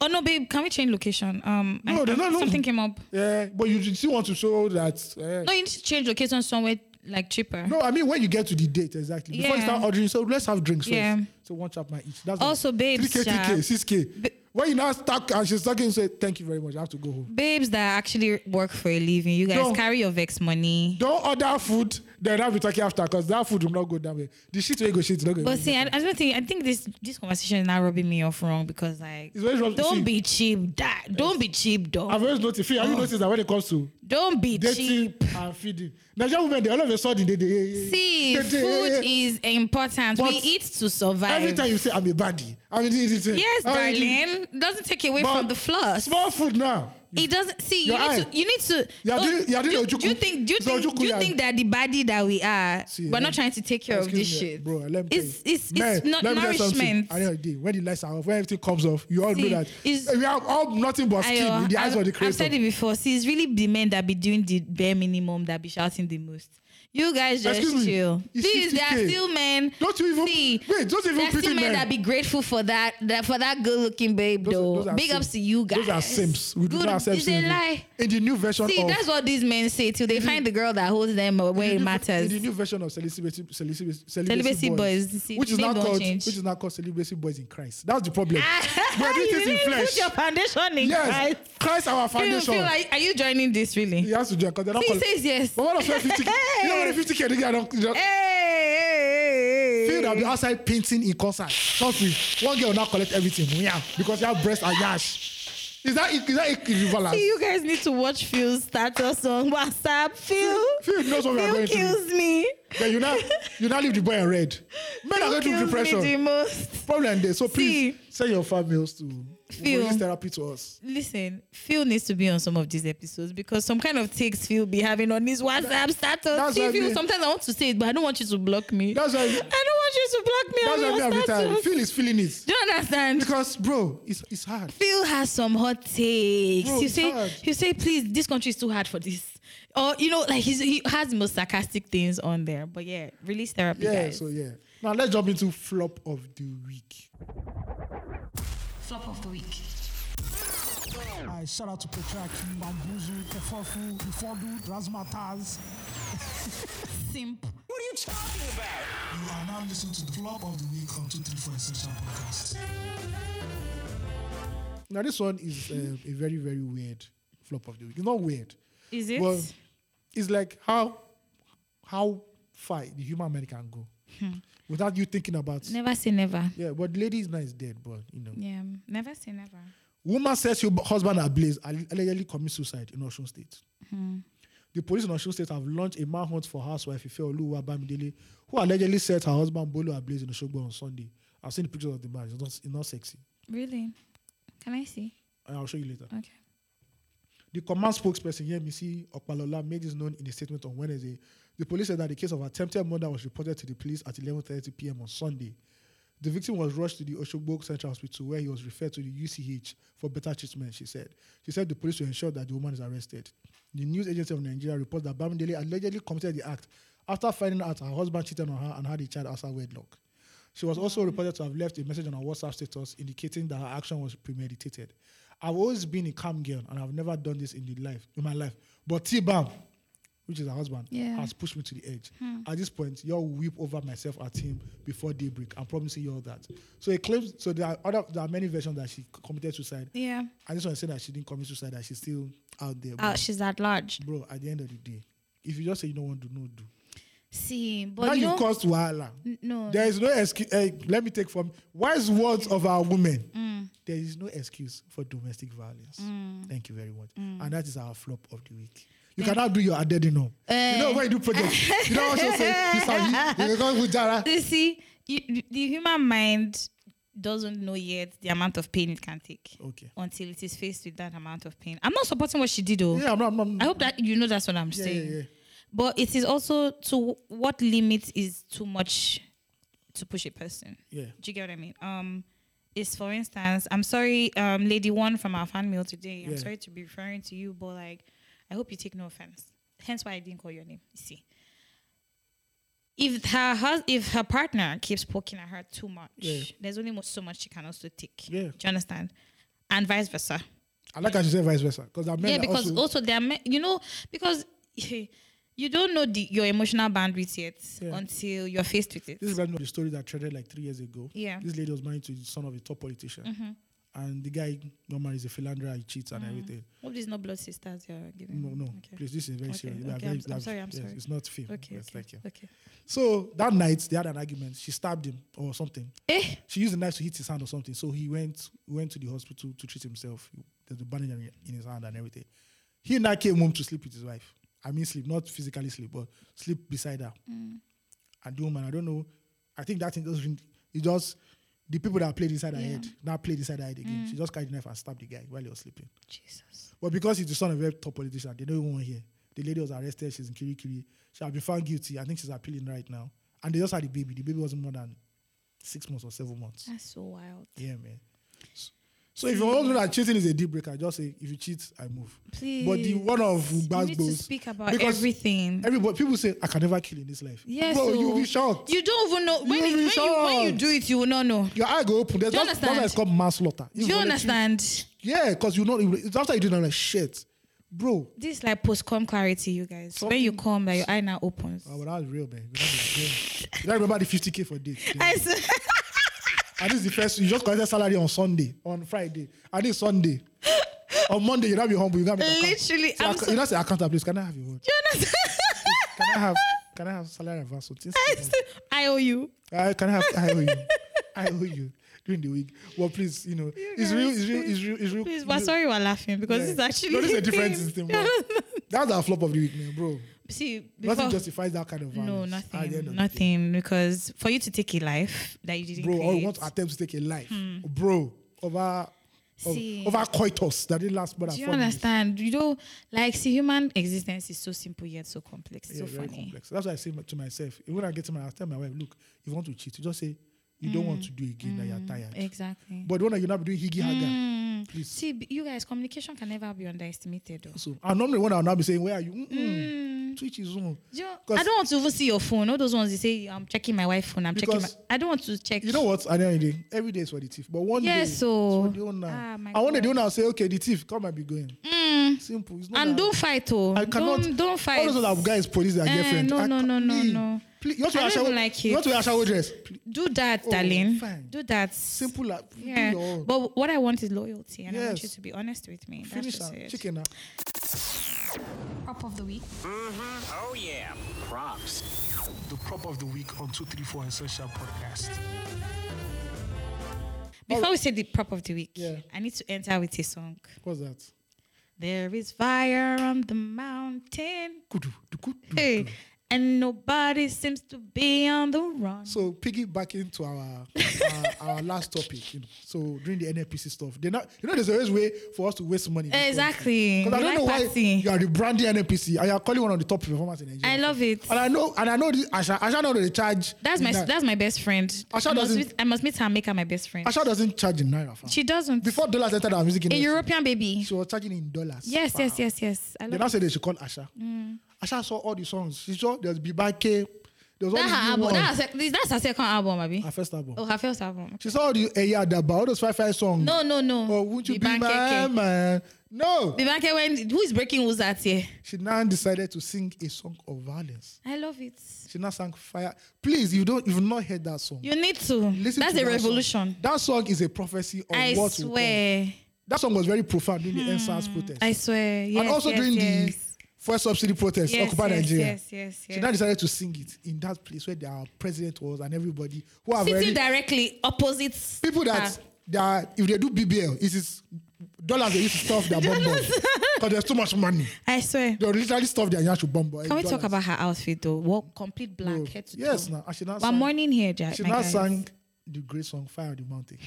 [SPEAKER 3] Oh no, babe, can we change location? Um,
[SPEAKER 2] No,
[SPEAKER 3] I,
[SPEAKER 2] no, no, no.
[SPEAKER 3] something came up.
[SPEAKER 2] yeah, Eh, but you still want to show that. eh,
[SPEAKER 3] No, you need to change location somewhere like cheaper.
[SPEAKER 2] no, I mean when you get to the date exactly. Before you
[SPEAKER 3] Yeah.
[SPEAKER 2] start ordering, so let's have drinks
[SPEAKER 3] Yeah.
[SPEAKER 2] first. So one chapman each. That's
[SPEAKER 3] Also,
[SPEAKER 2] like
[SPEAKER 3] babes,
[SPEAKER 2] 3K, 2K,
[SPEAKER 3] sha.
[SPEAKER 2] 6K. when you now stuck and she's talking, say, thank you very much. I have to go home.
[SPEAKER 3] babes that actually work for a living, you guys
[SPEAKER 2] No.
[SPEAKER 3] carry your vex money.
[SPEAKER 2] Don't order food, then I'll be talking after because that food will not go down. well. The shit will go shit. Not go
[SPEAKER 3] But see, I, I don't think I think this this conversation is now rubbing me off wrong because like
[SPEAKER 2] It's very wrong-
[SPEAKER 3] don't
[SPEAKER 2] see-
[SPEAKER 3] be cheap, dad. Don't be cheap,
[SPEAKER 2] I've
[SPEAKER 3] dog.
[SPEAKER 2] always noticed. Fee, Have you noticed that when it comes to
[SPEAKER 3] Don't be
[SPEAKER 2] dating
[SPEAKER 3] Ah. cheap.
[SPEAKER 2] and feeding, Nigerian women they all of a sudden they, they, they
[SPEAKER 3] See,
[SPEAKER 2] they- they-
[SPEAKER 3] food is important.
[SPEAKER 2] But
[SPEAKER 3] we eat to survive.
[SPEAKER 2] every time you say I'm a baddie, I mean, this is it.
[SPEAKER 3] yes,
[SPEAKER 2] I mean,
[SPEAKER 3] darling, doesn't take away
[SPEAKER 2] but
[SPEAKER 3] from the flaws.
[SPEAKER 2] Small food now.
[SPEAKER 3] It doesn't see you
[SPEAKER 2] Your
[SPEAKER 3] need,
[SPEAKER 2] eye.
[SPEAKER 3] to, you need to.
[SPEAKER 2] You are
[SPEAKER 3] oh,
[SPEAKER 2] doing- you are doing
[SPEAKER 3] do,
[SPEAKER 2] Ojukwu.
[SPEAKER 3] do you think? Do you
[SPEAKER 2] It's
[SPEAKER 3] think?
[SPEAKER 2] Ojukwu
[SPEAKER 3] Do
[SPEAKER 2] you
[SPEAKER 3] you
[SPEAKER 2] are-
[SPEAKER 3] think that the body that we are,
[SPEAKER 2] See,
[SPEAKER 3] we're
[SPEAKER 2] let
[SPEAKER 3] not
[SPEAKER 2] me-
[SPEAKER 3] trying to take care of
[SPEAKER 2] Excuse
[SPEAKER 3] this
[SPEAKER 2] me,
[SPEAKER 3] shit,
[SPEAKER 2] Bro, let me tell
[SPEAKER 3] It's
[SPEAKER 2] you.
[SPEAKER 3] it's
[SPEAKER 2] Men,
[SPEAKER 3] it's not
[SPEAKER 2] let me tell you something.
[SPEAKER 3] nourishment.
[SPEAKER 2] At the end of the day, when the lights are off, when everything comes off, you all
[SPEAKER 3] See,
[SPEAKER 2] know that
[SPEAKER 3] it's-
[SPEAKER 2] we are all nothing but skin
[SPEAKER 3] Ayo,
[SPEAKER 2] in the eyes
[SPEAKER 3] I've-
[SPEAKER 2] of the
[SPEAKER 3] I've
[SPEAKER 2] creator.
[SPEAKER 3] said it before. See, it's really the men that be doing the bare minimum that be shouting the most. You guys just
[SPEAKER 2] Excuse me,
[SPEAKER 3] chill.
[SPEAKER 2] it's
[SPEAKER 3] Please, there are
[SPEAKER 2] 50K.
[SPEAKER 3] still men.
[SPEAKER 2] Don't you even-
[SPEAKER 3] see?
[SPEAKER 2] wait, don't even
[SPEAKER 3] there are
[SPEAKER 2] pity
[SPEAKER 3] still men,
[SPEAKER 2] men.
[SPEAKER 3] that be grateful for that, that for that good looking babe
[SPEAKER 2] Those-
[SPEAKER 3] though.
[SPEAKER 2] those are
[SPEAKER 3] Big ups
[SPEAKER 2] simps.
[SPEAKER 3] to you guys.
[SPEAKER 2] Those are Sims. We do
[SPEAKER 3] good,
[SPEAKER 2] not accept
[SPEAKER 3] It's a
[SPEAKER 2] Sims.
[SPEAKER 3] lie.
[SPEAKER 2] In the new version
[SPEAKER 3] See,
[SPEAKER 2] of
[SPEAKER 3] that's what these men say till they find the girl that holds them
[SPEAKER 2] in the
[SPEAKER 3] where it
[SPEAKER 2] new- In the
[SPEAKER 3] matters.
[SPEAKER 2] new version of celibacy, celibacy, celibacy,
[SPEAKER 3] Celibacy
[SPEAKER 2] boys,
[SPEAKER 3] Boys, you see,
[SPEAKER 2] which is
[SPEAKER 3] name
[SPEAKER 2] now
[SPEAKER 3] don't
[SPEAKER 2] called
[SPEAKER 3] change.
[SPEAKER 2] which is now called celibacy boys in Christ. That's the problem. we are doing
[SPEAKER 3] you
[SPEAKER 2] things in
[SPEAKER 3] didn't
[SPEAKER 2] flesh.
[SPEAKER 3] put your foundation in
[SPEAKER 2] yes,
[SPEAKER 3] Christ.
[SPEAKER 2] Christ our
[SPEAKER 3] Feel,
[SPEAKER 2] foundation.
[SPEAKER 3] feel like, are you joining this really?
[SPEAKER 2] he has to join because they're not. Oh.
[SPEAKER 3] See, he
[SPEAKER 2] calling-
[SPEAKER 3] says yes.
[SPEAKER 2] But what of them 50? You know
[SPEAKER 3] Hey.
[SPEAKER 2] when 50 k they don't. they don't-
[SPEAKER 3] Hey, hey,
[SPEAKER 2] Feel
[SPEAKER 3] hey.
[SPEAKER 2] that be outside painting in concert. Something. One girl will now collect everything. Yeah, because their breasts are yash. Is that is that equivalent?
[SPEAKER 3] See, you guys need to watch Phil's status on WhatsApp. Phil,
[SPEAKER 2] Phil knows what we are going through.
[SPEAKER 3] Phil kills me.
[SPEAKER 2] Then you now you now leave the boy in red. Men are
[SPEAKER 3] Phil
[SPEAKER 2] going through
[SPEAKER 3] kills
[SPEAKER 2] depression.
[SPEAKER 3] Me the most.
[SPEAKER 2] problem there. So please
[SPEAKER 3] See.
[SPEAKER 2] send your fan mails to
[SPEAKER 3] Feel.
[SPEAKER 2] release therapy to us.
[SPEAKER 3] Listen, Phil needs to be on some of these episodes because some kind of takes Phil be having on his WhatsApp status.
[SPEAKER 2] that's
[SPEAKER 3] See,
[SPEAKER 2] what I
[SPEAKER 3] Phil,
[SPEAKER 2] mean.
[SPEAKER 3] sometimes I want to say it, but I don't want you to block me.
[SPEAKER 2] That's what I
[SPEAKER 3] I
[SPEAKER 2] mean.
[SPEAKER 3] don't want you to block me
[SPEAKER 2] That's
[SPEAKER 3] on
[SPEAKER 2] what I
[SPEAKER 3] your
[SPEAKER 2] mean every time.
[SPEAKER 3] status.
[SPEAKER 2] Phil is feeling it.
[SPEAKER 3] Do you understand?
[SPEAKER 2] Because bro, it's it's hard.
[SPEAKER 3] Phil has some hot takes.
[SPEAKER 2] Bro,
[SPEAKER 3] you
[SPEAKER 2] it's
[SPEAKER 3] say,
[SPEAKER 2] hard.
[SPEAKER 3] you say, please, this country is too hard for this. Or you know, like he's, he has the most sarcastic things on there. But yeah, release therapy,
[SPEAKER 2] Yeah,
[SPEAKER 3] guys.
[SPEAKER 2] so yeah. Now let's jump into flop of the week.
[SPEAKER 4] Flop of the week.
[SPEAKER 6] I shout out to Petraki, Bambuzu, Kefofu, Ifodu, Razmataz.
[SPEAKER 4] Simp.
[SPEAKER 6] You are now listening to the flop of the week on 234 Essential Podcast.
[SPEAKER 2] Now this one is um, a very very weird flop of the week. It's not weird.
[SPEAKER 3] Is it?
[SPEAKER 2] Well, it's like how how far the human man can go without you thinking about.
[SPEAKER 3] never say never.
[SPEAKER 2] Yeah, but the lady is not is dead, but you know.
[SPEAKER 3] Yeah, never say never.
[SPEAKER 2] Woman says her husband ablaze alle- allegedly commits suicide in Osun State. The police in Osun State have launched a manhunt for housewife Ifeoluwa Bamidele, who allegedly set her husband Bolo ablaze in Oshogbo on Sunday. I've seen the pictures of the man. It's not, it's not sexy.
[SPEAKER 3] Really? Can I see?
[SPEAKER 2] I'll show you later.
[SPEAKER 3] Okay.
[SPEAKER 2] The command spokesperson, Yemisi Okpalola, made this known in a statement on Wednesday. The police said that the case of attempted murder was reported to the police at 11.30 p.m. on Sunday. The victim was rushed to the Oshogbo Central Hospital where he was referred to the UCH for better treatment, she said. She said the police will ensure that the woman is arrested. The news agency of Nigeria reports that Bamidele allegedly committed the act after finding out her husband cheated on her and had a child outside wedlock. She was also reported to have left a message on her WhatsApp status indicating that her action was premeditated. I've always been a calm girl and I've never done this in the life in my life. But T Bam, which is her husband,
[SPEAKER 3] Yeah. Hmm.
[SPEAKER 2] has pushed me to the edge. At this point, y'all weep over myself at him before daybreak. I'm promising you all that. So it claims so there are other there are many versions that she c- committed suicide.
[SPEAKER 3] Yeah.
[SPEAKER 2] I just want to say that she didn't commit suicide, that she's still out there.
[SPEAKER 3] Oh,
[SPEAKER 2] but
[SPEAKER 3] she's at large.
[SPEAKER 2] bro, at the end of the day, if you just say you don't want to, no do.
[SPEAKER 3] See, but
[SPEAKER 2] Now
[SPEAKER 3] you
[SPEAKER 2] you
[SPEAKER 3] know,
[SPEAKER 2] caused wahala.
[SPEAKER 3] no.
[SPEAKER 2] There is no excuse. let me take from wise words of our women.
[SPEAKER 3] Mm.
[SPEAKER 2] There is no excuse for domestic violence. Thank you very much.
[SPEAKER 3] Mm.
[SPEAKER 2] And that is our flop of the week. You cannot do your adedenum. you
[SPEAKER 3] Eh.
[SPEAKER 2] know when you do project, you don't also say you sabi. You go with Jara.
[SPEAKER 3] You see, you, the human mind doesn't know yet the amount of pain it can take
[SPEAKER 2] Okay.
[SPEAKER 3] until it is faced with that amount of pain. I'm not supporting what she did, though.
[SPEAKER 2] Yeah, I'm not. I'm not-
[SPEAKER 3] I hope that you know that's what I'm
[SPEAKER 2] yeah, yeah,
[SPEAKER 3] saying.
[SPEAKER 2] yeah.
[SPEAKER 3] But it is also to what limit is too much to push a person.
[SPEAKER 2] Yeah.
[SPEAKER 3] Do you get what I mean? Um, is for instance, I'm sorry, um, Lady One from our fan mail today. I'm
[SPEAKER 2] Yeah.
[SPEAKER 3] sorry to be referring to you, but like, I hope you take no offense. Hence why I didn't call your name. You see, if her hus- if her partner keeps poking at her too much,
[SPEAKER 2] Yeah.
[SPEAKER 3] there's only mo- so much she can also take.
[SPEAKER 2] Yeah.
[SPEAKER 3] Do you understand? And vice versa
[SPEAKER 2] I like how you say vice versa because I mean
[SPEAKER 3] yeah, because also,
[SPEAKER 2] also,
[SPEAKER 3] there are men, you know because you don't know the, your emotional bandwidth yet
[SPEAKER 2] Yeah.
[SPEAKER 3] until you're faced with it.
[SPEAKER 2] this is the story that trended like three years ago.
[SPEAKER 3] Yeah. Mm-hmm.
[SPEAKER 2] this lady was married to the son of a top politician, and the guy normally is a philanderer, he cheats and everything.
[SPEAKER 3] Hope these no blood sisters you're giving.
[SPEAKER 2] No,
[SPEAKER 3] me.
[SPEAKER 2] no,
[SPEAKER 3] Okay.
[SPEAKER 2] please, this is very
[SPEAKER 3] Okay,
[SPEAKER 2] serious. We
[SPEAKER 3] okay,
[SPEAKER 2] are
[SPEAKER 3] I'm
[SPEAKER 2] very-
[SPEAKER 3] s- I'm
[SPEAKER 2] we are-
[SPEAKER 3] sorry, I'm
[SPEAKER 2] yes,
[SPEAKER 3] sorry.
[SPEAKER 2] It's not film.
[SPEAKER 3] Okay,
[SPEAKER 2] yes,
[SPEAKER 3] okay,
[SPEAKER 2] thank you.
[SPEAKER 3] okay.
[SPEAKER 2] So that night they had an argument. She stabbed him or something.
[SPEAKER 3] Eh,
[SPEAKER 2] She used a knife to hit his hand or something. So he went went to the hospital to treat himself. He- There's a bandage in- in his hand and everything. He now came home to sleep with his wife. I mean sleep, not physically sleep, but sleep beside her.
[SPEAKER 3] Mm,
[SPEAKER 2] And the woman, I don't know. I think that thing just ring- it just the people that played inside her head now played inside her head again.
[SPEAKER 3] Mm.
[SPEAKER 2] She just carried the knife and stabbed the guy while he was sleeping.
[SPEAKER 3] Jesus.
[SPEAKER 2] But because he's the son of a top politician, they don't even want to hear. The lady was arrested. She's in Kirikiri. She has been found guilty. I think she's appealing right now. And they just had the baby. The baby wasn't more than six months or seven months.
[SPEAKER 3] That's so wild.
[SPEAKER 2] Yeah, man. S- So if you want to know that cheating is a deal breaker, just say if you cheat, I move.
[SPEAKER 3] Please.
[SPEAKER 2] But the one of
[SPEAKER 3] you need to
[SPEAKER 2] Gbagbo's-
[SPEAKER 3] speak about
[SPEAKER 2] because
[SPEAKER 3] everything.
[SPEAKER 2] Everybody, people say I can never kill in this life.
[SPEAKER 3] Yes.
[SPEAKER 2] bro,
[SPEAKER 3] so
[SPEAKER 2] you'll be shocked.
[SPEAKER 3] You don't even know when,
[SPEAKER 2] You'll
[SPEAKER 3] it-
[SPEAKER 2] be
[SPEAKER 3] when, you, when you
[SPEAKER 2] shocked.
[SPEAKER 3] do it, you will not know.
[SPEAKER 2] Your eye go open. That's,
[SPEAKER 3] Do you
[SPEAKER 2] that's, that's why
[SPEAKER 3] understand?
[SPEAKER 2] it's called manslaughter.
[SPEAKER 3] Do you understand?
[SPEAKER 2] Yeah, because you know it's after you do that like shit, bro.
[SPEAKER 3] This is like post-com clarity, you guys. when you come, that your eye now opens.
[SPEAKER 2] Oh, but that was real, man. That was real. You don't remember the 50k for date.
[SPEAKER 3] I s-
[SPEAKER 2] And this is the first, you just collected salary on Sunday, on Friday. And this Sunday. on Monday, you don't be humble. You don't have
[SPEAKER 3] Literally,
[SPEAKER 2] So,
[SPEAKER 3] I'm
[SPEAKER 2] acc-
[SPEAKER 3] so-
[SPEAKER 2] you don't say account, please. Can I have your word?
[SPEAKER 3] Jonas,
[SPEAKER 2] Can I have can I have salary advance? or things
[SPEAKER 3] I
[SPEAKER 2] like
[SPEAKER 3] s- I owe you.
[SPEAKER 2] that? I can I have I owe you. I owe you during the week. Well, please, you know, it's real, it's real, it's real, it's real.
[SPEAKER 3] Please,
[SPEAKER 2] it's
[SPEAKER 3] we're
[SPEAKER 2] real-
[SPEAKER 3] sorry we're laughing because
[SPEAKER 2] Yeah.
[SPEAKER 3] it's actually.
[SPEAKER 2] No, this is a different
[SPEAKER 3] thing.
[SPEAKER 2] system. bro. That's our flop of the week, man, bro.
[SPEAKER 3] See, before,
[SPEAKER 2] Nothing justifies that kind of violence.
[SPEAKER 3] no,
[SPEAKER 2] at the end of the
[SPEAKER 3] nothing,
[SPEAKER 2] day.
[SPEAKER 3] nothing. Because for you to take a life that you didn't
[SPEAKER 2] bro, or
[SPEAKER 3] create,
[SPEAKER 2] you want to attempt to take a life, bro, over of,
[SPEAKER 3] Hmm. See.
[SPEAKER 2] over coitus that didn't last more than
[SPEAKER 3] do you
[SPEAKER 2] four minutes.
[SPEAKER 3] understand? You know, like see, human existence is so simple yet so complex,
[SPEAKER 2] Yeah,
[SPEAKER 3] so
[SPEAKER 2] very
[SPEAKER 3] funny.
[SPEAKER 2] complex. That's why I say to myself, when I get to my, I tell my wife, look, if you want to cheat, you just say you don't want to do again that you're tired.
[SPEAKER 3] Hmm. Exactly.
[SPEAKER 2] But when you're not doing higgy haga,
[SPEAKER 3] Mm.
[SPEAKER 2] please.
[SPEAKER 3] See, b- you guys, communication can never be underestimated. Though.
[SPEAKER 2] so and normally when I'll now be saying, where are you? Mm-mm,
[SPEAKER 3] Hmm.
[SPEAKER 2] Twitch is on.
[SPEAKER 3] Do you-
[SPEAKER 2] 'Cause-
[SPEAKER 3] I don't want to even see your phone. All those ones you say, I'm checking my wife's phone. I'm checking. My,
[SPEAKER 2] Because-
[SPEAKER 3] I don't want to check.
[SPEAKER 2] You know what? At the end of the day, every day is for the thief. But one
[SPEAKER 3] Yeah,
[SPEAKER 2] day, it's
[SPEAKER 3] so-
[SPEAKER 2] for the owner.
[SPEAKER 3] Ah, my
[SPEAKER 2] and when they
[SPEAKER 3] God. Hmm.
[SPEAKER 2] do now, say, okay, the thief, come and be going. Simple. It's not
[SPEAKER 3] and
[SPEAKER 2] that-
[SPEAKER 3] don't fight, oh.
[SPEAKER 2] I cannot.
[SPEAKER 3] Don't, don't fight.
[SPEAKER 2] All those other guys police their
[SPEAKER 3] Eh,
[SPEAKER 2] girlfriend.
[SPEAKER 3] no,
[SPEAKER 2] I
[SPEAKER 3] no,
[SPEAKER 2] ca-
[SPEAKER 3] no, no,
[SPEAKER 2] me.
[SPEAKER 3] no.
[SPEAKER 2] Please, you want to
[SPEAKER 3] I
[SPEAKER 2] wear
[SPEAKER 3] don't
[SPEAKER 2] shower,
[SPEAKER 3] even like
[SPEAKER 2] you
[SPEAKER 3] it.
[SPEAKER 2] want to wear shower dress. Please,
[SPEAKER 3] Do that,
[SPEAKER 2] Oh,
[SPEAKER 3] darling.
[SPEAKER 2] fine.
[SPEAKER 3] Do that.
[SPEAKER 2] Simple, like, do
[SPEAKER 3] Yeah.
[SPEAKER 2] your own.
[SPEAKER 3] But what I want is loyalty, and I want you
[SPEAKER 2] Yes.
[SPEAKER 3] to be honest with me. That's
[SPEAKER 2] Finish
[SPEAKER 3] just
[SPEAKER 2] that
[SPEAKER 3] it.
[SPEAKER 2] chicken ah. now.
[SPEAKER 4] Prop of the week.
[SPEAKER 5] Oh, yeah. Props.
[SPEAKER 6] The prop of the week on 234 Essential Podcast.
[SPEAKER 3] Before we say the prop of the week,
[SPEAKER 2] Oh. Yeah.
[SPEAKER 3] I need to enter with a song.
[SPEAKER 2] What's that?
[SPEAKER 3] There is fire on the mountain.
[SPEAKER 2] Kudu, du, kudu,
[SPEAKER 3] Hey,
[SPEAKER 2] du.
[SPEAKER 3] and nobody seems to be on the run.
[SPEAKER 2] So piggybacking to our our, our last topic, you know, so during the NFPC stuff, they not you know there's always way for us to waste money. in this country.
[SPEAKER 3] Exactly.
[SPEAKER 2] 'Cause I don't
[SPEAKER 3] We
[SPEAKER 2] know
[SPEAKER 3] like
[SPEAKER 2] why
[SPEAKER 3] party.
[SPEAKER 2] you are rebranding NFPC and you are calling one of the top performers in Nigeria.
[SPEAKER 3] I love it.
[SPEAKER 2] And I know and I know this Asha Asha know that they charge.
[SPEAKER 3] That's
[SPEAKER 2] in
[SPEAKER 3] my
[SPEAKER 2] Naira.
[SPEAKER 3] that's my best friend.
[SPEAKER 2] Asha
[SPEAKER 3] I must,
[SPEAKER 2] doesn't-
[SPEAKER 3] meet, I must meet her and make her my best friend.
[SPEAKER 2] Asha doesn't charge in naira. fam.
[SPEAKER 3] She doesn't.
[SPEAKER 2] Before dollars entered our music
[SPEAKER 3] a
[SPEAKER 2] industry,
[SPEAKER 3] European baby.
[SPEAKER 2] she was charging in dollars.
[SPEAKER 3] Yes, yes, Mm. yes, yes. I
[SPEAKER 2] They
[SPEAKER 3] love
[SPEAKER 2] now say they should call Asha. Asha saw all the songs. She saw there's Bibake. There was all
[SPEAKER 3] That's her
[SPEAKER 2] these new
[SPEAKER 3] album.
[SPEAKER 2] ones.
[SPEAKER 3] That's her, sec- that's her second album, Abi.
[SPEAKER 2] Her first album.
[SPEAKER 3] Oh, her first album.
[SPEAKER 2] She saw all the Eya Daba, all those five five songs.
[SPEAKER 3] No, no, no.
[SPEAKER 2] Oh, won't you be
[SPEAKER 3] Bibanke
[SPEAKER 2] my
[SPEAKER 3] Ke.
[SPEAKER 2] man? No.
[SPEAKER 3] Bibanke, when who is breaking who's at here?
[SPEAKER 2] She now decided to sing a song of violence.
[SPEAKER 3] I love it.
[SPEAKER 2] She now sang fire. Please, you don't you've not heard that song.
[SPEAKER 3] You need to.
[SPEAKER 2] Listen
[SPEAKER 3] that's
[SPEAKER 2] to
[SPEAKER 3] a
[SPEAKER 2] that song.
[SPEAKER 3] revolution.
[SPEAKER 2] That song is a prophecy of
[SPEAKER 3] I
[SPEAKER 2] what will come.
[SPEAKER 3] swear. Hmm.
[SPEAKER 2] That song was very profound during the NSAS protest.
[SPEAKER 3] I swear. Yes,
[SPEAKER 2] and also
[SPEAKER 3] yes,
[SPEAKER 2] during
[SPEAKER 3] yes.
[SPEAKER 2] the first subsidy protest,
[SPEAKER 3] Yes,
[SPEAKER 2] Occupy
[SPEAKER 3] yes,
[SPEAKER 2] Nigeria.
[SPEAKER 3] yes, yes,
[SPEAKER 2] She
[SPEAKER 3] yes.
[SPEAKER 2] now decided to sing it in that place where our president was and everybody who have
[SPEAKER 3] Sitting Ah.
[SPEAKER 2] already,
[SPEAKER 3] directly opposite.
[SPEAKER 2] people that,
[SPEAKER 3] her.
[SPEAKER 2] that if they do BBL, it is dollars they used to stuff their bomb because there's too much money.
[SPEAKER 3] I swear.
[SPEAKER 2] They literally stuff their yash with bomb boy.
[SPEAKER 3] Can we talk
[SPEAKER 2] dollars.
[SPEAKER 3] about her outfit though? What complete black
[SPEAKER 2] No.
[SPEAKER 3] head to
[SPEAKER 2] Yes,
[SPEAKER 3] toe.
[SPEAKER 2] now and she now
[SPEAKER 3] We're
[SPEAKER 2] sang,
[SPEAKER 3] mourning here, Jack.
[SPEAKER 2] she
[SPEAKER 3] my
[SPEAKER 2] now
[SPEAKER 3] guys. Hmm.
[SPEAKER 2] sang the great song Fire on the Mountain.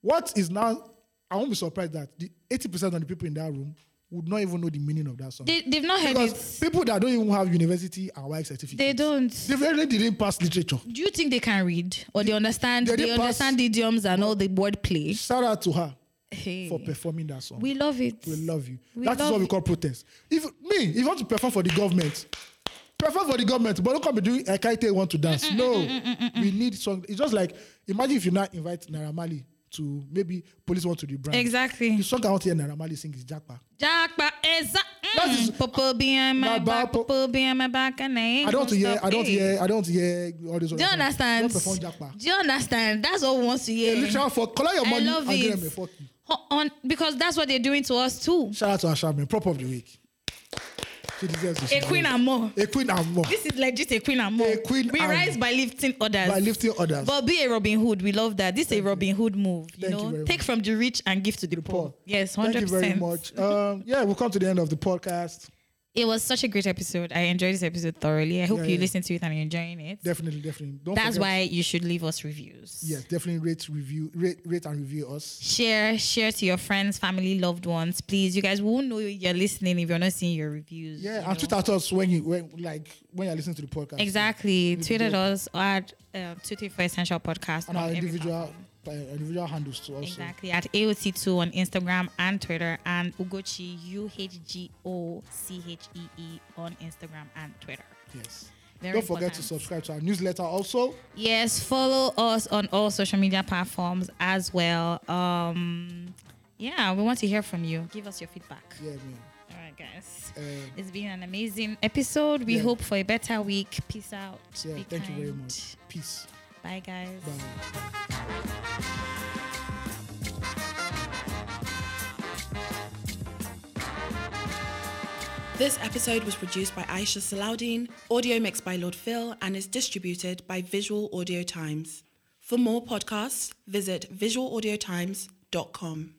[SPEAKER 2] What is now? I won't be surprised that the eighty percent of the people in that room would not even know the meaning of that song.
[SPEAKER 3] They, they've not heard
[SPEAKER 2] because
[SPEAKER 3] it.
[SPEAKER 2] people that don't even have university and work certificate,
[SPEAKER 3] They don't.
[SPEAKER 2] They really didn't pass literature.
[SPEAKER 3] Do you think they can read or they understand?
[SPEAKER 2] They
[SPEAKER 3] They,
[SPEAKER 2] did pass-
[SPEAKER 3] understand idioms and all the word play.
[SPEAKER 2] Shout out to her
[SPEAKER 3] Hey,
[SPEAKER 2] for performing that song.
[SPEAKER 3] we love it.
[SPEAKER 2] We love you.
[SPEAKER 3] We
[SPEAKER 2] that is
[SPEAKER 3] love
[SPEAKER 2] what we
[SPEAKER 3] you.
[SPEAKER 2] call protest. If me, if you want to perform for the government, perform for the government, but don't come be doing a kite want to dance. no, we need song. It's just like imagine if you now invite Naira Marley to maybe police want to the brand.
[SPEAKER 3] Exactly.
[SPEAKER 2] The song I want to hear Naira Marley sing is Jackpa.
[SPEAKER 3] Jack, but it's
[SPEAKER 2] That is-
[SPEAKER 3] mm, purple behind my,
[SPEAKER 2] My
[SPEAKER 3] back,
[SPEAKER 2] back, pu-
[SPEAKER 3] purple behind my back, and I ain't
[SPEAKER 2] I don't
[SPEAKER 3] gonna
[SPEAKER 2] hear.
[SPEAKER 3] stop
[SPEAKER 2] I don't
[SPEAKER 3] it.
[SPEAKER 2] hear. I don't hear all these.
[SPEAKER 3] Do you understand?
[SPEAKER 2] Don't perform Jackpa.
[SPEAKER 3] Do you understand? That's all we want to hear.
[SPEAKER 2] Yeah. Literal fuck. Collect your
[SPEAKER 3] I
[SPEAKER 2] money
[SPEAKER 3] love
[SPEAKER 2] and
[SPEAKER 3] it.
[SPEAKER 2] get them a fuck you.
[SPEAKER 3] Ho- on, because that's what they're doing to us too.
[SPEAKER 2] Shout out to Ashamin, prop of the week. She deserves this.
[SPEAKER 3] A queen and more.
[SPEAKER 2] A queen and more.
[SPEAKER 3] This is legit a queen and more.
[SPEAKER 2] A queen
[SPEAKER 3] we
[SPEAKER 2] and-
[SPEAKER 3] rise by lifting others.
[SPEAKER 2] By lifting others.
[SPEAKER 3] But be a Robin Hood. We love that. This is a Robin Hood move. You
[SPEAKER 2] Thank you
[SPEAKER 3] know,
[SPEAKER 2] very
[SPEAKER 3] take
[SPEAKER 2] much.
[SPEAKER 3] from the rich and give to the poor.
[SPEAKER 2] Paul,
[SPEAKER 3] Yes, hundred
[SPEAKER 2] Thank you
[SPEAKER 3] percent.
[SPEAKER 2] very much. Um, yeah, we'll come to the end of the podcast.
[SPEAKER 3] It was such a great episode. I enjoyed this episode thoroughly. I hope
[SPEAKER 2] Yeah,
[SPEAKER 3] you
[SPEAKER 2] yeah.
[SPEAKER 3] listen to it and you're enjoying it.
[SPEAKER 2] Definitely, definitely. Don't
[SPEAKER 3] That's
[SPEAKER 2] forget-
[SPEAKER 3] why you should leave us reviews.
[SPEAKER 2] Yes, definitely rate, review, rate, rate and review us.
[SPEAKER 3] Share, share to your friends, family, loved ones, please. You guys won't know you're listening if you're not seeing your reviews.
[SPEAKER 2] Yeah,
[SPEAKER 3] you know.
[SPEAKER 2] and tweet at us when you when like when you're listening to the podcast.
[SPEAKER 3] Exactly.
[SPEAKER 2] We'll
[SPEAKER 3] Tweeted
[SPEAKER 2] do.
[SPEAKER 3] us at uh, Tutti for Essential Podcast.
[SPEAKER 2] And
[SPEAKER 3] on
[SPEAKER 2] our
[SPEAKER 3] every
[SPEAKER 2] individual
[SPEAKER 3] platform.
[SPEAKER 2] uh, individual handles too. Also.
[SPEAKER 3] Exactly. At AOT2 on Instagram and Twitter, and Ugochi, U H G O C H E E, on Instagram and Twitter.
[SPEAKER 2] Yes.
[SPEAKER 3] Very
[SPEAKER 2] Don't forget to
[SPEAKER 3] important.
[SPEAKER 2] subscribe to our newsletter also.
[SPEAKER 3] Yes, follow us on all social media platforms as well. Um, yeah, we want to hear from you. Give us your feedback.
[SPEAKER 2] Yeah, man.
[SPEAKER 3] All right, guys.
[SPEAKER 2] Um,
[SPEAKER 3] It's been an amazing episode. We
[SPEAKER 2] Yeah.
[SPEAKER 3] hope for a better week. Peace out.
[SPEAKER 2] yeah,
[SPEAKER 3] Be
[SPEAKER 2] thank you very
[SPEAKER 3] kind.
[SPEAKER 2] much. Peace.
[SPEAKER 3] Bye, guys.
[SPEAKER 2] Bye.
[SPEAKER 1] This episode was produced by Aisha Salaudin, audio mixed by Lord Phil, and is distributed by Visual Audio Times. For more podcasts, visit visualaudiotimes.com.